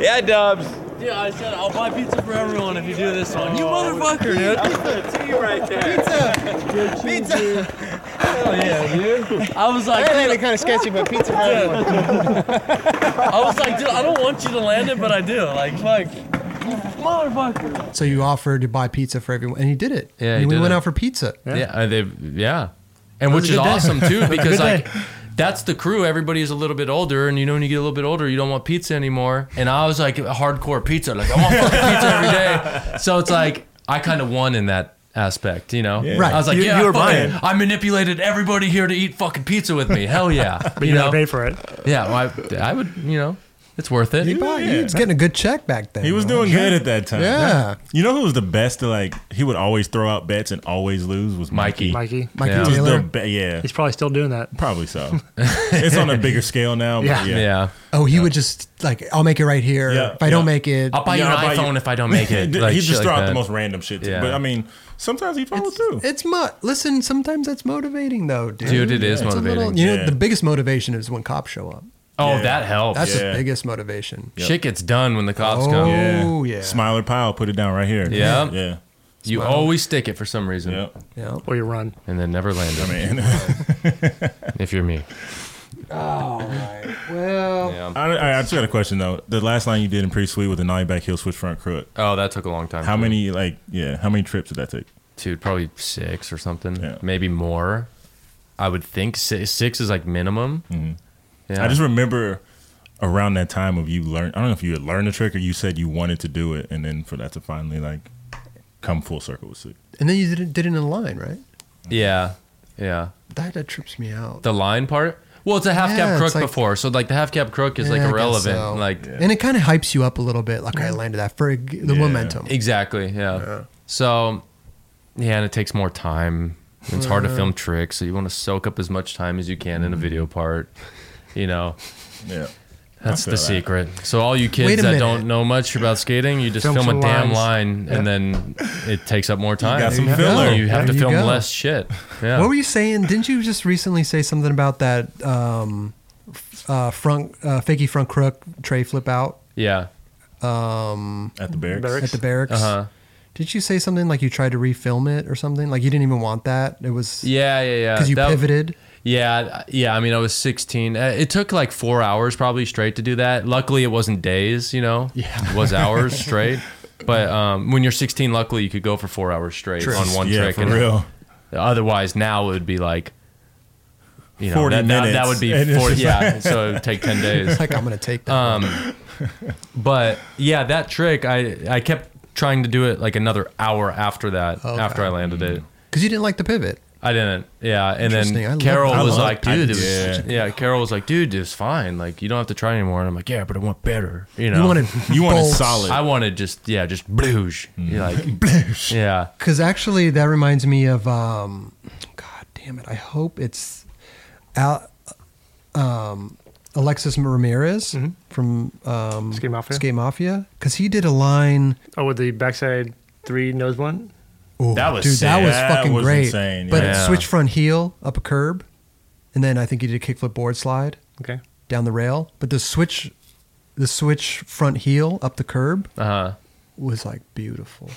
Speaker 6: Yeah, Dubs.
Speaker 4: Dude, I said I'll buy pizza for everyone if you do this one. You
Speaker 5: Oh,
Speaker 4: motherfucker, dude.
Speaker 6: That's the tea right there.
Speaker 4: I was like, dude,
Speaker 5: kind of sketchy, but pizza for everyone.
Speaker 4: I was like, dude, I don't want you to land it, but I do. Like, fuck. Motherfucker.
Speaker 1: So you offered to buy pizza for everyone, and he did it.
Speaker 4: Yeah, he
Speaker 1: and we
Speaker 4: did
Speaker 1: went
Speaker 4: it.
Speaker 1: out for pizza.
Speaker 4: Yeah, uh, they, yeah, and which is awesome too because like that's the crew. Everybody's a little bit older, and you know when you get a little bit older, you don't want pizza anymore. And I was like hardcore pizza, like I want fucking pizza every day. So it's like I kind of won in that aspect, you know?
Speaker 3: Yeah.
Speaker 1: Right.
Speaker 4: I was like,
Speaker 1: You-
Speaker 4: yeah,
Speaker 1: you were
Speaker 4: fucking- I manipulated everybody here to eat fucking pizza with me. Hell yeah,
Speaker 2: But you,
Speaker 4: you
Speaker 2: gotta
Speaker 4: know?
Speaker 2: pay for it.
Speaker 4: Yeah, well, I, I would, you know, it's worth it.
Speaker 1: He bought, he
Speaker 3: Yeah.
Speaker 1: was getting a good check back then.
Speaker 3: He was
Speaker 1: though.
Speaker 3: doing good at that time.
Speaker 1: Yeah.
Speaker 3: You know who was the best to like? He would always throw out bets and always lose. Was
Speaker 4: Mikey.
Speaker 3: Mikey.
Speaker 2: Mikey.
Speaker 1: Mikey
Speaker 4: Yeah.
Speaker 3: He was
Speaker 1: Taylor.
Speaker 3: the be- yeah.
Speaker 2: He's probably still doing that.
Speaker 3: Probably so. it's on a bigger scale now. But yeah.
Speaker 2: Yeah.
Speaker 4: yeah.
Speaker 1: Oh, he would just like, I'll make it right here.
Speaker 3: Yeah,
Speaker 1: if I don't
Speaker 3: yeah.
Speaker 1: make it,
Speaker 4: I'll buy you
Speaker 3: Yeah, I'll buy
Speaker 4: an
Speaker 3: you-
Speaker 4: iPhone if I don't make it. Like,
Speaker 3: he
Speaker 4: shit
Speaker 3: just
Speaker 4: like
Speaker 3: throw out
Speaker 4: that.
Speaker 3: the most random shit. too.
Speaker 4: Yeah.
Speaker 3: But I mean, sometimes he follows through.
Speaker 1: it's mo- listen. Sometimes that's motivating though, dude.
Speaker 4: Dude, it is
Speaker 1: It's a
Speaker 4: motivating.
Speaker 1: little- you know,
Speaker 3: Yeah.
Speaker 1: the biggest motivation is when cops show up.
Speaker 4: Oh,
Speaker 3: Yeah.
Speaker 4: that helps.
Speaker 1: That's
Speaker 3: Yeah.
Speaker 1: the biggest motivation.
Speaker 4: Shit gets done when the cops
Speaker 1: Oh.
Speaker 4: come.
Speaker 1: Oh, yeah.
Speaker 3: Smiler Pyle put it down right here.
Speaker 4: Yeah.
Speaker 3: Yeah.
Speaker 4: You always stick it for some reason,
Speaker 3: Yeah.
Speaker 1: Yeah.
Speaker 2: Or you run.
Speaker 4: and then never land it.
Speaker 3: Man.
Speaker 4: If you're me,
Speaker 1: Well,
Speaker 4: yeah.
Speaker 3: I, I, I just got a question though. The last line you did in Pretty Sweet with the nine back heel switch front crook.
Speaker 4: Oh, that took a long time.
Speaker 3: How
Speaker 4: for me.
Speaker 3: many like yeah? How many trips did that take?
Speaker 4: Dude, probably six or something,
Speaker 3: Yeah.
Speaker 4: maybe more. I would think six, six is like minimum. Yeah.
Speaker 3: Mm-hmm. I just remember around that time of you learn. I don't know if you had learned the trick or you said you wanted to do it, and then for that to finally like come full circle was sick.
Speaker 1: and then you did it, did it in a line, right?
Speaker 4: yeah, yeah.
Speaker 1: That, that trips me out.
Speaker 4: The line part. Well, it's a half
Speaker 1: Yeah,
Speaker 4: cap crook
Speaker 1: it's like-
Speaker 4: before, so like the half cap crook is like
Speaker 1: Yeah, I guess
Speaker 4: irrelevant.
Speaker 1: so.
Speaker 4: Like
Speaker 1: and it kind of hypes you up a little bit. Like I landed that for the momentum.
Speaker 4: exactly, yeah. So, yeah, and it takes more time. It's hard
Speaker 1: Mm-hmm.
Speaker 4: to film tricks, so you want to soak up as much time as you can
Speaker 3: Mm-hmm.
Speaker 4: in a video part. You know,
Speaker 3: Yeah.
Speaker 4: That's
Speaker 3: I
Speaker 4: the
Speaker 3: feel that.
Speaker 4: secret. So all you
Speaker 1: Wait
Speaker 4: kids
Speaker 1: a
Speaker 4: that
Speaker 1: minute.
Speaker 4: don't know much about skating, you just
Speaker 2: Film
Speaker 4: film, a
Speaker 2: some
Speaker 4: damn
Speaker 2: lines.
Speaker 4: line, and then it takes up more time.
Speaker 3: got some
Speaker 4: you,
Speaker 3: filler.
Speaker 4: have
Speaker 1: There
Speaker 4: to
Speaker 1: you
Speaker 4: film
Speaker 1: go.
Speaker 4: less shit. Yeah.
Speaker 1: What were you saying? Didn't you just recently say something about that um, f- uh, front uh, fakey front crook tray flip out
Speaker 4: yeah.
Speaker 3: At the barracks.
Speaker 2: Barracks.
Speaker 1: at the barracks?
Speaker 4: Uh huh.
Speaker 1: Did you say something like you tried to refilm it or something? Like you didn't even want that. It was
Speaker 4: Yeah, yeah, yeah.
Speaker 1: because you
Speaker 4: That-
Speaker 1: pivoted.
Speaker 4: Yeah, yeah. I mean, I was 16. Uh, It took like four hours probably straight to do that. Luckily, it wasn't days. You know, yeah. it was hours straight. But um, when you're 16, luckily you could go for four hours straight on one
Speaker 3: yeah,
Speaker 4: trick.
Speaker 3: for
Speaker 4: and
Speaker 3: real.
Speaker 4: Otherwise, now it would be like, you know,
Speaker 3: 40
Speaker 4: that, that, that
Speaker 3: minutes.
Speaker 4: would be
Speaker 3: And it's
Speaker 4: 40.
Speaker 3: just
Speaker 4: Yeah, so it would take 10 days.
Speaker 1: Like I'm gonna take that.
Speaker 4: Um, But yeah, that trick, I, I kept trying to do it like another hour after that,
Speaker 1: Okay.
Speaker 4: after I landed it.
Speaker 1: Because you didn't like the pivot.
Speaker 4: I didn't. Yeah. And
Speaker 1: Interesting. I
Speaker 4: then
Speaker 1: love-
Speaker 4: Carol
Speaker 1: I
Speaker 4: was
Speaker 3: love-
Speaker 4: like, dude, it
Speaker 3: I-
Speaker 4: was,
Speaker 3: yeah.
Speaker 4: yeah. Carol was like, dude, it's fine. Like, you don't have to try anymore. And I'm like, yeah, but I want better. You know,
Speaker 1: You wanted
Speaker 3: You wanted
Speaker 1: bolts.
Speaker 3: solid.
Speaker 4: I wanted just, yeah, just bloosh. You're like, yeah.
Speaker 1: Because actually, that reminds me of um, God damn it! I hope it's Al, um, Alexis Ramirez from um,
Speaker 2: Mm-hmm. Skate Mafia?
Speaker 1: Skate Mafia, because he did a line.
Speaker 2: Oh, with the backside three nose blunt.
Speaker 1: Ooh,
Speaker 4: That was
Speaker 1: dude, that
Speaker 4: sick.
Speaker 1: was
Speaker 3: That
Speaker 1: fucking
Speaker 3: was
Speaker 1: great.
Speaker 3: insane,
Speaker 1: But
Speaker 4: yeah.
Speaker 1: switch front heel up a curb, and then I think he did a kickflip board slide
Speaker 2: Okay.
Speaker 1: down the rail. But the switch, the switch front heel up the curb
Speaker 4: Uh huh.
Speaker 1: was like beautiful.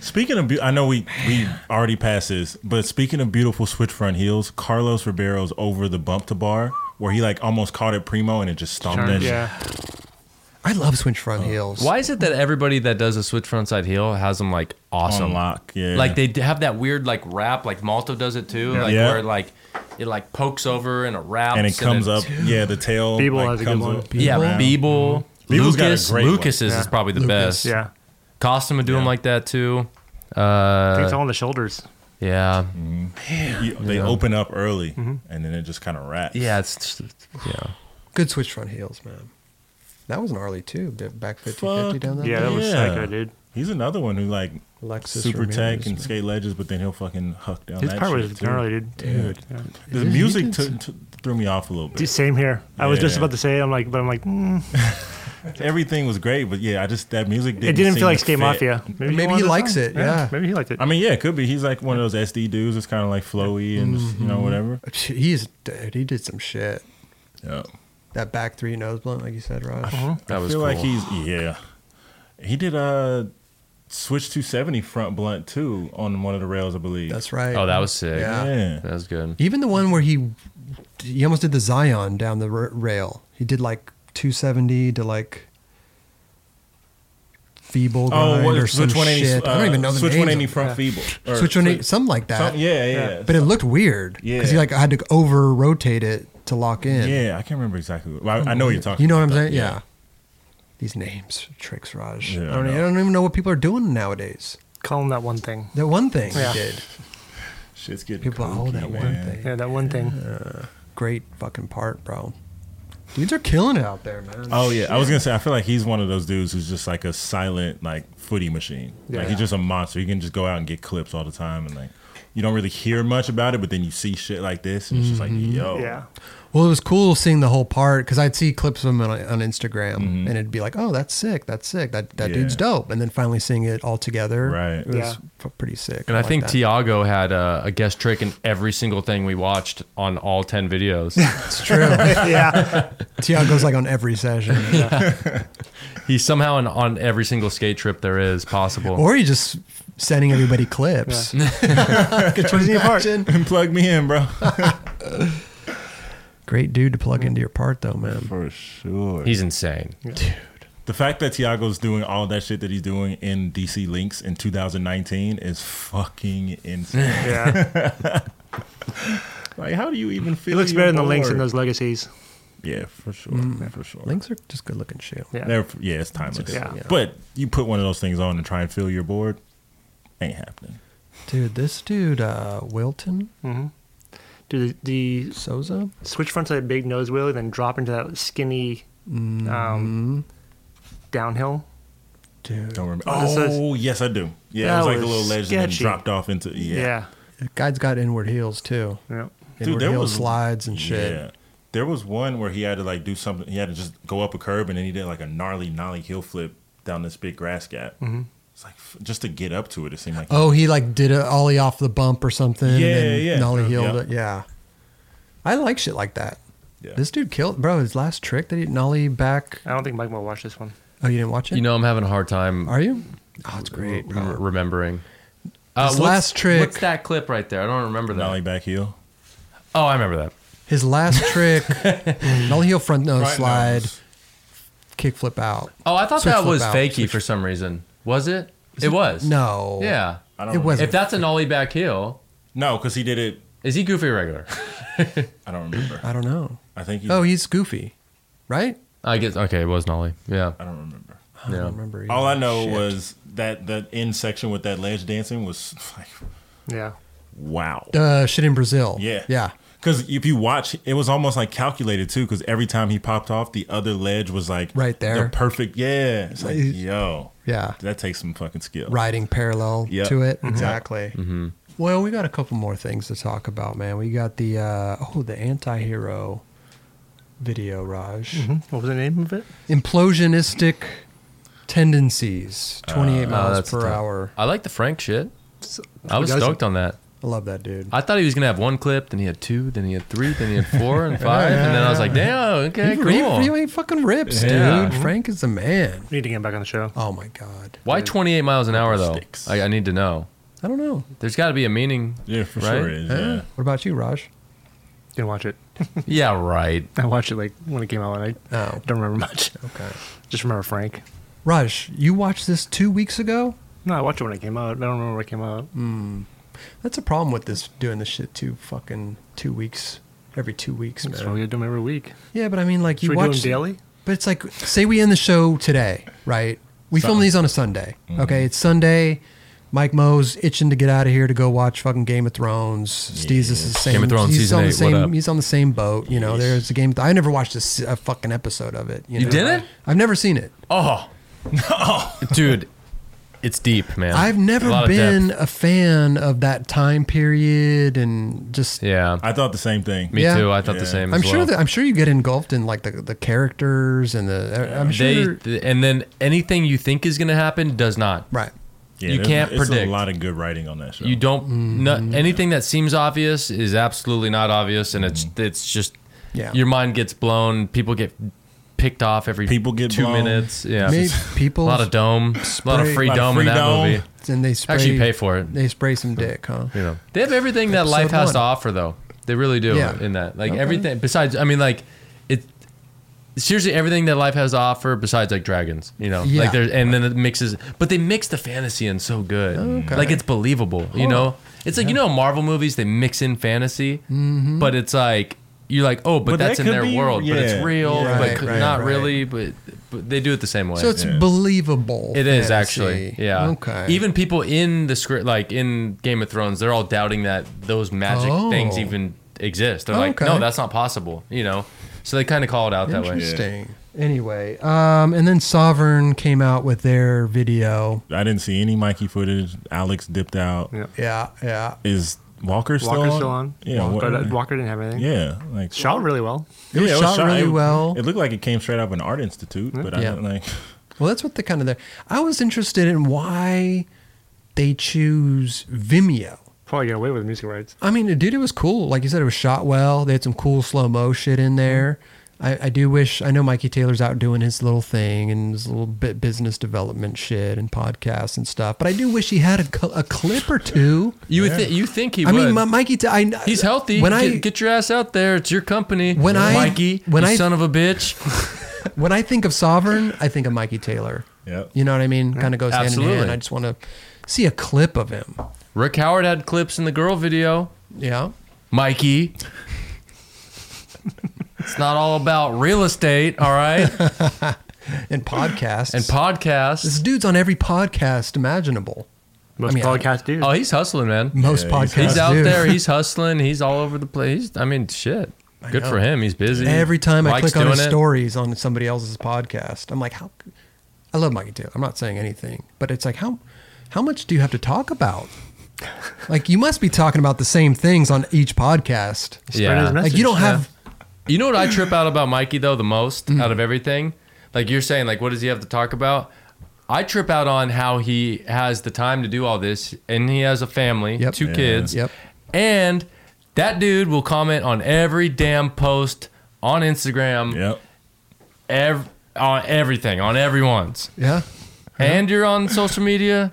Speaker 3: Speaking of, be- I know we we already passed this, but speaking of beautiful switch front heels, Carlos Ribeiro's over the bump to bar where he like almost caught it primo and it just stomped that. shit.
Speaker 2: Yeah.
Speaker 1: I love switch
Speaker 4: Oh.
Speaker 1: front heels.
Speaker 4: Why is it that everybody that does a switch front side heel has them like awesome?
Speaker 3: On lock, yeah.
Speaker 4: Like they d- have that weird like wrap, like Malto does it too, like
Speaker 3: Yeah.
Speaker 4: where it, like it like pokes over and it wraps
Speaker 3: and it comes up, yeah, the tail.
Speaker 2: Beeble
Speaker 3: like,
Speaker 2: has a good
Speaker 3: comes
Speaker 2: one.
Speaker 3: up.
Speaker 4: Yeah,
Speaker 3: around.
Speaker 4: Beeble.
Speaker 3: Beeble's got a
Speaker 4: Lucas,
Speaker 3: great one.
Speaker 4: Lucas's is
Speaker 2: Yeah.
Speaker 4: probably the
Speaker 1: Mm-hmm. Lucas.
Speaker 4: best.
Speaker 2: Yeah.
Speaker 4: Costume would do them
Speaker 3: Yeah.
Speaker 4: like that too.
Speaker 2: I think it's
Speaker 4: Uh,
Speaker 2: all on the shoulders.
Speaker 4: yeah,
Speaker 3: You- they open up early
Speaker 2: Mm-hmm.
Speaker 3: and then it just kind of wraps.
Speaker 4: yeah, it's just- yeah.
Speaker 1: Good switch front heels, man. That was gnarly too. the Back 50 50
Speaker 3: Fuck
Speaker 1: down there.
Speaker 2: Yeah, that was
Speaker 3: Yeah.
Speaker 2: psycho, dude.
Speaker 3: He's another one who like
Speaker 1: Alexis
Speaker 3: super
Speaker 1: Ramirez,
Speaker 3: tech
Speaker 1: man.
Speaker 3: and skate ledges, but then he'll fucking huck down.
Speaker 2: His
Speaker 3: that
Speaker 2: part
Speaker 3: shit
Speaker 2: was
Speaker 3: too.
Speaker 2: gnarly, dude.
Speaker 3: Dude.
Speaker 2: Yeah.
Speaker 3: The music t- t- threw me off a little bit.
Speaker 2: Dude, Same here. I was
Speaker 3: Yeah.
Speaker 2: just about to say, I'm like, but I'm like, mm.
Speaker 3: everything was great, but yeah, I just that music didn't.
Speaker 2: It didn't
Speaker 3: seem
Speaker 2: feel like
Speaker 3: to
Speaker 2: Skate
Speaker 3: fit.
Speaker 2: Mafia.
Speaker 1: Maybe he
Speaker 2: wanted
Speaker 1: likes
Speaker 2: this
Speaker 1: it,
Speaker 2: one?
Speaker 1: yeah.
Speaker 2: Maybe he liked it.
Speaker 3: I mean, yeah, it could be. He's like one of those SD dudes. that's kind of like flowy and
Speaker 1: Mm-hmm.
Speaker 3: just, you know whatever.
Speaker 1: He's dude. He did some shit.
Speaker 3: Yeah.
Speaker 1: That back three nose blunt, like you said, Rod.
Speaker 4: That
Speaker 3: I
Speaker 4: was
Speaker 3: feel
Speaker 4: cool.
Speaker 3: like he's yeah. He did a switch to seventy front blunt too on one of the rails, I believe.
Speaker 1: That's right.
Speaker 4: oh, that was sick.
Speaker 1: Yeah.
Speaker 3: yeah.
Speaker 4: That was good.
Speaker 1: Even the one where he he almost did the Zion down the r- rail. He did like 270 to like feeble grind
Speaker 3: Oh, what,
Speaker 1: or some
Speaker 3: switch one eighty. uh,
Speaker 1: shit. I don't even know the
Speaker 3: Switch
Speaker 1: names
Speaker 3: one
Speaker 1: of
Speaker 3: eighty
Speaker 1: it.
Speaker 3: front feeble. or
Speaker 1: Switch 180, something like that.
Speaker 3: Some, yeah, yeah.
Speaker 1: But it looked weird because he
Speaker 3: Yeah.
Speaker 1: like had to over rotate it to lock in.
Speaker 3: yeah, I can't remember exactly. What, well, I, I know what you're talking.
Speaker 1: You know what I'm
Speaker 3: about,
Speaker 1: saying?
Speaker 3: though.
Speaker 1: Yeah. These names, tricks, Raj.
Speaker 3: Yeah,
Speaker 1: I, don't, e,
Speaker 3: I
Speaker 1: I
Speaker 3: know.
Speaker 1: don't even know what people are doing nowadays.
Speaker 2: Call him that one thing.
Speaker 1: That one thing
Speaker 2: Yeah.
Speaker 1: he did.
Speaker 3: Shit's getting
Speaker 1: People,
Speaker 3: kooky,
Speaker 1: oh, that one
Speaker 3: man.
Speaker 1: thing.
Speaker 2: Yeah, that one thing.
Speaker 1: Great fucking part, bro. Dudes are killing it out there, man.
Speaker 3: Oh yeah, I was gonna say. I feel like he's one of those dudes who's just like a silent like footy machine. Like
Speaker 2: Yeah.
Speaker 3: he's just a monster. He can just go out and get clips all the time, and like you don't really hear much about it, but then you see shit like this, and it's just like
Speaker 1: Mm-hmm.
Speaker 3: yo,
Speaker 2: Yeah.
Speaker 1: Well, it was cool seeing the whole part because I'd see clips of him on, on Instagram, and it'd be like, "Oh, that's sick! That's sick! That that
Speaker 3: Mm-hmm. Yeah.
Speaker 1: dude's dope!" And then finally seeing it all together,
Speaker 3: Right.
Speaker 1: It was
Speaker 2: Yeah.
Speaker 1: f- pretty sick.
Speaker 4: And I
Speaker 1: like
Speaker 4: think
Speaker 1: that.
Speaker 4: Tiago had uh, a guest trick in every single thing we watched on all 10 videos.
Speaker 1: it's true.
Speaker 2: yeah.
Speaker 1: Tiago's like on every session,
Speaker 4: He's somehow on, on every single skate trip there is possible.
Speaker 1: or he just sending everybody clips. Could you imagine?
Speaker 3: and plug me in, bro.
Speaker 1: Great dude to plug into your part, though, man.
Speaker 3: For sure.
Speaker 4: He's insane.
Speaker 3: The fact that Tiago's doing all that shit that he's doing in DC Links in 2019 is fucking insane.
Speaker 2: Yeah.
Speaker 3: like, how do you even feel?
Speaker 2: It looks better than the links
Speaker 3: in
Speaker 2: in those legacies.
Speaker 3: Yeah, for sure. For sure.
Speaker 1: Mm. Links are just good looking shit.
Speaker 2: Yeah.
Speaker 3: They're, yeah, it's timeless.
Speaker 2: Yeah. yeah.
Speaker 3: But you put one of those things on and try and fill your board, ain't happening.
Speaker 1: Dude, this dude uh, Wilton
Speaker 2: Dude, Mm-hmm. the, the
Speaker 1: Souza.
Speaker 2: switch front to that big nose wheel, then drop into that skinny um, downhill.
Speaker 1: Dude,
Speaker 3: Don't remember.
Speaker 2: Oh, this is-
Speaker 3: Oh, yes, I do. Yeah,
Speaker 2: That
Speaker 3: it was like
Speaker 2: was
Speaker 3: the little ledge and then
Speaker 2: sketchy.
Speaker 3: dropped off into. Yeah.
Speaker 2: Yeah.
Speaker 1: the guy's got inward heels too.
Speaker 2: Yeah.
Speaker 1: Inward
Speaker 3: there
Speaker 1: heel
Speaker 3: was-
Speaker 1: slides and shit.
Speaker 3: Yeah. There was one where he had to like do something. He had to just go up a curb and then he did like a gnarly, gnarly heel flip down this big grass gap. It's like f- just to get up to it, it seemed like.
Speaker 1: Mm-hmm. Oh, he like did a ollie off the bump or something.
Speaker 3: Yeah,
Speaker 1: and then
Speaker 3: yeah.
Speaker 1: Nollie
Speaker 3: Yeah.
Speaker 1: healed it. Yeah, I like shit like that.
Speaker 3: Yeah.
Speaker 1: This dude killed, bro. His last trick that he nollie back.
Speaker 2: I don't think Mike will watch this one.
Speaker 1: Oh, you didn't watch it?
Speaker 4: You know, I'm having a hard time
Speaker 1: are you? Oh, it's great.
Speaker 4: re-
Speaker 1: bro.
Speaker 4: remembering. Uh,
Speaker 1: His last trick-
Speaker 4: What's that clip right there? I don't remember that.
Speaker 3: Nollie back heel.
Speaker 4: Oh, I remember that.
Speaker 1: His last trick, nollie heel front nose
Speaker 3: Front
Speaker 1: slide,
Speaker 3: nose.
Speaker 1: kick flip out.
Speaker 4: Oh, I thought
Speaker 1: Switch
Speaker 4: that
Speaker 1: flip
Speaker 4: was
Speaker 1: out,
Speaker 4: fakey
Speaker 1: switch-
Speaker 4: for some reason. Was it? It was.
Speaker 1: No.
Speaker 4: Yeah.
Speaker 3: I
Speaker 1: It
Speaker 3: don't
Speaker 1: wasn't.
Speaker 4: If that's an ollie back heel,
Speaker 3: No, because he did it.
Speaker 4: is he goofy or regular?
Speaker 3: I don't remember.
Speaker 1: I don't know.
Speaker 3: I think he.
Speaker 1: Oh, he's goofy, right?
Speaker 4: I guess. Okay, it was an ollie. Yeah.
Speaker 3: I don't remember.
Speaker 1: I
Speaker 4: Yeah.
Speaker 1: don't remember.
Speaker 3: All I
Speaker 1: either.
Speaker 3: know
Speaker 1: Shit.
Speaker 3: was that that end section with that ledge dancing was like,
Speaker 2: Yeah.
Speaker 3: wow.
Speaker 1: uh, shit in Brazil.
Speaker 3: Yeah.
Speaker 1: Yeah.
Speaker 3: Because if you watch, it was almost like calculated too. Because every time he popped off, the other ledge was like
Speaker 1: Right there.
Speaker 3: the perfect. Yeah, it's like
Speaker 1: Like-
Speaker 3: yo,
Speaker 1: Yeah.
Speaker 3: that takes some fucking skill.
Speaker 1: riding parallel
Speaker 3: Yep.
Speaker 1: to it.
Speaker 4: Mm-hmm.
Speaker 3: Mhm.
Speaker 1: Exactly. Well, we got a couple more things to talk about, man. We got the uh, oh the anti-hero video, Raj.
Speaker 2: What was the name of it?
Speaker 1: Implosionistic tendencies, 28
Speaker 4: Oh,
Speaker 1: miles
Speaker 4: that's
Speaker 1: per
Speaker 4: tough.
Speaker 1: hour.
Speaker 4: I like the Frank shit. I was
Speaker 2: doesn't?
Speaker 4: stoked on that.
Speaker 1: I love that dude.
Speaker 4: I thought he was gonna have one clip, then he had two, then he had three, then he had four and five, and then I was like, damn, okay,
Speaker 1: he, he-
Speaker 4: cool.
Speaker 1: he fucking rips,
Speaker 4: Yeah. Mm-hmm.
Speaker 1: dude. Frank is the man.
Speaker 2: We need to get him back on the show.
Speaker 1: Oh my god.
Speaker 4: Why 28 miles an hour though?
Speaker 3: Sticks.
Speaker 4: I, I need to know.
Speaker 1: I don't know.
Speaker 4: There's got to be a meaning.
Speaker 3: Yeah, for
Speaker 4: Right?
Speaker 3: sure it is.
Speaker 1: Huh?
Speaker 3: Yeah.
Speaker 1: What about you, Raj?
Speaker 2: Didn't watch it.
Speaker 4: Yeah, right.
Speaker 2: I watched it like when it came out, and I
Speaker 1: Oh,
Speaker 2: don't remember much.
Speaker 1: okay.
Speaker 2: Just remember Frank.
Speaker 1: Raj, you watched this two weeks ago.
Speaker 2: No, I watched it when it came out. I don't remember when it came out.
Speaker 1: That's a problem with this doing this shit two fucking two weeks every two weeks, man.
Speaker 2: That's why we do them every week.
Speaker 1: Yeah, but I mean, like you
Speaker 2: Should we do
Speaker 1: watch
Speaker 2: them daily?
Speaker 1: but it's like say we end the show today, right? We film
Speaker 3: Sunday.
Speaker 1: these on a Sunday.
Speaker 4: Mm-hmm.
Speaker 1: Okay, it's Sunday. Mike Moe's itching to get out of here to go watch fucking Game of Thrones. Steez is the same.
Speaker 4: Game of Thrones
Speaker 1: he's
Speaker 4: season
Speaker 1: on the
Speaker 4: eight, what
Speaker 1: same.
Speaker 4: up?
Speaker 1: He's on the same boat. You know,
Speaker 3: Yes.
Speaker 1: there's a game. I never watched a, s- a fucking episode of it. You,
Speaker 4: You
Speaker 1: know?
Speaker 4: didn't?
Speaker 1: I've never seen it.
Speaker 4: Oh, dude, it's deep, man.
Speaker 1: I've
Speaker 4: A lot
Speaker 1: never
Speaker 4: of depth.
Speaker 1: been a fan of that time period and just
Speaker 4: Yeah,
Speaker 3: I thought the same thing.
Speaker 4: me
Speaker 1: Yeah.
Speaker 4: too. I thought
Speaker 3: Yeah.
Speaker 4: the same.
Speaker 1: I'm
Speaker 4: as
Speaker 1: sure
Speaker 4: well.
Speaker 1: that I'm sure you get engulfed in like the, the characters and the I'm
Speaker 4: they
Speaker 1: sure
Speaker 4: th- and then anything you think is going to happen does not.
Speaker 1: right.
Speaker 3: Yeah,
Speaker 4: You
Speaker 3: there's-
Speaker 4: can't
Speaker 3: it's
Speaker 4: predict.
Speaker 3: a lot of good writing on that show.
Speaker 4: You don't. No,
Speaker 1: Mm-hmm.
Speaker 4: anything that seems obvious is absolutely not obvious, and it's it's just
Speaker 1: Mm-hmm. Yeah.
Speaker 4: your mind gets blown. People get picked off every
Speaker 3: People get
Speaker 4: two
Speaker 3: blown.
Speaker 4: minutes. Yeah,
Speaker 1: Maybe
Speaker 4: a
Speaker 1: people
Speaker 4: lot of dome, a lot of
Speaker 1: spray-
Speaker 4: free
Speaker 3: Lot of
Speaker 4: dome in
Speaker 3: free
Speaker 4: that
Speaker 3: dome.
Speaker 4: movie.
Speaker 1: and they spray,
Speaker 4: Actually, pay for it.
Speaker 1: They spray some dick, huh?
Speaker 4: You know, they have everything that life
Speaker 1: Episode
Speaker 4: has to
Speaker 1: one.
Speaker 4: offer, though. They really do
Speaker 1: Yeah.
Speaker 4: in that. Like
Speaker 1: Okay.
Speaker 4: everything besides, I mean, like it. Seriously, everything that life has to offer besides like dragons, you know,
Speaker 1: Yeah.
Speaker 4: like there's and then it mixes, but they mix the fantasy in so good,
Speaker 1: Okay.
Speaker 4: like it's believable, you know. It's like you know, Marvel movies they mix in fantasy,
Speaker 1: Mm-hmm.
Speaker 4: but it's like you're like, oh, but,
Speaker 3: But that
Speaker 4: that's in
Speaker 3: could
Speaker 4: their
Speaker 3: be-
Speaker 4: world, but
Speaker 3: yeah.
Speaker 4: it's real,
Speaker 1: Yeah.
Speaker 4: but
Speaker 1: Right,
Speaker 4: could-
Speaker 1: right,
Speaker 4: not
Speaker 1: right.
Speaker 4: really, but, but they do it the same way.
Speaker 1: So it's
Speaker 3: Yeah.
Speaker 1: believable.
Speaker 4: It is
Speaker 1: fantasy.
Speaker 4: actually, yeah.
Speaker 1: Okay.
Speaker 4: Even people in the script, like in Game of Thrones, they're all doubting that those magic
Speaker 1: Oh.
Speaker 4: things even exist. They're like,
Speaker 1: Okay.
Speaker 4: no, that's not possible. You know, so they kind of call it out that way.
Speaker 1: interesting. Anyway, um, and then Sovereign came out with their video.
Speaker 3: I didn't see any Mikey footage. Alex dipped out.
Speaker 2: Yeah.
Speaker 1: Yeah, yeah.
Speaker 3: Is Walker still
Speaker 2: Walker's
Speaker 3: on?
Speaker 2: still on.
Speaker 3: Yeah,
Speaker 2: Walker, uh,
Speaker 3: what-
Speaker 2: Walker didn't have anything.
Speaker 3: Yeah, like
Speaker 2: Shot really well.
Speaker 1: It was
Speaker 3: Yeah,
Speaker 1: shot really
Speaker 3: it-
Speaker 1: well.
Speaker 3: It looked like it came straight out of an art institute, but I
Speaker 1: Yeah.
Speaker 3: don't like.
Speaker 1: Well, that's what the kind of there. I was interested in why they choose Vimeo.
Speaker 2: Probably got away with music rights.
Speaker 1: I mean, dude, it was cool. Like you said, it was shot well. They had some cool slow mo shit in there.
Speaker 4: Mm-hmm.
Speaker 1: I, I do wish I know Mikey Taylor's out doing his little thing and his little bit business development shit and podcasts and stuff. But I do wish he had a, cl- a clip or two.
Speaker 4: You would thi- you think he
Speaker 1: I
Speaker 4: would?
Speaker 1: mean, my, Mikey, Ta- I,
Speaker 4: He's healthy.
Speaker 1: When
Speaker 4: get,
Speaker 1: I
Speaker 4: get your ass out there. It's your company.
Speaker 1: When I-
Speaker 4: Mikey,
Speaker 1: when
Speaker 4: you
Speaker 1: I-
Speaker 4: son of a bitch.
Speaker 1: when I think of Sovereign, I think of Mikey Taylor.
Speaker 3: Yep.
Speaker 1: You know what I mean? Kind of goes hand in hand.
Speaker 4: Absolutely.
Speaker 1: I just want to see a clip of him.
Speaker 4: Rick Howard had clips in the girl video.
Speaker 1: Yeah.
Speaker 4: Mikey. it's not all about real estate, all right,
Speaker 1: And podcasts.
Speaker 4: and podcasts.
Speaker 1: This dude's on every podcast imaginable.
Speaker 2: Most
Speaker 1: I mean, I-
Speaker 2: podcast dude.
Speaker 4: oh, he's hustling, man.
Speaker 1: Most
Speaker 3: Yeah, he's-
Speaker 1: podcasts.
Speaker 4: He's out
Speaker 1: do.
Speaker 4: there. He's hustling. He's all over the place. He's- I mean, shit. Good
Speaker 1: know.
Speaker 4: for him. He's busy.
Speaker 1: Every time I
Speaker 4: Likes
Speaker 1: click on his
Speaker 4: doing it.
Speaker 1: stories on somebody else's podcast, I'm like, how? I love Mikey Taylor. I'm not saying anything, but it's like how how much do you have to talk about? like you must be talking about the same things on each podcast.
Speaker 2: Spread his
Speaker 4: Yeah.
Speaker 1: Like you don't have
Speaker 4: You know what I trip out about Mikey though the most
Speaker 1: Mm-hmm.
Speaker 4: out of everything? Like you're saying, like what does he have to talk about? I trip out on how he has the time to do all this, and he has a family,
Speaker 1: Yep.
Speaker 4: two
Speaker 1: Yeah.
Speaker 4: kids,
Speaker 1: Yep.
Speaker 4: and that dude will comment on every damn post on Instagram,
Speaker 3: Yep.
Speaker 4: ev- on everything, on everyone's.
Speaker 1: yeah.
Speaker 4: and you're on social media,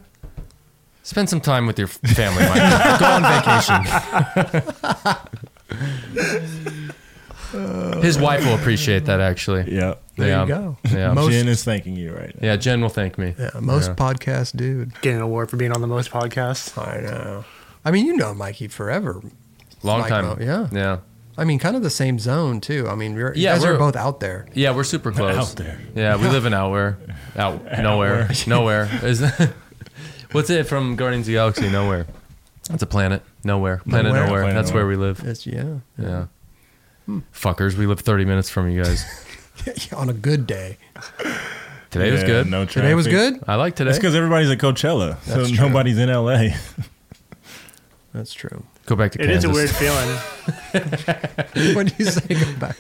Speaker 4: spend some time with your family. Mike. Go on vacation. His wife will appreciate that, actually.
Speaker 3: Yep.
Speaker 1: There
Speaker 4: yeah.
Speaker 1: you go.
Speaker 4: Yeah.
Speaker 1: Most-
Speaker 3: Jen is thanking you right now.
Speaker 4: yeah, Jen will thank me.
Speaker 1: Yeah, most podcast dude.
Speaker 2: Getting an award for being on the most podcasts.
Speaker 1: I know. I mean, you know Mikey forever.
Speaker 4: Long
Speaker 1: Mike
Speaker 4: time.
Speaker 1: Mo- yeah.
Speaker 4: Yeah.
Speaker 1: I mean, kind of the same zone too. I mean, we're, you
Speaker 4: Yeah,
Speaker 1: guys are
Speaker 4: we're-
Speaker 1: both out there.
Speaker 4: Yeah, we're super close.
Speaker 3: Out there.
Speaker 4: Yeah, we live in outwhere. Out nowhere. nowhere. Is What's it from Guardians of the Galaxy? Nowhere. That's a planet. Nowhere. Planet
Speaker 1: Nowhere.
Speaker 4: nowhere.
Speaker 3: Planet
Speaker 4: That's
Speaker 3: nowhere.
Speaker 4: where we live.
Speaker 1: That's yeah. Hmm.
Speaker 4: Yeah. Fuckers, we live 30 minutes from you guys.
Speaker 1: On a good day.
Speaker 4: Today was
Speaker 3: Yeah,
Speaker 4: good.
Speaker 3: No
Speaker 1: Today was
Speaker 3: traffic.
Speaker 1: good.
Speaker 4: I like today.
Speaker 3: It's because everybody's at Coachella, so
Speaker 1: That's true.
Speaker 3: nobody's in LA.
Speaker 1: That's true.
Speaker 4: Go back to
Speaker 2: It is
Speaker 4: Kansas.
Speaker 2: a weird feeling.
Speaker 1: what do you say? Go back.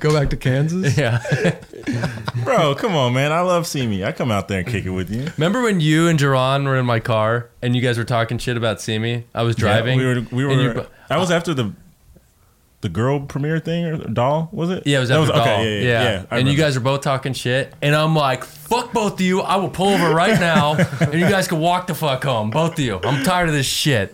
Speaker 1: Go back to Kansas.
Speaker 4: Yeah.
Speaker 3: Bro, come on, man. I love Simi. I come out there and kick it with you.
Speaker 4: Remember when you and Jerron were in my car and you guys were talking shit about Simi? I was driving.
Speaker 3: Yeah, we were.
Speaker 4: and
Speaker 3: We
Speaker 4: you-
Speaker 3: were. that was after the the girl premiere thing or doll was it?
Speaker 4: yeah, it was
Speaker 3: That
Speaker 4: after
Speaker 3: okay,
Speaker 4: Dahl.
Speaker 3: Yeah, yeah. yeah. I
Speaker 4: and
Speaker 3: remember.
Speaker 4: you guys were both talking shit, and I'm like, "Fuck both of you! I will pull over right now, and you guys can walk the fuck home, both of you. I'm tired of this shit."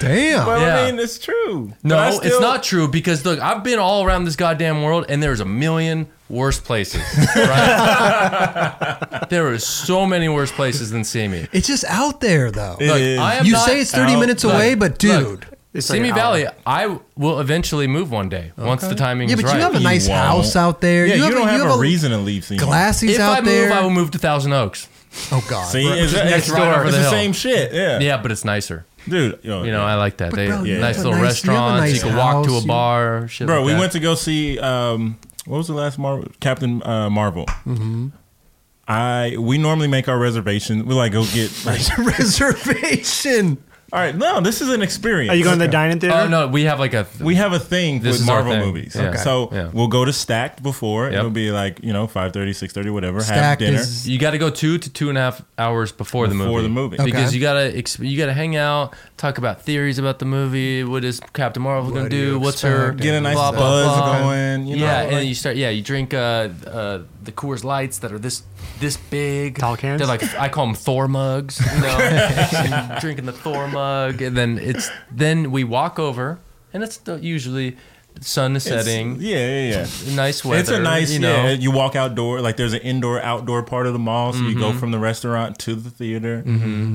Speaker 1: Damn.
Speaker 3: Well,
Speaker 4: yeah.
Speaker 3: I mean, it's true. But
Speaker 4: No,
Speaker 3: I still-
Speaker 4: it's not true because look, I've been all around this goddamn world, and there's a million worse places. Right? there are so many worse places than Simi.
Speaker 1: It's just out there though.
Speaker 3: It
Speaker 4: Look,
Speaker 3: is.
Speaker 4: I am
Speaker 1: you
Speaker 4: not
Speaker 1: say it's 30
Speaker 3: out-
Speaker 1: minutes
Speaker 4: look,
Speaker 1: away, but dude.
Speaker 4: look,
Speaker 2: It's like
Speaker 4: Simi
Speaker 2: an
Speaker 4: Valley,
Speaker 2: hour.
Speaker 4: I will eventually move one day once the timing
Speaker 1: yeah,
Speaker 4: is
Speaker 1: but
Speaker 4: right.
Speaker 1: you have a
Speaker 3: You
Speaker 1: nice
Speaker 3: won't.
Speaker 1: house out there.
Speaker 3: Yeah, you, don't have, a,
Speaker 1: l-
Speaker 3: reason to leave Simi.
Speaker 1: Glassies
Speaker 4: if
Speaker 1: out
Speaker 4: I move,
Speaker 1: there.
Speaker 4: I will move to Thousand Oaks.
Speaker 1: oh God.
Speaker 3: See,
Speaker 1: Bro,
Speaker 3: it's,
Speaker 1: just
Speaker 3: it's
Speaker 1: next
Speaker 3: right
Speaker 4: door
Speaker 3: over
Speaker 4: over
Speaker 3: it's
Speaker 4: the
Speaker 3: the
Speaker 4: hill.
Speaker 3: same shit. Yeah,
Speaker 4: Yeah, but it's nicer.
Speaker 3: dude.
Speaker 4: You know, I like that.
Speaker 1: But
Speaker 4: they
Speaker 1: bro,
Speaker 3: you
Speaker 4: nice
Speaker 3: have
Speaker 1: a
Speaker 4: little
Speaker 1: nice-
Speaker 4: restaurants.
Speaker 1: you
Speaker 4: You,
Speaker 1: have a
Speaker 4: can
Speaker 1: nice
Speaker 4: walk to a
Speaker 1: house, you-
Speaker 4: bar. Shit
Speaker 3: bro
Speaker 4: like
Speaker 3: we
Speaker 4: that. Mm-hmm.
Speaker 3: went to go see um what was the last marvel captain uh, marvel I we normally make our reservations. We like go get like
Speaker 1: Reservation.
Speaker 3: all right. No, this is an experience.
Speaker 2: Are you going to the dining theater?
Speaker 4: Oh no, we have like a
Speaker 3: We have a thing
Speaker 4: This
Speaker 3: with
Speaker 4: is our
Speaker 3: Marvel
Speaker 4: thing.
Speaker 3: movies.
Speaker 4: Yeah.
Speaker 3: So
Speaker 4: Yeah.
Speaker 3: we'll go to Stacked before. It'll be like, you know, 5.30, 6.30, whatever. have
Speaker 1: Stacked
Speaker 3: dinner.
Speaker 1: is-
Speaker 4: You got to go two to two and a half hours before, the movie.
Speaker 3: Before the movie.
Speaker 4: because
Speaker 1: Okay.
Speaker 4: you gotta exp- you gotta hang out, talk about theories about the movie. What is Captain Marvel gonna
Speaker 1: do
Speaker 4: do?
Speaker 1: you
Speaker 4: What's her
Speaker 1: expect?
Speaker 3: Get a nice
Speaker 4: blah, blah,
Speaker 3: buzz
Speaker 4: blah.
Speaker 3: going, you know,
Speaker 4: yeah,
Speaker 3: like-
Speaker 4: and you start. Yeah, you drink uh, uh, the Coors Lights that are this this big.
Speaker 2: Tall cans?
Speaker 4: They're like I call them Thor mugs. You know, And you're drinking the Thor mug, and then it's then we walk over, and it's the, usually the sun is
Speaker 3: It's-
Speaker 4: setting,
Speaker 3: Yeah, yeah, yeah.
Speaker 4: nice weather.
Speaker 3: it's a nice,
Speaker 4: you know.
Speaker 3: yeah. You walk outdoor, like there's an indoor, outdoor part of the mall, so you go
Speaker 4: Mm-hmm.
Speaker 3: from the restaurant to the theater.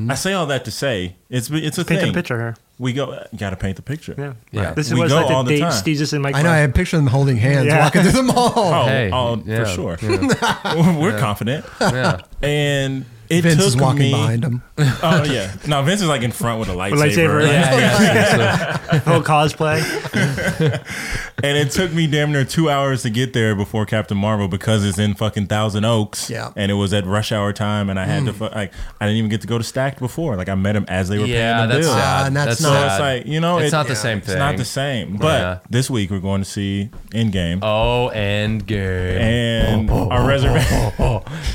Speaker 3: I say all that to say it's it's a
Speaker 2: Paint
Speaker 3: thing.
Speaker 2: a picture here.
Speaker 3: We go, got to paint the picture.
Speaker 2: Yeah.
Speaker 4: Yeah.
Speaker 2: This is
Speaker 3: We
Speaker 2: what it's
Speaker 3: go
Speaker 2: like
Speaker 3: all
Speaker 2: to
Speaker 3: the
Speaker 2: date
Speaker 3: time.
Speaker 2: Steezus and Mike.
Speaker 1: I know. I
Speaker 2: Brown.
Speaker 1: picture them holding hands
Speaker 2: Yeah.
Speaker 1: walking through the mall.
Speaker 3: Oh,
Speaker 4: Hey,
Speaker 3: oh,
Speaker 4: yeah,
Speaker 3: for sure.
Speaker 4: yeah.
Speaker 3: We're confident.
Speaker 4: yeah.
Speaker 3: And it
Speaker 1: Vince
Speaker 3: took
Speaker 1: is walking
Speaker 3: me,
Speaker 1: behind him.
Speaker 3: Oh yeah. No, Vince is like in front with a lightsaber.
Speaker 2: lightsaber,
Speaker 3: like,
Speaker 4: yeah, yeah. So-
Speaker 2: whole cosplay.
Speaker 3: And it took me damn near two hours to get there before Captain Marvel because it's in fucking Thousand Oaks.
Speaker 1: Yeah.
Speaker 3: And it was at rush hour time, and I had to fu- like I didn't even get to go to Stacked before. Like I met him as they were
Speaker 4: yeah,
Speaker 3: paying the
Speaker 4: that's
Speaker 3: bill.
Speaker 1: Ah,
Speaker 4: sad.
Speaker 1: and that's
Speaker 4: that's
Speaker 1: not-
Speaker 3: So
Speaker 4: sad.
Speaker 3: it's like you know,
Speaker 4: It's
Speaker 3: it-
Speaker 4: not the same
Speaker 3: It's not
Speaker 4: thing.
Speaker 3: the same. But
Speaker 4: Yeah.
Speaker 3: this week we're going to see Endgame,
Speaker 4: oh, and gay.
Speaker 3: and our reservation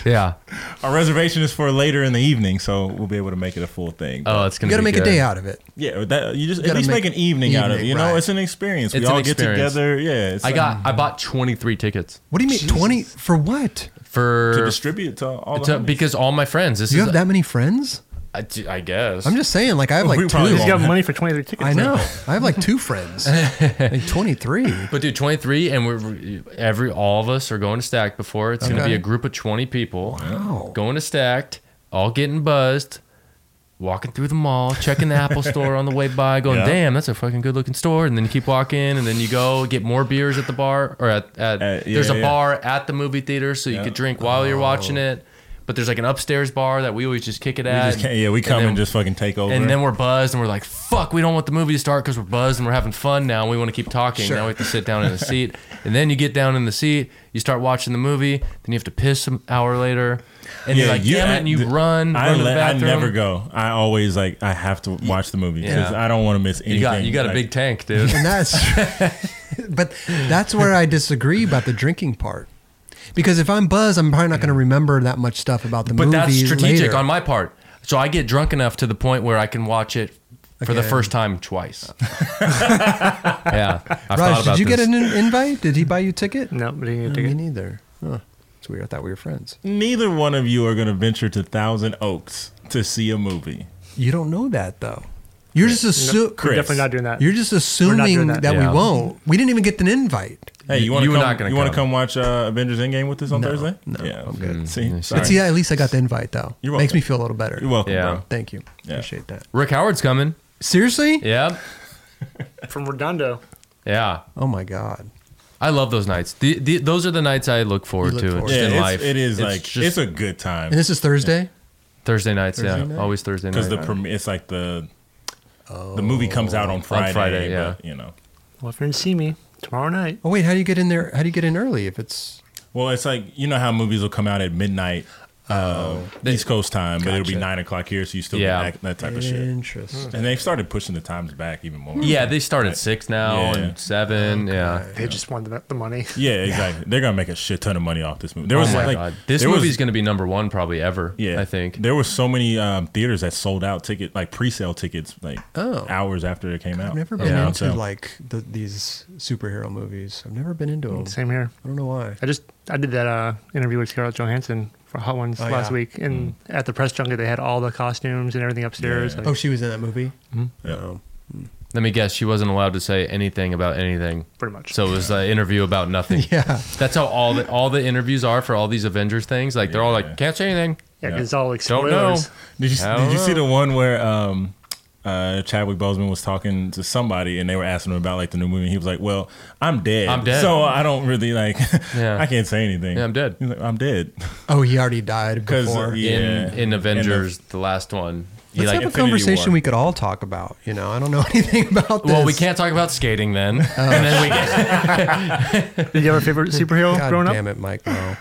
Speaker 4: yeah.
Speaker 3: our reservation is for later in the evening, so we'll be able to make it a full thing.
Speaker 4: Oh, it's gonna.
Speaker 1: You got to
Speaker 4: be
Speaker 1: make
Speaker 4: good.
Speaker 1: a day out of it.
Speaker 3: yeah, that, you just at
Speaker 1: gotta
Speaker 3: least make,
Speaker 1: make
Speaker 3: an evening, out of it.
Speaker 1: evening,
Speaker 3: You know,
Speaker 1: right.
Speaker 3: it's an experience. we
Speaker 4: It's an
Speaker 3: all get
Speaker 4: experience.
Speaker 3: together. Yeah, it's
Speaker 4: I
Speaker 3: like-
Speaker 4: got. I bought twenty three tickets
Speaker 1: What do you mean twenty for what?
Speaker 4: for
Speaker 3: to distribute to all the
Speaker 4: to-
Speaker 3: homies.
Speaker 4: because all my friends. This
Speaker 1: Do you
Speaker 4: is.
Speaker 1: have that many friends?
Speaker 4: I, d- I guess.
Speaker 1: I'm just saying. Like I have like
Speaker 3: We probably
Speaker 1: two.
Speaker 2: He's got money for 23 tickets.
Speaker 1: I know. I have like two friends. Like twenty three.
Speaker 4: But dude, twenty three, and we're every all of us are going to stacked before. It's gonna
Speaker 1: Okay.
Speaker 4: be a group of twenty people.
Speaker 1: Wow.
Speaker 4: Going to stacked, all getting buzzed. Walking through the mall, checking the Apple store on the way by, going,
Speaker 3: Yeah.
Speaker 4: "Damn, that's a fucking good-looking store." And then you keep walking, and then you go get more beers at the bar or at, at
Speaker 3: Uh, yeah,
Speaker 4: there's a
Speaker 3: yeah.
Speaker 4: bar at the movie theater, so you
Speaker 3: Yeah. Oh.
Speaker 4: could drink while you're watching it. But there's like an upstairs bar that we always just kick it
Speaker 3: We
Speaker 4: at.
Speaker 3: just can't, yeah, we come and,
Speaker 4: Uh, then-
Speaker 3: just fucking take over.
Speaker 4: And then we're buzzed, and we're like, "Fuck, we don't want the movie to start because we're buzzed and we're having fun now. and We want to keep talking. Now we have to sit down in the seat. And then you get down in the seat, you start watching the movie, then you have to piss an hour later, and you're like, "Damn it!" And you
Speaker 3: th-
Speaker 4: run.
Speaker 3: I,
Speaker 4: run to the
Speaker 3: let- I
Speaker 4: bathroom.
Speaker 3: never go. I always like I have to watch the movie because
Speaker 4: Yeah.
Speaker 3: I don't want to miss anything.
Speaker 4: You got you got a
Speaker 3: Like,
Speaker 4: big tank, dude.
Speaker 1: And that's, but that's where I disagree about the drinking part. Because if I'm buzzed, I'm probably not going to remember that much stuff about the
Speaker 4: But
Speaker 1: movie.
Speaker 4: that's strategic
Speaker 1: later.
Speaker 4: on my part. So I get drunk enough to the point where I can watch it for the
Speaker 1: Again.
Speaker 4: first time twice. yeah,
Speaker 1: Raj,
Speaker 4: I've thought about
Speaker 1: did you
Speaker 4: this.
Speaker 1: get an in- invite? Did he buy you a ticket?
Speaker 2: No, but he didn't get a
Speaker 1: Me
Speaker 2: ticket.
Speaker 1: neither. Huh. It's weird. I thought we were friends.
Speaker 3: Neither one of you are going to venture to Thousand Oaks to see a movie.
Speaker 1: You don't know that though. You're just assu-
Speaker 3: Chris.
Speaker 2: Definitely not doing that.
Speaker 1: You're just
Speaker 2: doing
Speaker 1: assuming that,
Speaker 2: that.
Speaker 4: Yeah.
Speaker 1: we won't. We didn't even get an invite.
Speaker 3: Hey, you
Speaker 4: You-
Speaker 3: want
Speaker 4: you
Speaker 3: to
Speaker 4: were
Speaker 3: come?
Speaker 4: not gonna
Speaker 3: you want to
Speaker 4: come.
Speaker 3: come watch uh, Avengers Endgame with us on
Speaker 1: No,
Speaker 3: Thursday?
Speaker 1: no,
Speaker 3: yeah,
Speaker 1: I'm good.
Speaker 3: See,
Speaker 1: But see,
Speaker 3: Sorry.
Speaker 1: at least I got the invite though.
Speaker 3: You're
Speaker 1: Makes
Speaker 3: welcome.
Speaker 1: me feel a little better.
Speaker 3: you're welcome,
Speaker 4: Mm, Yeah.
Speaker 3: bro.
Speaker 1: Thank you.
Speaker 3: Yeah.
Speaker 1: Appreciate that.
Speaker 4: Rick Howard's coming.
Speaker 1: Seriously?
Speaker 4: Yeah,
Speaker 2: From Redondo.
Speaker 4: yeah.
Speaker 1: Oh my god.
Speaker 4: I love those nights. The, the, those are the nights I look forward
Speaker 1: look
Speaker 4: to
Speaker 1: forward
Speaker 4: just
Speaker 3: Yeah,
Speaker 4: in
Speaker 3: it's,
Speaker 4: life.
Speaker 3: it is like
Speaker 4: just
Speaker 3: it's a good time
Speaker 1: And this is Thursday.
Speaker 4: Thursday nights. yeah,
Speaker 1: night?
Speaker 4: always Thursday nights.
Speaker 3: because the prem- it's like the the movie comes out on Friday.
Speaker 4: Oh, Friday, yeah.
Speaker 3: but, you know.
Speaker 2: Well, if you're in see me tomorrow night,
Speaker 1: Oh wait, how do you get in there? How do you get in early if it's
Speaker 3: Well, it's like you know how movies will come out at midnight. Uh, East Coast time, but it'll be
Speaker 1: Gotcha.
Speaker 3: nine o'clock here, so you still
Speaker 4: Yeah.
Speaker 3: get that, that type of shit.
Speaker 1: interesting?
Speaker 3: And they've started pushing the times back even more.
Speaker 4: yeah, they start at six now
Speaker 3: Yeah.
Speaker 4: and seven. Yeah.
Speaker 2: they just want the, the money.
Speaker 3: Yeah, exactly. They're gonna make a shit ton of money off this movie. There was
Speaker 4: oh my
Speaker 3: like
Speaker 4: god, this
Speaker 3: there was-
Speaker 4: movie's gonna be number one probably ever.
Speaker 3: yeah,
Speaker 4: I think.
Speaker 3: there were so many um, theaters that sold out ticket like pre-sale tickets like
Speaker 1: Oh.
Speaker 3: hours after it came out.
Speaker 1: I've never been
Speaker 4: Yeah.
Speaker 1: into
Speaker 3: So-
Speaker 1: like the, these superhero movies. I've never been into them.
Speaker 2: Same here.
Speaker 1: I don't know why.
Speaker 2: I just I did that uh, interview with Scarlett Johansson for Hot Ones
Speaker 1: Oh,
Speaker 2: last
Speaker 1: yeah.
Speaker 2: week, and at the press junket they had all the costumes and everything upstairs.
Speaker 3: Mm. Yeah.
Speaker 2: Like,
Speaker 1: Oh, she was in that movie. Oh.
Speaker 3: Yeah.
Speaker 4: Let me guess, she wasn't allowed to say anything about anything.
Speaker 3: Oh,
Speaker 2: Pretty much.
Speaker 4: So it was an interview about nothing.
Speaker 1: Yeah.
Speaker 4: That's how all the all the interviews are for all these Avengers things. Like they're all
Speaker 3: Yeah.
Speaker 4: like, can't say anything.
Speaker 2: yeah, 'cause it's all like
Speaker 4: Don't know.
Speaker 2: spoilers.
Speaker 3: Did you
Speaker 4: I
Speaker 3: did
Speaker 4: don't
Speaker 3: you see
Speaker 4: know.
Speaker 3: the one where um, uh, Chadwick Boseman was talking to somebody and they were asking him about like the new movie? And he was like, "Well, I'm dead.
Speaker 4: I'm dead.
Speaker 3: So I don't really like.
Speaker 4: Yeah.
Speaker 3: I can't say anything.
Speaker 4: Yeah, I'm dead.
Speaker 3: He's like, I'm dead.
Speaker 1: Oh, he already died
Speaker 3: Because
Speaker 1: before.
Speaker 3: yeah,
Speaker 4: In in Avengers, the, last one. He
Speaker 1: Let's
Speaker 4: like,
Speaker 1: have a
Speaker 3: Infinity
Speaker 1: conversation
Speaker 3: War.
Speaker 1: we could all talk about. You know, I don't know anything about this.
Speaker 4: well, we can't talk about skating then.
Speaker 3: Oh.
Speaker 4: and then we
Speaker 2: Did you have a favorite superhero
Speaker 1: God
Speaker 2: growing up?
Speaker 1: damn it, Mike. No.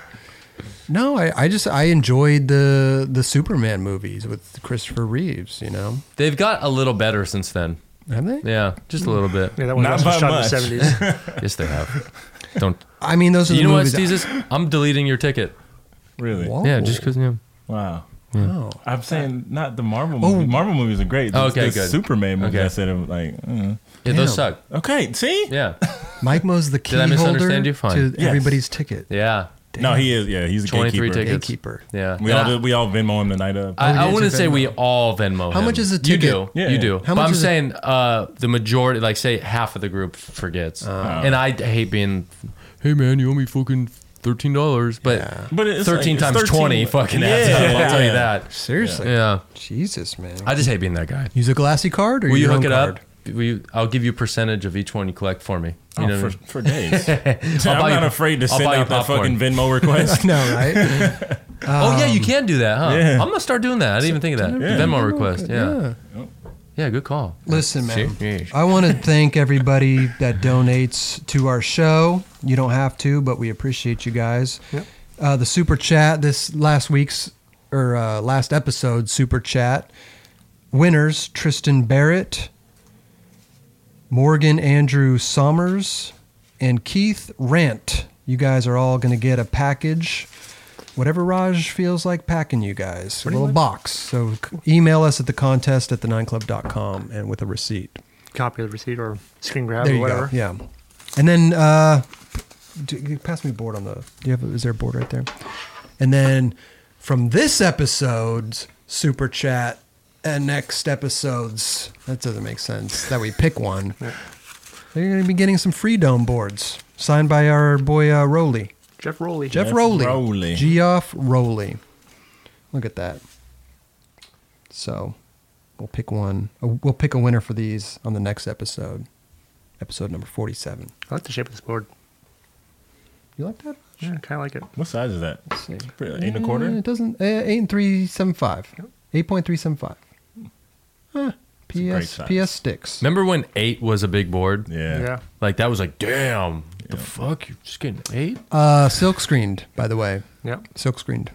Speaker 1: No, I, I just I enjoyed the the Superman movies with Christopher Reeves. You know,
Speaker 4: They've got a little better since then.
Speaker 1: have they?
Speaker 4: Yeah, just a little bit.
Speaker 2: Yeah, that one
Speaker 3: Not
Speaker 2: was
Speaker 3: by
Speaker 2: shot in the
Speaker 3: much.
Speaker 2: seventies.
Speaker 4: Yes, they have. Don't.
Speaker 1: I Oh. mean, those are
Speaker 4: You
Speaker 1: the
Speaker 4: know what,
Speaker 1: movies.
Speaker 4: Jesus? I'm deleting your ticket.
Speaker 3: Really?
Speaker 1: Whoa.
Speaker 4: Yeah, just because. Yeah.
Speaker 3: Wow.
Speaker 1: Oh.
Speaker 3: I'm saying not the Marvel movie. Marvel movies are great. This,
Speaker 4: Okay,
Speaker 3: this
Speaker 4: good.
Speaker 3: Superman movie.
Speaker 4: Okay.
Speaker 3: I said I'm like, mm.
Speaker 4: Yeah, those
Speaker 1: Damn.
Speaker 4: suck.
Speaker 3: okay, see?
Speaker 4: Yeah.
Speaker 1: Mike Mo's the key
Speaker 4: Did I misunderstand
Speaker 1: holder
Speaker 4: you? Fine.
Speaker 1: to
Speaker 3: Yes.
Speaker 1: everybody's ticket.
Speaker 4: Yeah.
Speaker 3: No, he is. Yeah, he's a
Speaker 4: 23
Speaker 3: gatekeeper.
Speaker 4: tickets.
Speaker 1: Gatekeeper.
Speaker 4: Yeah.
Speaker 3: We
Speaker 4: And
Speaker 3: all
Speaker 4: I-
Speaker 3: did, we all Venmo him the night of.
Speaker 4: I, I
Speaker 1: did
Speaker 4: wouldn't
Speaker 1: you
Speaker 4: say
Speaker 1: Venmo?
Speaker 4: we all Venmo.
Speaker 1: How
Speaker 4: him.
Speaker 1: much is a
Speaker 4: You
Speaker 1: ticket?
Speaker 4: do.
Speaker 3: Yeah,
Speaker 4: you
Speaker 3: yeah.
Speaker 4: do.
Speaker 1: How
Speaker 4: but
Speaker 1: much
Speaker 4: I'm
Speaker 1: is a-
Speaker 4: saying uh, the majority, like say half of the group forgets,
Speaker 1: Uh.
Speaker 4: and I d- hate being. Hey man, you owe me fucking thirteen dollars, but
Speaker 3: But it's
Speaker 4: thirteen
Speaker 3: like-
Speaker 4: times
Speaker 3: it's 13.
Speaker 4: twenty fucking adds
Speaker 3: Yeah.
Speaker 4: up. I'll tell you
Speaker 3: Yeah.
Speaker 4: that.
Speaker 1: Seriously.
Speaker 4: Yeah,
Speaker 1: Jesus, man.
Speaker 4: I just hate being that guy.
Speaker 1: Use a glassy card or
Speaker 4: Will you
Speaker 1: your
Speaker 4: hook
Speaker 1: own
Speaker 4: it
Speaker 1: card?
Speaker 4: up? Will you, I'll give you a percentage of each one you collect for me. You
Speaker 3: Oh,
Speaker 4: know what I
Speaker 3: for,
Speaker 4: mean?
Speaker 3: for days.
Speaker 4: I'll buy
Speaker 3: I'm not
Speaker 4: you-
Speaker 3: afraid to
Speaker 4: I'll
Speaker 3: send
Speaker 4: buy you
Speaker 3: out that
Speaker 4: popcorn.
Speaker 3: fucking Venmo request.
Speaker 1: No, right?
Speaker 4: oh yeah, you can do that, huh?
Speaker 3: yeah.
Speaker 4: I'm gonna start doing that. I didn't even think of that.
Speaker 3: Yeah.
Speaker 4: Venmo request. Yeah. yeah, good call.
Speaker 1: Listen, man.
Speaker 4: Sheesh.
Speaker 1: I want to thank everybody that donates to our show. You don't have to, but we appreciate you guys. Uh, the super chat this last week's or uh, last episode super chat winners: Tristan Barrett, Morgan Andrew Sommers, and Keith Rant. You guys are all going to get a package. Whatever Raj feels like packing you guys, a little box. So c- email us at the contest at the9club.com and with a receipt
Speaker 2: Copy of the receipt or screen grab
Speaker 1: there
Speaker 2: or
Speaker 1: you
Speaker 2: whatever.
Speaker 1: go. Yeah. And then uh, do, you pass me a board on the. Do you have? Is there a board right there? And then from this episode's super chat and next episodes. That doesn't make sense. That we pick one. They're going to be getting some free dome boards signed by our boy uh, Rowley,
Speaker 2: Jeff Rowley.
Speaker 1: Jeff,
Speaker 3: Jeff
Speaker 1: Rowley,
Speaker 3: Rowley.
Speaker 1: Geoff Rowley. Look at that. So we'll pick one. We'll pick a winner for these on the next episode, episode number forty-seven.
Speaker 2: I like the shape of this board.
Speaker 1: You like that?
Speaker 2: Yeah, I kind of like it.
Speaker 3: What size is that?
Speaker 1: Let's see.
Speaker 3: Pretty- Eight and a quarter?
Speaker 1: It doesn't. Uh, eight and three seven five. Eight point three seven five. Huh.
Speaker 3: great
Speaker 1: PS
Speaker 3: size.
Speaker 1: PS sticks.
Speaker 4: Remember when eight was a big board?
Speaker 3: Yeah.
Speaker 2: Yeah.
Speaker 4: Like that was like, damn, the fuck, you're just getting eight.
Speaker 1: Uh, silk screened, by the way.
Speaker 2: Yeah.
Speaker 1: Silk screened.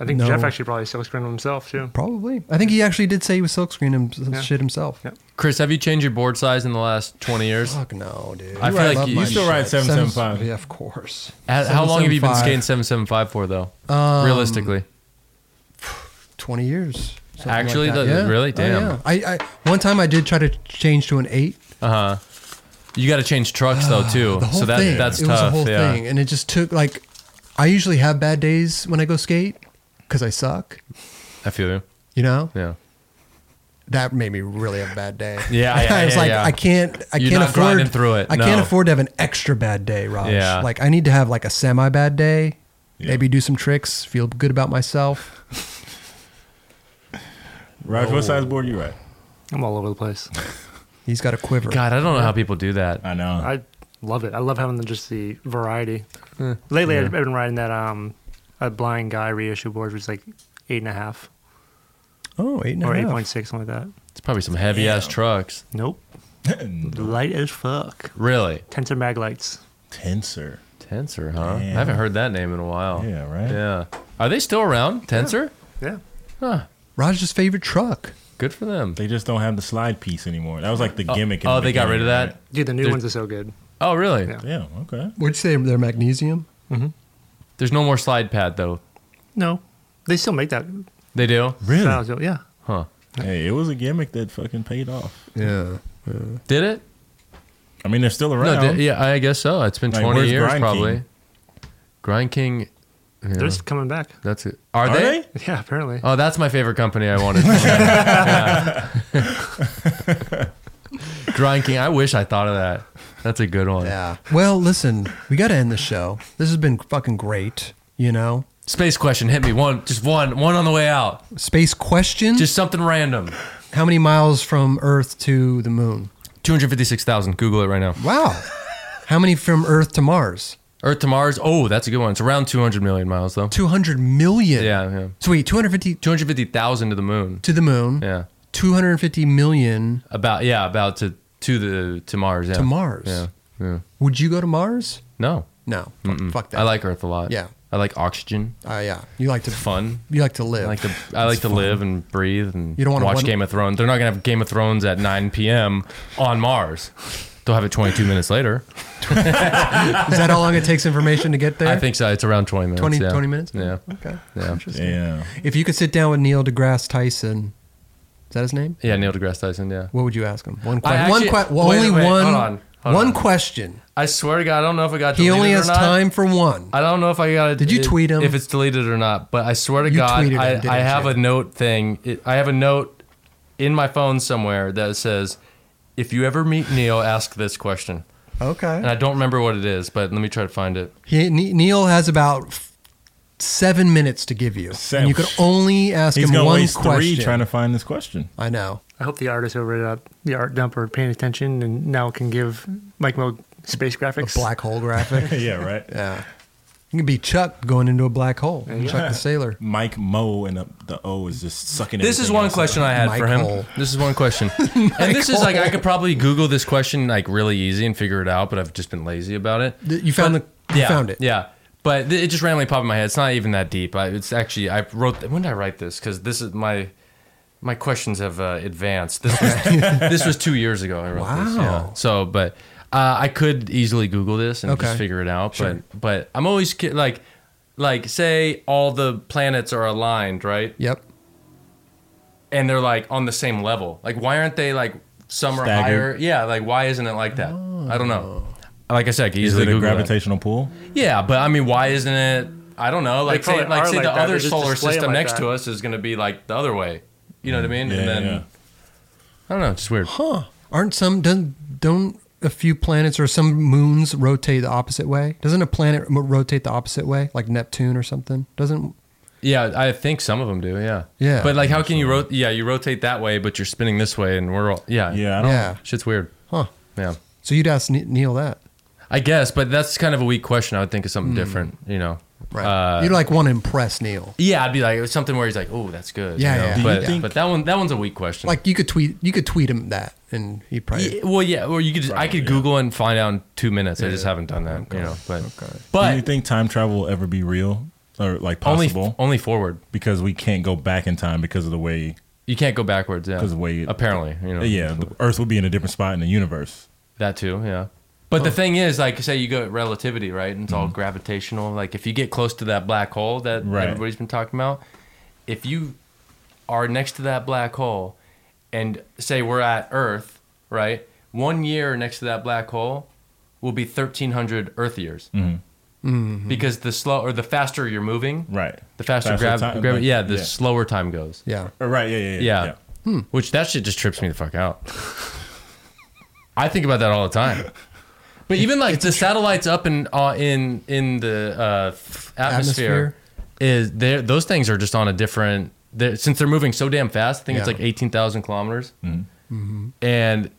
Speaker 2: I think
Speaker 1: No.
Speaker 2: Jeff actually probably silk screened himself too.
Speaker 1: Probably. I think he actually did say he was silk screened and
Speaker 2: Yeah.
Speaker 1: shit himself.
Speaker 2: Yeah.
Speaker 4: Chris, have you changed your board size in the last twenty years?
Speaker 1: Fuck no, dude.
Speaker 4: I feel like
Speaker 1: love
Speaker 4: you-
Speaker 1: my
Speaker 4: you
Speaker 3: still ride
Speaker 1: shit.
Speaker 3: 775.
Speaker 1: Seven- Yeah, of course.
Speaker 4: How, how long have you been
Speaker 1: 775?
Speaker 4: skating seven seven five for though?
Speaker 1: Um,
Speaker 4: Realistically,
Speaker 1: Twenty years. something like
Speaker 4: Actually,
Speaker 1: that.
Speaker 4: that- really? Damn.
Speaker 1: yeah. I, I one time I did try to change to an eight.
Speaker 4: uh huh. You got to change trucks though too.
Speaker 1: The whole
Speaker 4: so that
Speaker 1: thing.
Speaker 4: that's
Speaker 1: it
Speaker 4: tough.
Speaker 1: was a whole
Speaker 4: yeah.
Speaker 1: thing, and it just took like. I usually have bad days when I go skate because I suck.
Speaker 4: I feel you.
Speaker 1: You know
Speaker 4: Yeah.
Speaker 1: that made me really have a bad day.
Speaker 4: Yeah, yeah,
Speaker 1: I was
Speaker 4: yeah,
Speaker 1: like,
Speaker 4: yeah.
Speaker 1: I can't, I
Speaker 4: You're
Speaker 1: can't
Speaker 4: not
Speaker 1: afford
Speaker 4: grinding through it,
Speaker 1: I can't
Speaker 4: no.
Speaker 1: afford to have an extra bad day, Raj.
Speaker 4: Yeah.
Speaker 1: like I need to have like a semi bad day.
Speaker 3: Yeah.
Speaker 1: Maybe do some tricks, feel good about myself.
Speaker 3: Raj,
Speaker 2: Oh.
Speaker 3: what size board you at?
Speaker 2: I'm all over the place.
Speaker 1: He's got a quiver.
Speaker 4: God, I don't know how people do that.
Speaker 3: I know.
Speaker 2: I love it. I love having the, just the variety. Lately, I've been riding that um, a blind guy reissue board, which is like eight and a half
Speaker 1: Oh, eight and a
Speaker 2: or eight
Speaker 1: half.
Speaker 2: point six, something like that.
Speaker 4: It's probably some heavy ass trucks.
Speaker 2: Nope, light as fuck.
Speaker 4: Really?
Speaker 2: Tensor mag lights.
Speaker 3: Tensor.
Speaker 4: Tensor, huh?
Speaker 3: Yeah.
Speaker 4: I haven't heard that name in a while.
Speaker 3: Yeah, right?
Speaker 4: Yeah. Are they still around? Tensor?
Speaker 2: Yeah,
Speaker 4: Huh.
Speaker 1: Raj's favorite truck.
Speaker 4: Good for them.
Speaker 3: They just don't have the slide piece anymore. That was like the gimmick. in
Speaker 4: oh,
Speaker 3: the
Speaker 4: they got rid of
Speaker 3: beginning,
Speaker 4: that?
Speaker 2: dude, the new
Speaker 4: There's-
Speaker 2: ones are so good.
Speaker 4: Oh, really?
Speaker 2: Yeah.
Speaker 3: right? Yeah, okay.
Speaker 1: Would you say they're magnesium?
Speaker 4: There's no more slide pad though.
Speaker 2: No, they still make that.
Speaker 4: They do?
Speaker 2: style, so- Yeah,
Speaker 4: Huh.
Speaker 3: Hey, it was a gimmick that fucking paid off.
Speaker 1: Yeah.
Speaker 4: Did it?
Speaker 3: I mean, they're still around.
Speaker 4: No, di- yeah, I guess so. It's been
Speaker 3: Like,
Speaker 4: 20
Speaker 3: where's
Speaker 4: years
Speaker 3: Grind
Speaker 4: probably.
Speaker 3: King?
Speaker 4: Grind King,
Speaker 2: they're just coming back.
Speaker 4: that's it. Are,
Speaker 3: Are they?
Speaker 2: Yeah, apparently.
Speaker 4: Oh, that's my favorite company I wanted. Yeah. Grind King. I wish I thought of that. That's a good one.
Speaker 1: Yeah. Well, listen, we got to end the show. This has been fucking great. You know,
Speaker 4: Space question. Hit me. One. Just one. One on the way out.
Speaker 1: space question.
Speaker 4: Just something random.
Speaker 1: how many miles from Earth to the moon?
Speaker 4: 256,000. Google it right now.
Speaker 1: Wow. how many from Earth to Mars?
Speaker 4: Earth to Mars. Oh, that's a good one. It's around 200 million miles, though.
Speaker 1: Two hundred million.
Speaker 4: Yeah, yeah.
Speaker 1: Sweet. Two hundred fifty
Speaker 4: 250,000 to the moon.
Speaker 1: to the moon.
Speaker 4: Yeah.
Speaker 1: Two hundred fifty million
Speaker 4: About, yeah, about to to the to Mars. Yeah.
Speaker 1: to Mars.
Speaker 4: Yeah. yeah.
Speaker 1: Would you go to Mars?
Speaker 4: No.
Speaker 1: No. Fuck- Fuck that.
Speaker 4: I like Earth a lot.
Speaker 1: Yeah.
Speaker 4: I like oxygen.
Speaker 1: Uh, yeah, you like to
Speaker 4: It's fun.
Speaker 1: you like to live.
Speaker 4: I like to I like to live and breathe and
Speaker 1: You don't wanna
Speaker 4: watch
Speaker 1: one-
Speaker 4: Game of Thrones. They're not gonna have Game of Thrones at 9 p.m. on Mars. They'll have it 22 minutes later.
Speaker 1: Is that how long it takes information to get there?
Speaker 4: I think so. It's around 20 minutes.
Speaker 1: 20,
Speaker 4: yeah.
Speaker 1: 20 minutes.
Speaker 4: Yeah.
Speaker 1: Okay.
Speaker 4: Yeah.
Speaker 1: Interesting.
Speaker 3: Yeah.
Speaker 1: If you could sit down with Neil deGrasse Tyson, is that his name?
Speaker 4: Yeah. Neil deGrasse Tyson. Yeah.
Speaker 1: What would you ask him? One
Speaker 4: I
Speaker 1: question. One
Speaker 4: actually-
Speaker 1: que- well,
Speaker 4: wait,
Speaker 1: only
Speaker 4: wait,
Speaker 1: one.
Speaker 4: hold on, hold
Speaker 1: one
Speaker 4: on.
Speaker 1: question.
Speaker 4: I swear to God, I don't know if I got
Speaker 1: He
Speaker 4: deleted
Speaker 1: only has
Speaker 4: or not.
Speaker 1: time for one.
Speaker 4: I don't know if I got it.
Speaker 1: Did you
Speaker 4: it-
Speaker 1: tweet him?
Speaker 4: If it's deleted or not, but I swear to
Speaker 1: You
Speaker 4: God,
Speaker 1: tweeted him,
Speaker 4: I,
Speaker 1: didn't
Speaker 4: I have
Speaker 1: you?
Speaker 4: a note thing. It, I have a note in my phone somewhere that says, if you ever meet Neil, ask this question.
Speaker 1: Okay.
Speaker 4: And I don't remember what it is, but let me try to find it.
Speaker 1: He, Ne- Neil has about f- seven minutes to give you.
Speaker 3: Seven.
Speaker 1: And you could only ask
Speaker 3: He's
Speaker 1: him
Speaker 3: gonna
Speaker 1: one
Speaker 3: waste
Speaker 1: question.
Speaker 3: three trying to find this question.
Speaker 1: I know.
Speaker 2: I hope the artists over at uh, the art dump are paying attention and now can give Mike Mo space
Speaker 1: A
Speaker 2: graphics.
Speaker 1: black hole graphic.
Speaker 3: yeah, right.
Speaker 1: yeah. You could be Chuck going into a black hole. Chuck the sailor.
Speaker 3: Mike Mo and the, the O is just sucking.
Speaker 4: This is
Speaker 3: everything
Speaker 4: one
Speaker 3: else.
Speaker 4: question I had for him.
Speaker 1: Michael.
Speaker 4: This is one question. and this is like I could probably Google this question like really easy and figure it out, but I've just been lazy about it.
Speaker 1: Th- You found the. You
Speaker 4: yeah,
Speaker 1: found it.
Speaker 4: Yeah. But th- it just randomly popped in my head. It's not even that deep. I, it's actually I wrote. When did I write this? Because this is my my questions have uh, advanced. This was this was two years ago. I wrote this.
Speaker 1: Wow.
Speaker 4: Yeah. So, but uh, I could easily Google this and
Speaker 1: Okay.
Speaker 4: just figure it out.
Speaker 1: Sure.
Speaker 4: But but I'm always ki- like like say all the planets are aligned, right?
Speaker 1: Yep.
Speaker 4: and they're like on the same level. Like, why aren't they like some are
Speaker 3: Staggered.
Speaker 4: higher? Yeah, like why isn't it like that? I don't know. Like I said, I could
Speaker 3: Oh. Is
Speaker 4: easily
Speaker 3: it a
Speaker 4: Google that.
Speaker 3: gravitational pull?
Speaker 4: Yeah, but I mean, why isn't it? I don't know. Like, say,
Speaker 2: probably
Speaker 4: like
Speaker 2: are
Speaker 4: say
Speaker 2: like
Speaker 4: the
Speaker 2: that. They
Speaker 4: other
Speaker 2: just
Speaker 4: solar
Speaker 2: display 'em
Speaker 4: system
Speaker 2: like
Speaker 4: next
Speaker 2: that.
Speaker 4: to us is going to be like the other way. You know what I mean?
Speaker 3: Yeah,
Speaker 4: and then
Speaker 3: yeah.
Speaker 4: I don't know. It's weird.
Speaker 1: Huh. Aren't some don't don't a few planets or some moons rotate the opposite way? Doesn't a planet mo- rotate the opposite way, like Neptune or something? Doesn't
Speaker 4: Yeah, I think some of them do. Yeah.
Speaker 1: Yeah.
Speaker 4: But like, how can you rotate? Yeah, you rotate that way, but you're spinning this way, and we're all yeah.
Speaker 3: Yeah, I don't.
Speaker 1: yeah?
Speaker 4: Shit's weird.
Speaker 1: Huh.
Speaker 4: Yeah.
Speaker 1: So you'd ask Ne- Neil that,
Speaker 4: I guess, but that's kind of a weak question. I would think of
Speaker 3: Hmm.
Speaker 4: something different. You know.
Speaker 1: right?
Speaker 4: Uh,
Speaker 1: you'd like want to impress Neil.
Speaker 4: Yeah, I'd be like it was something where he's like, "Oh, that's good."
Speaker 1: Yeah,
Speaker 4: you know?
Speaker 1: yeah. Do you
Speaker 4: But,
Speaker 3: think-
Speaker 4: but that one, that one's a weak question.
Speaker 1: Like you could tweet, you could tweet him that, and he'd probably.
Speaker 4: Yeah, well, yeah, or you could just, I could Google and find out in two minutes. I just haven't done that, you know. But
Speaker 3: Do you
Speaker 4: but
Speaker 3: think time travel will ever be real or like
Speaker 4: only
Speaker 3: possible?
Speaker 4: only forward.
Speaker 3: because we can't go back in time because of the way.
Speaker 4: You can't go backwards. Yeah,
Speaker 3: 'Cause the way it-
Speaker 4: apparently, you know.
Speaker 3: Yeah, the Earth would be in a different spot in the universe.
Speaker 4: that too. Yeah. But the thing is, like, say you go at relativity, right? And it's all gravitational. Like, if you get close to that black hole that
Speaker 3: Right.
Speaker 4: everybody's been talking about, if you are next to that black hole, and say we're at Earth, right? One year next to that black hole will be thirteen hundred Earth years. Because the slow or the faster you're moving,
Speaker 3: Right.
Speaker 4: the faster,
Speaker 3: Faster
Speaker 4: grav-
Speaker 3: time,
Speaker 4: gravity,
Speaker 3: like,
Speaker 4: yeah, the
Speaker 3: yeah.
Speaker 4: slower time goes.
Speaker 1: Yeah.
Speaker 3: Or, right. Yeah. Yeah. Yeah.
Speaker 4: Yeah. Hmm.
Speaker 3: yeah.
Speaker 4: Which that shit just trips me the fuck out. I think about that all the time. But even like the satellites up in uh, in in the uh, f-
Speaker 1: Atmosphere.
Speaker 4: atmosphere, is there those things are just on a different they're, since they're moving so damn fast. I think it's
Speaker 1: Yeah.
Speaker 4: like eighteen thousand kilometers, and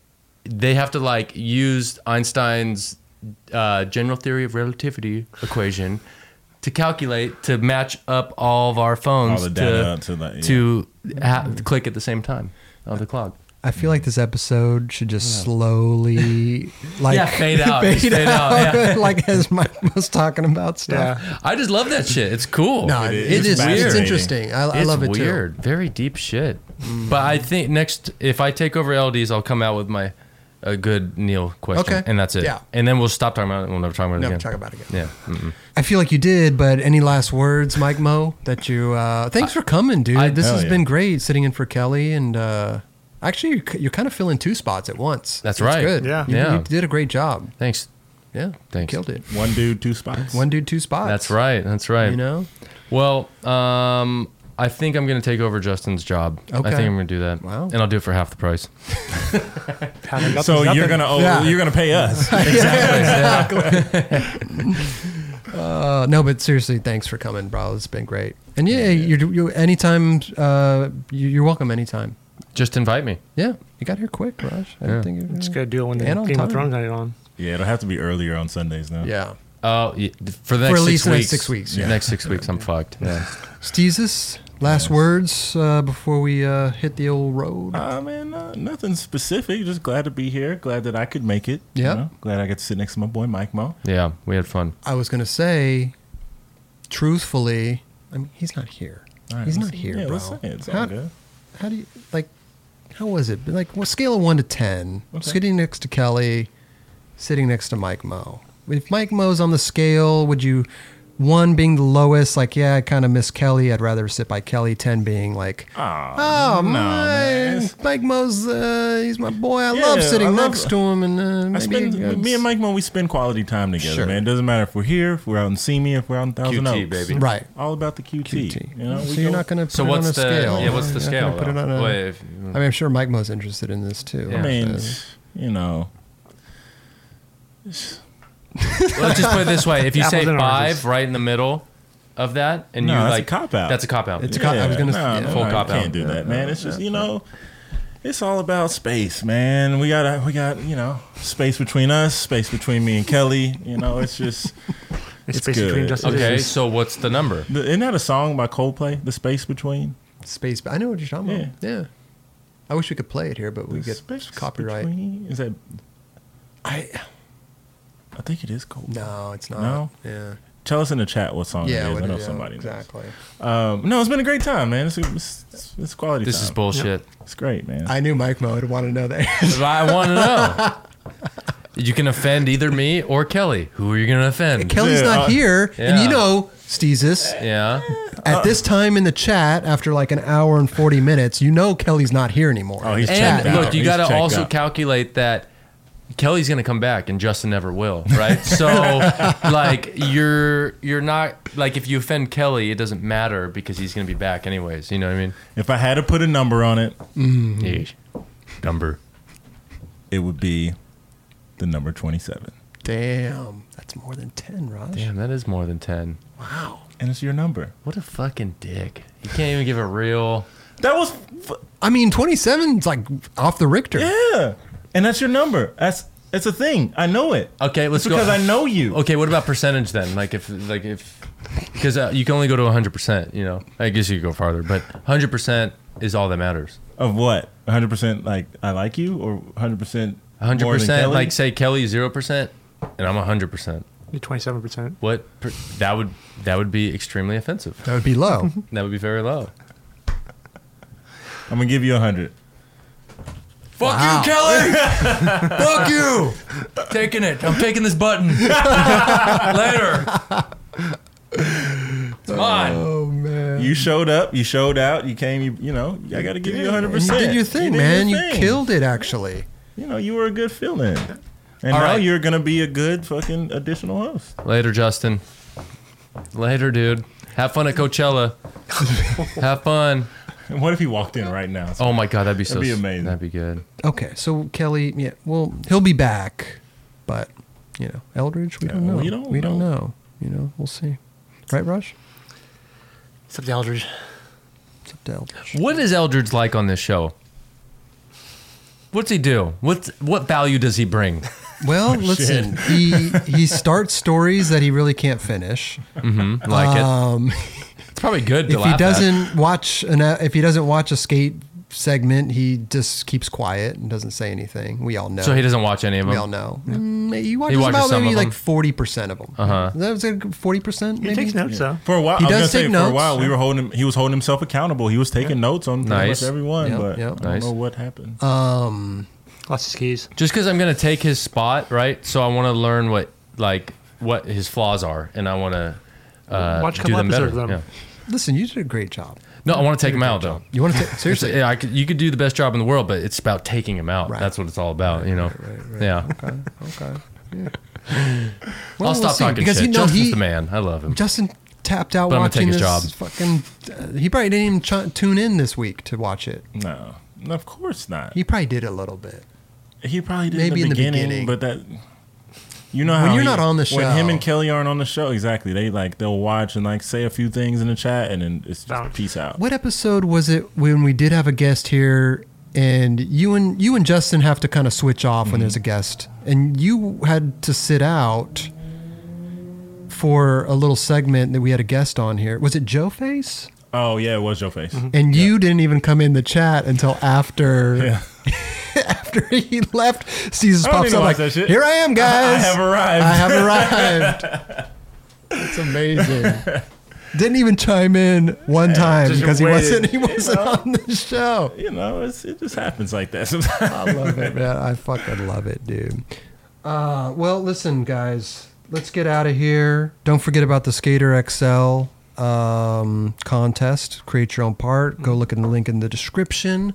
Speaker 4: they have to like use Einstein's uh, general theory of relativity equation to calculate to match up all of our phones
Speaker 3: All the
Speaker 4: to-
Speaker 3: data to, that. yeah.
Speaker 4: to ha- click at the same time on the clock.
Speaker 1: I feel like this episode should just slowly, like,
Speaker 4: Yeah, fade out, just fade out, yeah.
Speaker 1: like as Mike was talking about stuff.
Speaker 2: Yeah.
Speaker 4: I just love that shit. It's cool.
Speaker 1: No,
Speaker 3: It
Speaker 1: it
Speaker 3: is
Speaker 1: is. It's
Speaker 3: fascinating.
Speaker 1: interesting. I, I
Speaker 4: It's
Speaker 1: love it too.
Speaker 4: weird. Very deep shit. But I think next, if I take over LDs, I'll come out with my a good Neil question,
Speaker 1: Okay.
Speaker 4: and that's it.
Speaker 1: Yeah.
Speaker 4: And then we'll stop talking about it. and We'll never talk about it
Speaker 1: Never
Speaker 4: again.
Speaker 1: talk about it again.
Speaker 4: Yeah. Mm-mm.
Speaker 1: I feel like you did, but any last words, Mike Mo, that you, uh, thanks for coming, dude.
Speaker 4: I-
Speaker 1: this
Speaker 3: Hell
Speaker 1: has
Speaker 3: yeah.
Speaker 1: been great sitting in for Kelly and, uh, actually you're, you're kind of filling two spots at once.
Speaker 4: That's right.
Speaker 1: good.
Speaker 2: Yeah.
Speaker 1: You,
Speaker 4: Yeah.
Speaker 1: you did a great job.
Speaker 4: Thanks.
Speaker 1: Yeah.
Speaker 4: Thanks.
Speaker 1: Killed it.
Speaker 3: one dude, two spots.
Speaker 1: One dude, two spots.
Speaker 4: That's right. That's right.
Speaker 1: You know?
Speaker 4: Well, um, I think I'm gonna take over Justin's job.
Speaker 1: Okay.
Speaker 4: I think I'm gonna do that.
Speaker 1: Wow.
Speaker 4: And I'll do it for half the price.
Speaker 2: Pounding up
Speaker 3: So
Speaker 2: is
Speaker 3: you're
Speaker 2: nothing.
Speaker 3: gonna owe,
Speaker 1: Yeah.
Speaker 3: you're gonna pay us.
Speaker 1: Uh, no, but seriously, thanks for coming, bro. It's been great. And yeah, you're, you anytime, uh, you, you're welcome anytime.
Speaker 4: Just invite me.
Speaker 1: Yeah. You got here quick, Raj. I
Speaker 4: Yeah.
Speaker 1: don't think you're
Speaker 2: It's good deal when the
Speaker 1: And on
Speaker 2: Game
Speaker 1: time.
Speaker 2: of Thrones night on.
Speaker 3: yeah, it'll have to be earlier on Sundays now.
Speaker 1: Yeah.
Speaker 4: Oh, yeah, for the next
Speaker 1: at
Speaker 4: six
Speaker 1: least the
Speaker 4: weeks.
Speaker 1: next six weeks, yeah.
Speaker 4: Next six weeks, I'm fucked. Yeah.
Speaker 1: Steezus, last
Speaker 3: Yes.
Speaker 1: words, uh, before we, uh, hit the old road.
Speaker 3: Uh, man, uh, nothing specific. Just glad to be here. Glad that I could make it. you
Speaker 1: Yeah.
Speaker 3: know? Glad I got to sit next to my boy Mike Mo.
Speaker 4: Yeah, we had fun.
Speaker 1: I was gonna say, truthfully, I mean, he's not here.
Speaker 3: All right,
Speaker 1: he's
Speaker 3: let's-
Speaker 1: not here,
Speaker 3: yeah,
Speaker 1: bro.
Speaker 3: let's say it. It's all
Speaker 1: how,
Speaker 3: good.
Speaker 1: how do you like? How was it? Like, well, scale of one to ten.
Speaker 3: Okay.
Speaker 1: Sitting next to Kelly, sitting next to Mike Mo. If Mike Mo's on the scale, would you one being the lowest? Like, yeah, I kind of miss Kelly. I'd rather sit by Kelly. Ten being like,
Speaker 3: Oh,
Speaker 1: oh
Speaker 3: no, man.
Speaker 1: my,
Speaker 3: It's-
Speaker 1: Mike Mo's. Uh, he's my boy. I
Speaker 3: Yeah,
Speaker 1: love
Speaker 3: I
Speaker 1: sitting
Speaker 3: love-
Speaker 1: next to him. And uh,
Speaker 3: I
Speaker 1: maybe
Speaker 3: spend
Speaker 1: uh,
Speaker 3: me and Mike Mo. We spend quality time together,
Speaker 1: Sure.
Speaker 3: man. It doesn't matter if we're here, if we're out in Simi, if we're out in Thousand
Speaker 4: QT,
Speaker 3: Oaks,
Speaker 4: baby.
Speaker 1: Right.
Speaker 3: All about the QT.
Speaker 1: QT.
Speaker 3: You know, we
Speaker 1: so you're
Speaker 3: go-
Speaker 1: not going to.
Speaker 4: So
Speaker 1: put it
Speaker 4: what's
Speaker 1: on
Speaker 4: the
Speaker 1: a scale?
Speaker 4: yeah? What's
Speaker 1: You're not
Speaker 4: the
Speaker 1: gonna
Speaker 4: scale?
Speaker 1: Put it
Speaker 4: though?
Speaker 1: on a,
Speaker 4: Wait, if-
Speaker 1: I mean, I'm sure Mike Mo's interested in this too. uh,
Speaker 4: Yeah.
Speaker 3: I
Speaker 4: I
Speaker 3: mean,
Speaker 1: So-
Speaker 3: you know,
Speaker 4: Let's just put it this way: if you say
Speaker 2: Apples and oranges.
Speaker 4: five right in the middle of that, and
Speaker 3: No,
Speaker 4: you
Speaker 3: that's a
Speaker 4: like
Speaker 3: cop-out.
Speaker 4: That's a cop out.
Speaker 1: It's a cop- I was gonna-
Speaker 3: nah,
Speaker 1: yeah.
Speaker 3: nah,
Speaker 4: Full
Speaker 3: nah, you
Speaker 4: cop-out.
Speaker 3: Can't do that, man. It's just you know, it's all about space, man. We got we got you know space between us, space between me and Kelly. You know, it's just
Speaker 2: It's,
Speaker 3: It's
Speaker 2: space between
Speaker 3: good.
Speaker 2: just
Speaker 4: okay, so what's the number?
Speaker 3: the- isn't that a song by Coldplay? The space between.
Speaker 1: space. I know what you're talking about. Yeah. I wish we could play it here, but we
Speaker 3: The
Speaker 1: get
Speaker 3: space
Speaker 1: copyright.
Speaker 3: between- Is that I? I think it is Coldplay.
Speaker 1: No, it's not.
Speaker 3: No?
Speaker 1: Yeah.
Speaker 3: Tell us in the chat what song
Speaker 1: Yeah.
Speaker 3: it is.
Speaker 1: what-
Speaker 3: I know
Speaker 1: yeah,
Speaker 3: somebody knows.
Speaker 1: Exactly.
Speaker 3: Um, no, it's been a great time, man. It's it's, it's, it's quality.
Speaker 4: This
Speaker 3: time.
Speaker 4: is bullshit.
Speaker 3: It's great, man.
Speaker 1: I knew Mike Mo would want to know that.
Speaker 4: But I want to know. You can offend either me or Kelly. Who are you going to offend?
Speaker 1: Kelly's
Speaker 3: Yeah,
Speaker 1: not
Speaker 3: I-
Speaker 1: here, and
Speaker 4: Yeah.
Speaker 1: you know, Steezus,
Speaker 4: Yeah.
Speaker 1: at this time in the chat, after like an hour and forty minutes, you know Kelly's not here anymore.
Speaker 3: Oh, he's
Speaker 1: The
Speaker 3: checked
Speaker 1: chat.
Speaker 4: And
Speaker 3: out.
Speaker 4: look, you
Speaker 3: He's
Speaker 4: got
Speaker 3: checked
Speaker 4: to also
Speaker 3: out.
Speaker 4: calculate that Kelly's going to come back and Justin never will, right? So like you're you're not like if you offend Kelly, it doesn't matter because he's going to be back anyways, you know what I mean?
Speaker 3: if I had to put a number on it, Mm-hmm.
Speaker 4: Number.
Speaker 3: it would be the number 27.
Speaker 1: Damn, that's more than ten, Raj.
Speaker 4: Damn, that is more than 10.
Speaker 1: Wow.
Speaker 3: And it's your number.
Speaker 4: What a fucking dick. You can't even give a real
Speaker 3: That was, f-
Speaker 1: I mean, twenty-seven's like off the Richter.
Speaker 3: yeah. And that's your number. That's it's a thing. I know it.
Speaker 4: Okay, let's
Speaker 3: it's because
Speaker 4: go.
Speaker 3: I know you.
Speaker 4: Okay, what about percentage then? Like if like if because uh, you can only go to 100%, you know. I guess you could go farther, but 100% is all that matters.
Speaker 3: Of what? 100% like I like you or 100% more than
Speaker 4: 100%
Speaker 3: Kelly?
Speaker 4: like say Kelly 0% and I'm 100%.
Speaker 2: twenty-seven percent.
Speaker 4: What per, that would that would be extremely offensive.
Speaker 1: That would be low.
Speaker 4: That would be very low.
Speaker 3: I'm going to give you 100.
Speaker 4: Fuck you, Kelly! Fuck you! Taking it. I'm taking this button. Later. It's mine.
Speaker 1: Oh man.
Speaker 3: You showed up, you showed out, you came, you, you know, I got to give you 100%.
Speaker 1: And you did your thing,
Speaker 3: did your
Speaker 1: man. You
Speaker 3: thing.
Speaker 1: killed it, actually.
Speaker 3: You know, you were a good feeling. And
Speaker 4: All
Speaker 3: now
Speaker 4: right.
Speaker 3: you're going to be a good fucking additional host.
Speaker 4: Later, Justin. Later, dude. Have fun at Coachella. Have fun.
Speaker 3: And what if he walked in right now?
Speaker 4: Oh my god, that'd be so
Speaker 3: That'd be amazing.
Speaker 4: That'd be good.
Speaker 1: Okay, so Kelly, yeah, well, he'll be back, but you know, Eldridge, we don't
Speaker 3: Yeah,
Speaker 1: know.
Speaker 3: we don't
Speaker 1: we don't
Speaker 3: know.
Speaker 1: know. You know, we'll see. Right, Rush?
Speaker 2: It's up to Eldridge.
Speaker 1: It's up to Eldridge.
Speaker 4: What is Eldridge like on this show? What's he do? What's what value does he bring? Oh,
Speaker 1: Well, listen, he he starts stories that he really can't finish.
Speaker 4: Mm-hmm. Like
Speaker 1: Um,
Speaker 4: it? It's probably good. To
Speaker 1: if he
Speaker 4: laugh at.
Speaker 1: doesn't watch an if he doesn't watch a skate segment, he just keeps quiet and doesn't say anything. We all know.
Speaker 4: So he doesn't watch any of them.
Speaker 1: we all know. Mm, he watches,
Speaker 4: watches
Speaker 1: about
Speaker 4: some
Speaker 1: maybe
Speaker 4: of
Speaker 1: like
Speaker 4: them.
Speaker 1: forty percent of them.
Speaker 4: Uh-huh.
Speaker 1: That was forty percent.
Speaker 2: He takes notes though.
Speaker 3: For a while,
Speaker 1: He
Speaker 3: I was
Speaker 1: does take
Speaker 3: gonna say, For
Speaker 1: notes.
Speaker 3: a while, we were holding him. He was holding himself accountable. He was taking notes on pretty
Speaker 4: Nice.
Speaker 3: much everyone,
Speaker 1: Yep,
Speaker 3: but
Speaker 1: yep.
Speaker 3: I don't
Speaker 4: Nice.
Speaker 3: know what happened.
Speaker 1: Uh, Um,
Speaker 2: Lots of skis.
Speaker 4: Just because I'm gonna take his spot, right? So I want to learn what like what his flaws are, and I want to uh,
Speaker 2: Watch a
Speaker 4: do
Speaker 2: couple
Speaker 4: them better.
Speaker 2: episodes of them.
Speaker 4: Yeah.
Speaker 1: Listen, you did a great job.
Speaker 4: No, I want to take him out though.
Speaker 1: You want to take
Speaker 4: It's-
Speaker 1: seriously?
Speaker 4: yeah, I could, you could do the best job in the world, but it's about taking him out.
Speaker 1: Right.
Speaker 4: That's what it's all about, you know. Yeah,
Speaker 1: Okay.
Speaker 4: I'll stop talking
Speaker 1: because
Speaker 4: shit.
Speaker 1: you know
Speaker 4: Justin's
Speaker 1: he
Speaker 4: the man. I love him.
Speaker 1: Justin tapped out
Speaker 4: But I'm gonna
Speaker 1: watching
Speaker 4: take his
Speaker 1: this
Speaker 4: job.
Speaker 1: fucking. Uh, he probably didn't even ch- tune in this week to watch it.
Speaker 3: No, no, of course not.
Speaker 1: He
Speaker 3: He,
Speaker 1: probably did a little bit.
Speaker 3: probably did
Speaker 1: Maybe
Speaker 3: in, the, beginning,
Speaker 1: beginning.
Speaker 3: but that you know how
Speaker 1: When you're
Speaker 3: he-
Speaker 1: not on the show.
Speaker 3: when him and Kelly aren't on the show, exactly. They like they'll watch and like say a few things in the chat, and then it's just
Speaker 2: Bounce.
Speaker 3: peace out.
Speaker 1: What episode was it when we did have a guest here? And you and you and Justin have to kind of switch off
Speaker 3: Mm-hmm.
Speaker 1: when there's a guest, and you had to sit out for a little segment that we had a guest on here. Was it Joe Face?
Speaker 3: Oh yeah, it was your face.
Speaker 1: And you didn't even come in the chat until after
Speaker 3: Yeah.
Speaker 1: after he left. Caesar
Speaker 3: I don't
Speaker 1: pops
Speaker 3: need to
Speaker 1: up
Speaker 3: watch
Speaker 1: like,
Speaker 3: that shit.
Speaker 1: "Here I am,
Speaker 3: I
Speaker 1: guys.
Speaker 3: have arrived.
Speaker 1: I have arrived." It's amazing. didn't even chime in one time
Speaker 2: just
Speaker 1: because he
Speaker 2: waited.
Speaker 1: wasn't he wasn't on the show.
Speaker 3: You know, it's, it just happens like that sometimes.
Speaker 1: I love it, man. I fucking love it, dude. Uh, well, listen, guys, let's get out of here. Don't forget about the Skater XL um, contest. Create your own part. Go look in the link in the description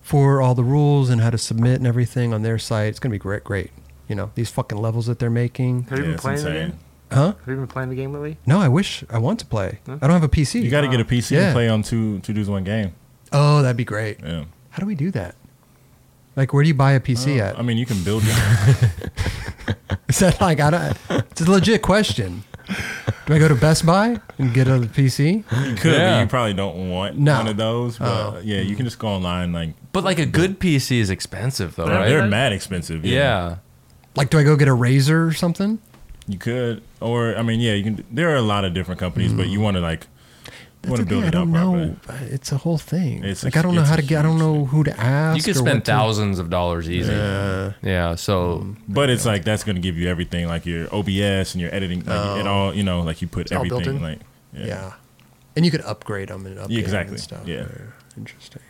Speaker 1: for all the rules and how to submit and everything on their site. It's gonna be great, great. You know these fucking levels that they're making.
Speaker 2: Have you
Speaker 3: Yeah,
Speaker 2: been
Speaker 3: it's
Speaker 2: playing the
Speaker 3: insane.
Speaker 2: game?
Speaker 1: Huh?
Speaker 2: Have you been playing the game lately?
Speaker 1: No, I wish I want to play. I don't have a PC.
Speaker 3: You got to get a PC
Speaker 1: Yeah.
Speaker 3: and play on two two dudes one game.
Speaker 1: oh, that'd be great.
Speaker 3: Yeah.
Speaker 1: How do we do that? Like, where do you buy a PC at?
Speaker 3: I mean, you can build your
Speaker 1: Is that like I don't? It's a legit question. Do I go to Best Buy and get a PC?
Speaker 3: You could,
Speaker 4: Yeah.
Speaker 3: but you probably don't want
Speaker 1: No. Oh.
Speaker 3: one of those. But yeah, you can just go online. Like
Speaker 4: But like a good PC is expensive though, right?
Speaker 3: they're mad expensive.
Speaker 4: yeah.
Speaker 1: Like, do I go get a Razer or something?
Speaker 3: you could, or I mean, yeah, you can. There are a lot of different companies, but you want to like want
Speaker 1: the
Speaker 3: to build
Speaker 1: thing, Mm.
Speaker 3: it
Speaker 1: I don't
Speaker 3: up
Speaker 1: know.
Speaker 3: properly.
Speaker 1: but It's a whole thing.
Speaker 3: It's a-
Speaker 1: like I don't know
Speaker 3: it's
Speaker 1: how
Speaker 3: a
Speaker 1: to get. I don't
Speaker 3: huge
Speaker 1: know who to ask.
Speaker 4: You could
Speaker 1: or
Speaker 4: spend
Speaker 1: what to-
Speaker 4: thousands of dollars easy. Yeah. So
Speaker 3: But it's like that's going to give you everything, like your OBS and your editing, like it all. You know, like you put
Speaker 1: Oh. all built
Speaker 3: everything,
Speaker 1: in?
Speaker 3: like yeah.
Speaker 1: Yeah. and you could upgrade them and update 'em
Speaker 3: exactly.
Speaker 1: and stuff.
Speaker 3: Yeah.
Speaker 1: interesting.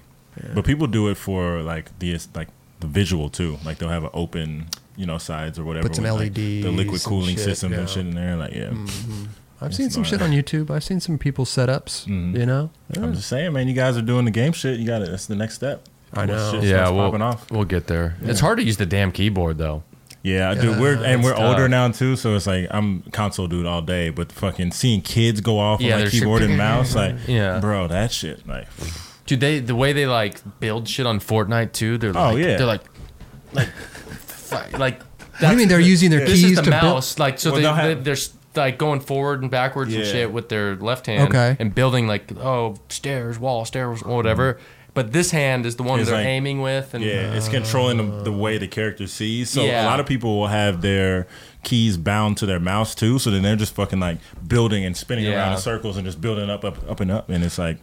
Speaker 3: But people do it for like the like the visual too. Like they'll have an open, you know, sides or whatever.
Speaker 1: Put some
Speaker 3: with, like, the
Speaker 1: LEDs
Speaker 3: liquid
Speaker 1: E and
Speaker 3: cooling
Speaker 1: shit,
Speaker 3: systems and
Speaker 1: yeah. Mm.
Speaker 3: shit in there. Like yeah.
Speaker 1: I've
Speaker 3: It's
Speaker 1: seen some
Speaker 3: not-
Speaker 1: shit on YouTube. I've seen some people setups.
Speaker 3: Mm-hmm.
Speaker 1: You know,
Speaker 3: I'm just saying, man. You guys are doing the game shit. You got to That's the next step.
Speaker 1: I
Speaker 3: Once
Speaker 1: know.
Speaker 3: shit
Speaker 4: yeah,
Speaker 3: starts
Speaker 4: we'll,
Speaker 3: popping off.
Speaker 4: we'll get there. It's hard to use the damn keyboard though.
Speaker 3: Yeah, dude, we're and we're
Speaker 4: tough.
Speaker 3: older now too, so it's like I'm console dude all day, but fucking seeing kids go off
Speaker 4: Yeah,
Speaker 3: on
Speaker 4: they're
Speaker 3: like keyboard
Speaker 4: shooting-
Speaker 3: and mouse, like,
Speaker 4: Yeah.
Speaker 3: bro, that shit, like,
Speaker 4: Dude, they the way they like build shit on Fortnite too, they're like
Speaker 3: Oh, yeah.
Speaker 4: they're like like fi- like
Speaker 1: What do you mean they're using their
Speaker 4: this
Speaker 1: keys
Speaker 4: is the
Speaker 1: to build-
Speaker 4: mouse. Like so
Speaker 3: Well,
Speaker 4: they,
Speaker 3: they'll have-
Speaker 4: they they're s- like going forward and backwards and
Speaker 3: Yeah.
Speaker 4: shit with their left hand
Speaker 1: Okay.
Speaker 4: and building like oh stairs, wall, stairs, whatever. But this hand is the one
Speaker 3: It's
Speaker 4: they're
Speaker 3: like-
Speaker 4: aiming with and
Speaker 3: yeah, it's controlling the, the way the character sees. So
Speaker 4: Yeah.
Speaker 3: a lot of people will have their keys bound to their mouse too, so then they're just fucking like building and spinning around
Speaker 4: Yeah.
Speaker 3: in circles and just building up, up, up and up, and it's like.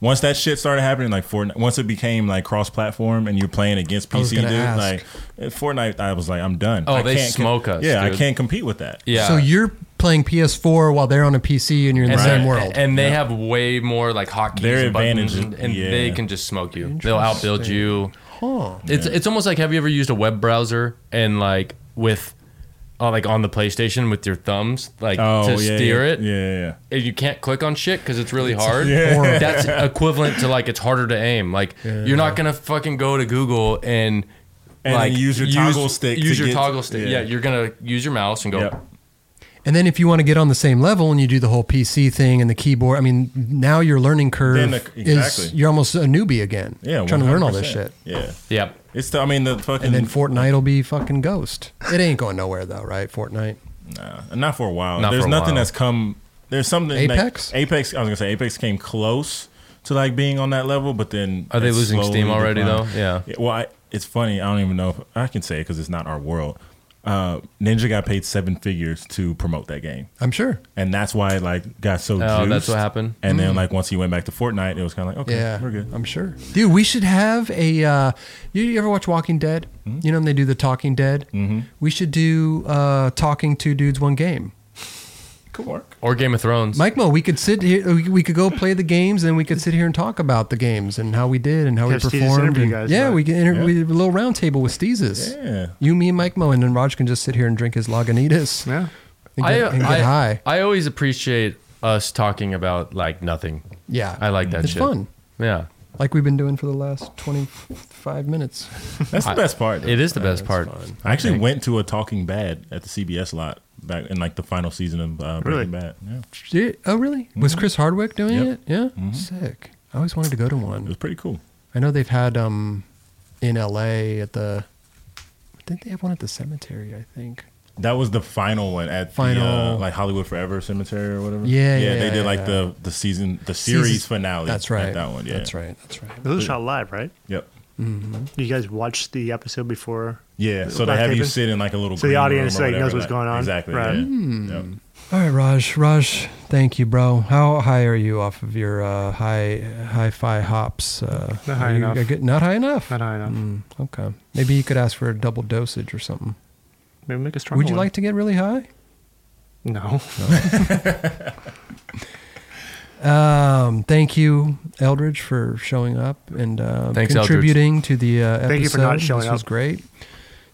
Speaker 3: Once that shit started happening, like Fortnite, once it became like cross-platform and you're playing against
Speaker 1: was
Speaker 3: PC, dude,
Speaker 1: gonna ask.
Speaker 3: like Fortnite, I was like, I'm done.
Speaker 4: Oh,
Speaker 3: I
Speaker 4: they
Speaker 3: com-
Speaker 4: smoke us,
Speaker 3: Yeah, I
Speaker 4: dude.
Speaker 3: can't compete with that.
Speaker 4: yeah.
Speaker 1: So you're playing PS4 while they're on a PC and you're in the
Speaker 4: and
Speaker 1: same
Speaker 4: they're-
Speaker 1: world.
Speaker 4: And they have way more like hotkeys
Speaker 3: Their
Speaker 4: and buttons, and,
Speaker 3: advantage is-
Speaker 4: and they
Speaker 3: yeah.
Speaker 4: can just smoke you. They'll outbuild you.
Speaker 1: Huh.
Speaker 4: It's it's almost like have you ever used a web browser and like with uh, like on the PlayStation with your thumbs like
Speaker 3: Oh,
Speaker 4: to
Speaker 3: yeah,
Speaker 4: steer
Speaker 3: yeah,
Speaker 4: it.
Speaker 3: Yeah, yeah, yeah.
Speaker 4: And you can't click on shit because it's really hard.
Speaker 1: horrible.
Speaker 4: That's equivalent to like it's harder to aim. Like you're not gonna fucking go to Google and.
Speaker 3: And
Speaker 4: like
Speaker 3: then use your toggle stick
Speaker 4: Use
Speaker 3: to
Speaker 4: your
Speaker 3: get-
Speaker 4: toggle stick. Yeah.
Speaker 3: yeah.
Speaker 4: you're gonna use your mouse and go.
Speaker 3: Yep.
Speaker 1: And then if you want to get on the same level and you do the whole PC thing and the keyboard, I mean, now your learning curve
Speaker 3: Then the-
Speaker 1: is
Speaker 3: exactly.
Speaker 1: you're almost a newbie again.
Speaker 3: Yeah,
Speaker 1: trying to learn all this
Speaker 3: 100%.
Speaker 1: shit.
Speaker 3: Yeah,
Speaker 4: Yep.
Speaker 3: it's. The, I mean, the fucking.
Speaker 1: And then Fortnite will be fucking ghost. It ain't going nowhere though, right? Fortnite.
Speaker 3: nah, not for a while.
Speaker 4: Not
Speaker 3: there's
Speaker 4: for a
Speaker 3: nothing
Speaker 4: while.
Speaker 3: that's come. There's something.
Speaker 1: Apex?
Speaker 3: Like, Apex. I was gonna say Apex came close to like being on that level, but then
Speaker 4: Are they
Speaker 3: it
Speaker 4: losing
Speaker 3: slowly
Speaker 4: steam already,
Speaker 3: declined.
Speaker 4: though? Yeah.
Speaker 3: Well, I, it's funny. I don't even know if I can say it because it's not our world. Uh, Ninja got paid seven figures to promote that game.
Speaker 1: I'm sure.
Speaker 3: and that's why it like got so.
Speaker 4: Oh, that's
Speaker 3: juiced.
Speaker 4: what happened?
Speaker 3: And then like once he went back to Fortnite, it was kind of like okay,
Speaker 1: Mm. Yeah,
Speaker 3: we're good.
Speaker 1: I'm sure. Dude, we should have a. Uh, you, you ever watch Walking Dead?
Speaker 3: Hmm?
Speaker 1: You know, when they do the Talking Dead. Mm-hmm. We should do uh, Talking Two Dudes One Game.
Speaker 3: Could work.
Speaker 4: Or Game of Thrones.
Speaker 1: Mike Mo, we could sit here. we- We could go play the games, and we could sit here and talk about the games and how we did and how
Speaker 2: Have
Speaker 1: we
Speaker 2: Steez
Speaker 1: performed.
Speaker 2: interview
Speaker 1: and-
Speaker 2: you guys,
Speaker 1: yeah,
Speaker 2: but-
Speaker 1: we can inter-
Speaker 3: Yeah.
Speaker 1: we have a little round table with Steezes.
Speaker 3: Yeah.
Speaker 1: You, me, and Mike Mo, and then Raj can just sit here and drink his Lagunitas
Speaker 2: Yeah.
Speaker 1: and get, and get
Speaker 4: I,
Speaker 1: high.
Speaker 4: I always appreciate us talking about like nothing.
Speaker 1: Yeah,
Speaker 4: I like that
Speaker 1: It's
Speaker 4: shit.
Speaker 1: fun,
Speaker 4: Yeah.
Speaker 1: like we've been doing for the last twenty-five minutes.
Speaker 3: That's the best part. though.
Speaker 4: It is the best part.
Speaker 3: I actually went to a Talking Bad at the CBS lot back in like the final season of uh, Breaking
Speaker 2: Really?
Speaker 3: Bad. Yeah, it
Speaker 1: Did- oh, really? Was Chris Hardwick doing
Speaker 3: Mm-hmm. Yep. Mm-hmm.
Speaker 1: it? Yeah, sick. I always wanted to go to one.
Speaker 3: was pretty cool.
Speaker 1: I know they've had um in L.A. at the. I think they have one at the cemetery. I think.
Speaker 3: That was the final one at the uh,
Speaker 1: Final.
Speaker 3: like Hollywood Forever Cemetery or whatever.
Speaker 1: Yeah, yeah,
Speaker 3: They
Speaker 1: yeah,
Speaker 3: did like
Speaker 1: yeah.
Speaker 3: the the season the series
Speaker 1: Season-
Speaker 3: finale.
Speaker 1: That's
Speaker 3: at
Speaker 1: right.
Speaker 3: that one. Oh, Yeah,
Speaker 1: That's right. That's right.
Speaker 2: Those are shot live, right?
Speaker 3: Yep.
Speaker 2: You guys watched the episode before?
Speaker 3: Yeah, so they
Speaker 2: Live
Speaker 3: have you
Speaker 2: taping?
Speaker 3: sit in like a little.
Speaker 2: So the
Speaker 3: green
Speaker 2: audience,
Speaker 3: room or
Speaker 2: like, knows
Speaker 3: whatever,
Speaker 2: what's going on?
Speaker 3: Exactly.
Speaker 2: Right.
Speaker 3: Yeah.
Speaker 1: Hmm.
Speaker 3: Yep.
Speaker 1: All right, Raj. Raj, thank you, bro. How high are you off of your uh, high hi-fi hops? Uh,
Speaker 2: Not
Speaker 1: are
Speaker 2: high
Speaker 1: you-
Speaker 2: enough.
Speaker 1: I get- not high enough.
Speaker 2: Not high enough.
Speaker 1: Mm. Okay. Maybe you could ask for a double dosage or something.
Speaker 2: Maybe make a strong
Speaker 1: Would you like to get really high?
Speaker 2: No.
Speaker 1: Um, thank you, Eldridge, for showing up and uh,
Speaker 4: Thanks,
Speaker 1: contributing to the uh, episode.
Speaker 2: Thank you for not showing
Speaker 1: this
Speaker 2: up.
Speaker 1: was great.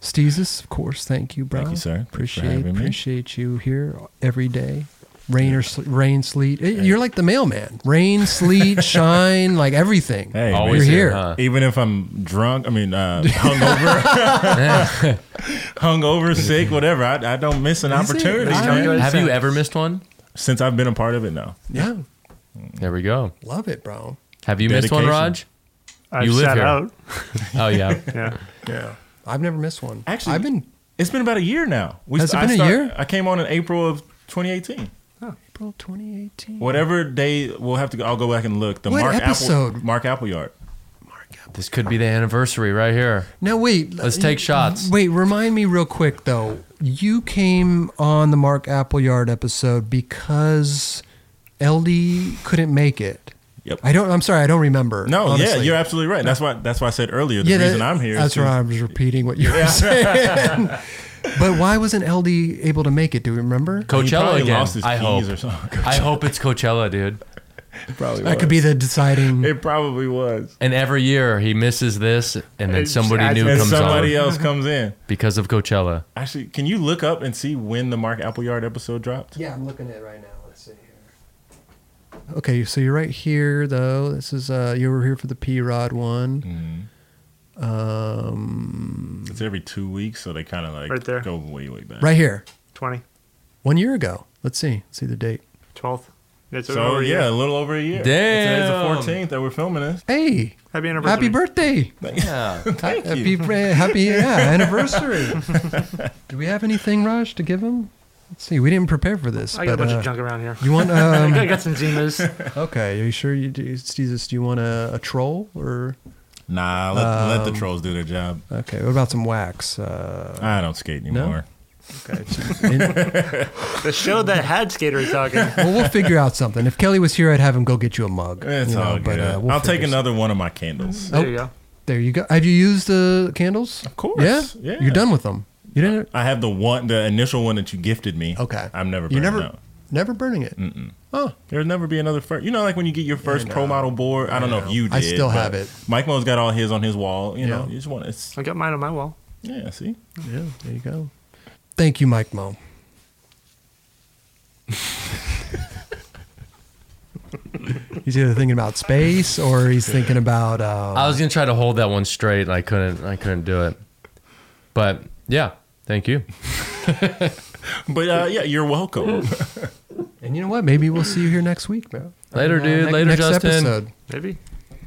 Speaker 1: Steezus, of course. Thank you, bro.
Speaker 3: Thank you, sir. Thanks for
Speaker 1: Appreciate
Speaker 3: having me.
Speaker 1: appreciate you here every day. Rain or sle- rain, sleet. Eh, You're like the mailman. Rain, sleet, shine, like everything.
Speaker 3: Hey, man.
Speaker 4: Always
Speaker 1: You're
Speaker 4: here.
Speaker 1: here.
Speaker 4: huh?
Speaker 3: Even if I'm drunk, I mean, uh, hungover, hungover, sick, whatever, I, I don't miss an
Speaker 1: Is it?
Speaker 3: opportunity.
Speaker 1: All
Speaker 3: man.
Speaker 1: right.
Speaker 4: Have you ever missed one?
Speaker 3: Since I've been a part of it now,
Speaker 1: Yeah,
Speaker 4: There we go.
Speaker 1: love it, bro.
Speaker 4: Have you missed one,
Speaker 3: Dedication.
Speaker 4: Raj?
Speaker 2: I've
Speaker 4: You live
Speaker 2: sat
Speaker 4: here.
Speaker 2: out.
Speaker 4: Oh yeah.
Speaker 2: Yeah.
Speaker 1: Yeah, I've never missed one.
Speaker 3: Actually-
Speaker 1: I've been
Speaker 3: it's been about a year now. We,
Speaker 1: Has it
Speaker 3: I
Speaker 1: been a
Speaker 3: start-
Speaker 1: year?
Speaker 3: I came on in April of 2018.
Speaker 1: April 2018.
Speaker 3: Whatever day we'll have to, go, I'll go back and look. The
Speaker 1: What
Speaker 3: Mark
Speaker 1: episode?
Speaker 3: Apple, Mark Appleyard.
Speaker 4: this could be the anniversary right here.
Speaker 1: Now wait,
Speaker 4: Let's take shots.
Speaker 1: Wait, remind me real quick though. You came on the Mark Appleyard episode because LD couldn't make it.
Speaker 3: Yep.
Speaker 1: I don't. I'm sorry. I don't remember.
Speaker 3: No, yeah,
Speaker 1: honestly.
Speaker 3: you're absolutely right. That's why. That's why I said earlier the
Speaker 1: Yeah, that-
Speaker 3: reason I'm here. is
Speaker 1: That's
Speaker 3: to-
Speaker 1: why I was repeating what you were saying. but why wasn't LD able to make it? Do we remember?
Speaker 3: he
Speaker 4: Coachella
Speaker 3: probably
Speaker 4: again.
Speaker 3: Lost his
Speaker 4: I
Speaker 3: keys
Speaker 4: hope.
Speaker 3: Or something.
Speaker 4: I hope it's Coachella, dude.
Speaker 3: probably
Speaker 1: That could be the deciding.
Speaker 3: It probably was.
Speaker 4: And every year he misses this, and then
Speaker 2: It's-
Speaker 4: somebody new
Speaker 3: And
Speaker 4: comes
Speaker 3: somebody
Speaker 4: on
Speaker 3: else comes in.
Speaker 4: because of Coachella.
Speaker 3: Actually, can you look up and see when the Mark Appleyard episode dropped?
Speaker 1: Yeah, I'm looking at it right now. Let's see here. Okay, so you're right here though. This is uh, you were here for the P Rod one.
Speaker 2: Mm-hmm.
Speaker 1: Um,
Speaker 3: It's every two weeks, so they kind of like
Speaker 2: Right there.
Speaker 3: go way, way back.
Speaker 1: right here,
Speaker 2: 20,
Speaker 1: one year ago. Let's see, let's see the date.
Speaker 2: 12th. It's
Speaker 3: So
Speaker 2: over a year.
Speaker 3: yeah, a little over a year.
Speaker 4: Damn.
Speaker 3: Today's the 14th that we're filming this.
Speaker 1: Hey,
Speaker 2: Happy anniversary.
Speaker 1: happy birthday!
Speaker 4: Yeah.
Speaker 3: Thank
Speaker 1: happy,
Speaker 3: you.
Speaker 1: bra- happy yeah, anniversary. Do we have anything, Raj, to give him? Let's see. We didn't prepare for this.
Speaker 2: I got a
Speaker 1: but,
Speaker 2: bunch
Speaker 1: uh,
Speaker 2: of junk around here.
Speaker 1: You want?
Speaker 2: I got- I
Speaker 1: Um,
Speaker 2: got some Zimas.
Speaker 1: okay. Are you sure you do, Jesus? Do you want a, a troll or?
Speaker 3: Nah, let, let the
Speaker 1: Um,
Speaker 3: trolls do their job.
Speaker 1: Okay. What about some wax? Uh,
Speaker 3: I don't skate anymore.
Speaker 2: the show that had skaters talking.
Speaker 1: well, we'll figure out something. If Kelly was here, I'd have him go get you a mug.
Speaker 3: It's
Speaker 1: you know, uh,
Speaker 3: all good.
Speaker 1: we'll
Speaker 3: I'll take
Speaker 1: figure
Speaker 3: another one of my candles.
Speaker 2: There you go.
Speaker 1: some- There you go. Have you used the candles? Of
Speaker 3: course,
Speaker 1: Yeah.
Speaker 3: yeah.
Speaker 1: You're done with them. You didn't.
Speaker 3: I have the one, the initial one that you gifted me.
Speaker 1: Okay.
Speaker 3: I'm never.
Speaker 1: You
Speaker 3: burning
Speaker 1: never.
Speaker 3: out.
Speaker 1: Never burning it. Mm-mm. Oh,
Speaker 3: There'll never be another first. You know, like when you get your first pro model board. I don't know. if you did.
Speaker 1: I still
Speaker 3: but
Speaker 1: have it.
Speaker 3: Mike Mo's got all his on his wall. You know,
Speaker 1: Yeah.
Speaker 3: you just want it's
Speaker 2: I got mine on my wall.
Speaker 3: yeah. See,
Speaker 1: yeah. There you go. Thank you, Mike Mo. he's either thinking about space or he's thinking about. Uh,
Speaker 4: I was gonna try to hold that one straight. and I couldn't. I couldn't do it. But yeah, thank you.
Speaker 3: but uh, yeah, you're welcome.
Speaker 1: and you know what? Maybe we'll see you here next week, man.
Speaker 4: Later,
Speaker 1: Uh,
Speaker 4: dude.
Speaker 1: ne-
Speaker 4: Later,
Speaker 1: next
Speaker 4: Justin.
Speaker 1: episode.
Speaker 2: Maybe.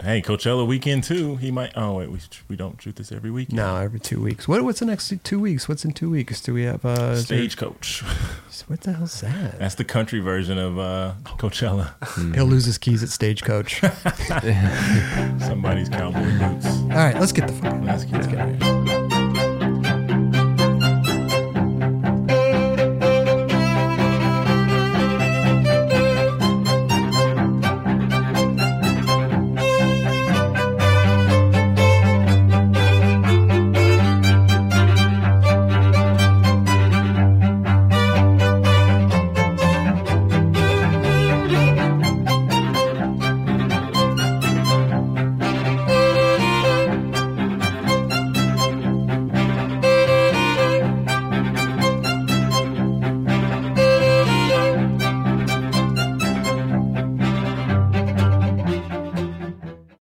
Speaker 3: hey, Coachella weekend too. He might. Oh wait, we we don't shoot this every weekend.
Speaker 1: No, every two weeks. What, what's the next two weeks? What's in two weeks? Do we have uh, is there-
Speaker 3: Stagecoach.
Speaker 1: what the hell's that?
Speaker 3: That's the country version of uh, Coachella.
Speaker 1: He'll lose his keys at stagecoach. All
Speaker 3: Somebody's cowboy boots.
Speaker 1: right, let's get the fuck.
Speaker 3: Let's get out of here.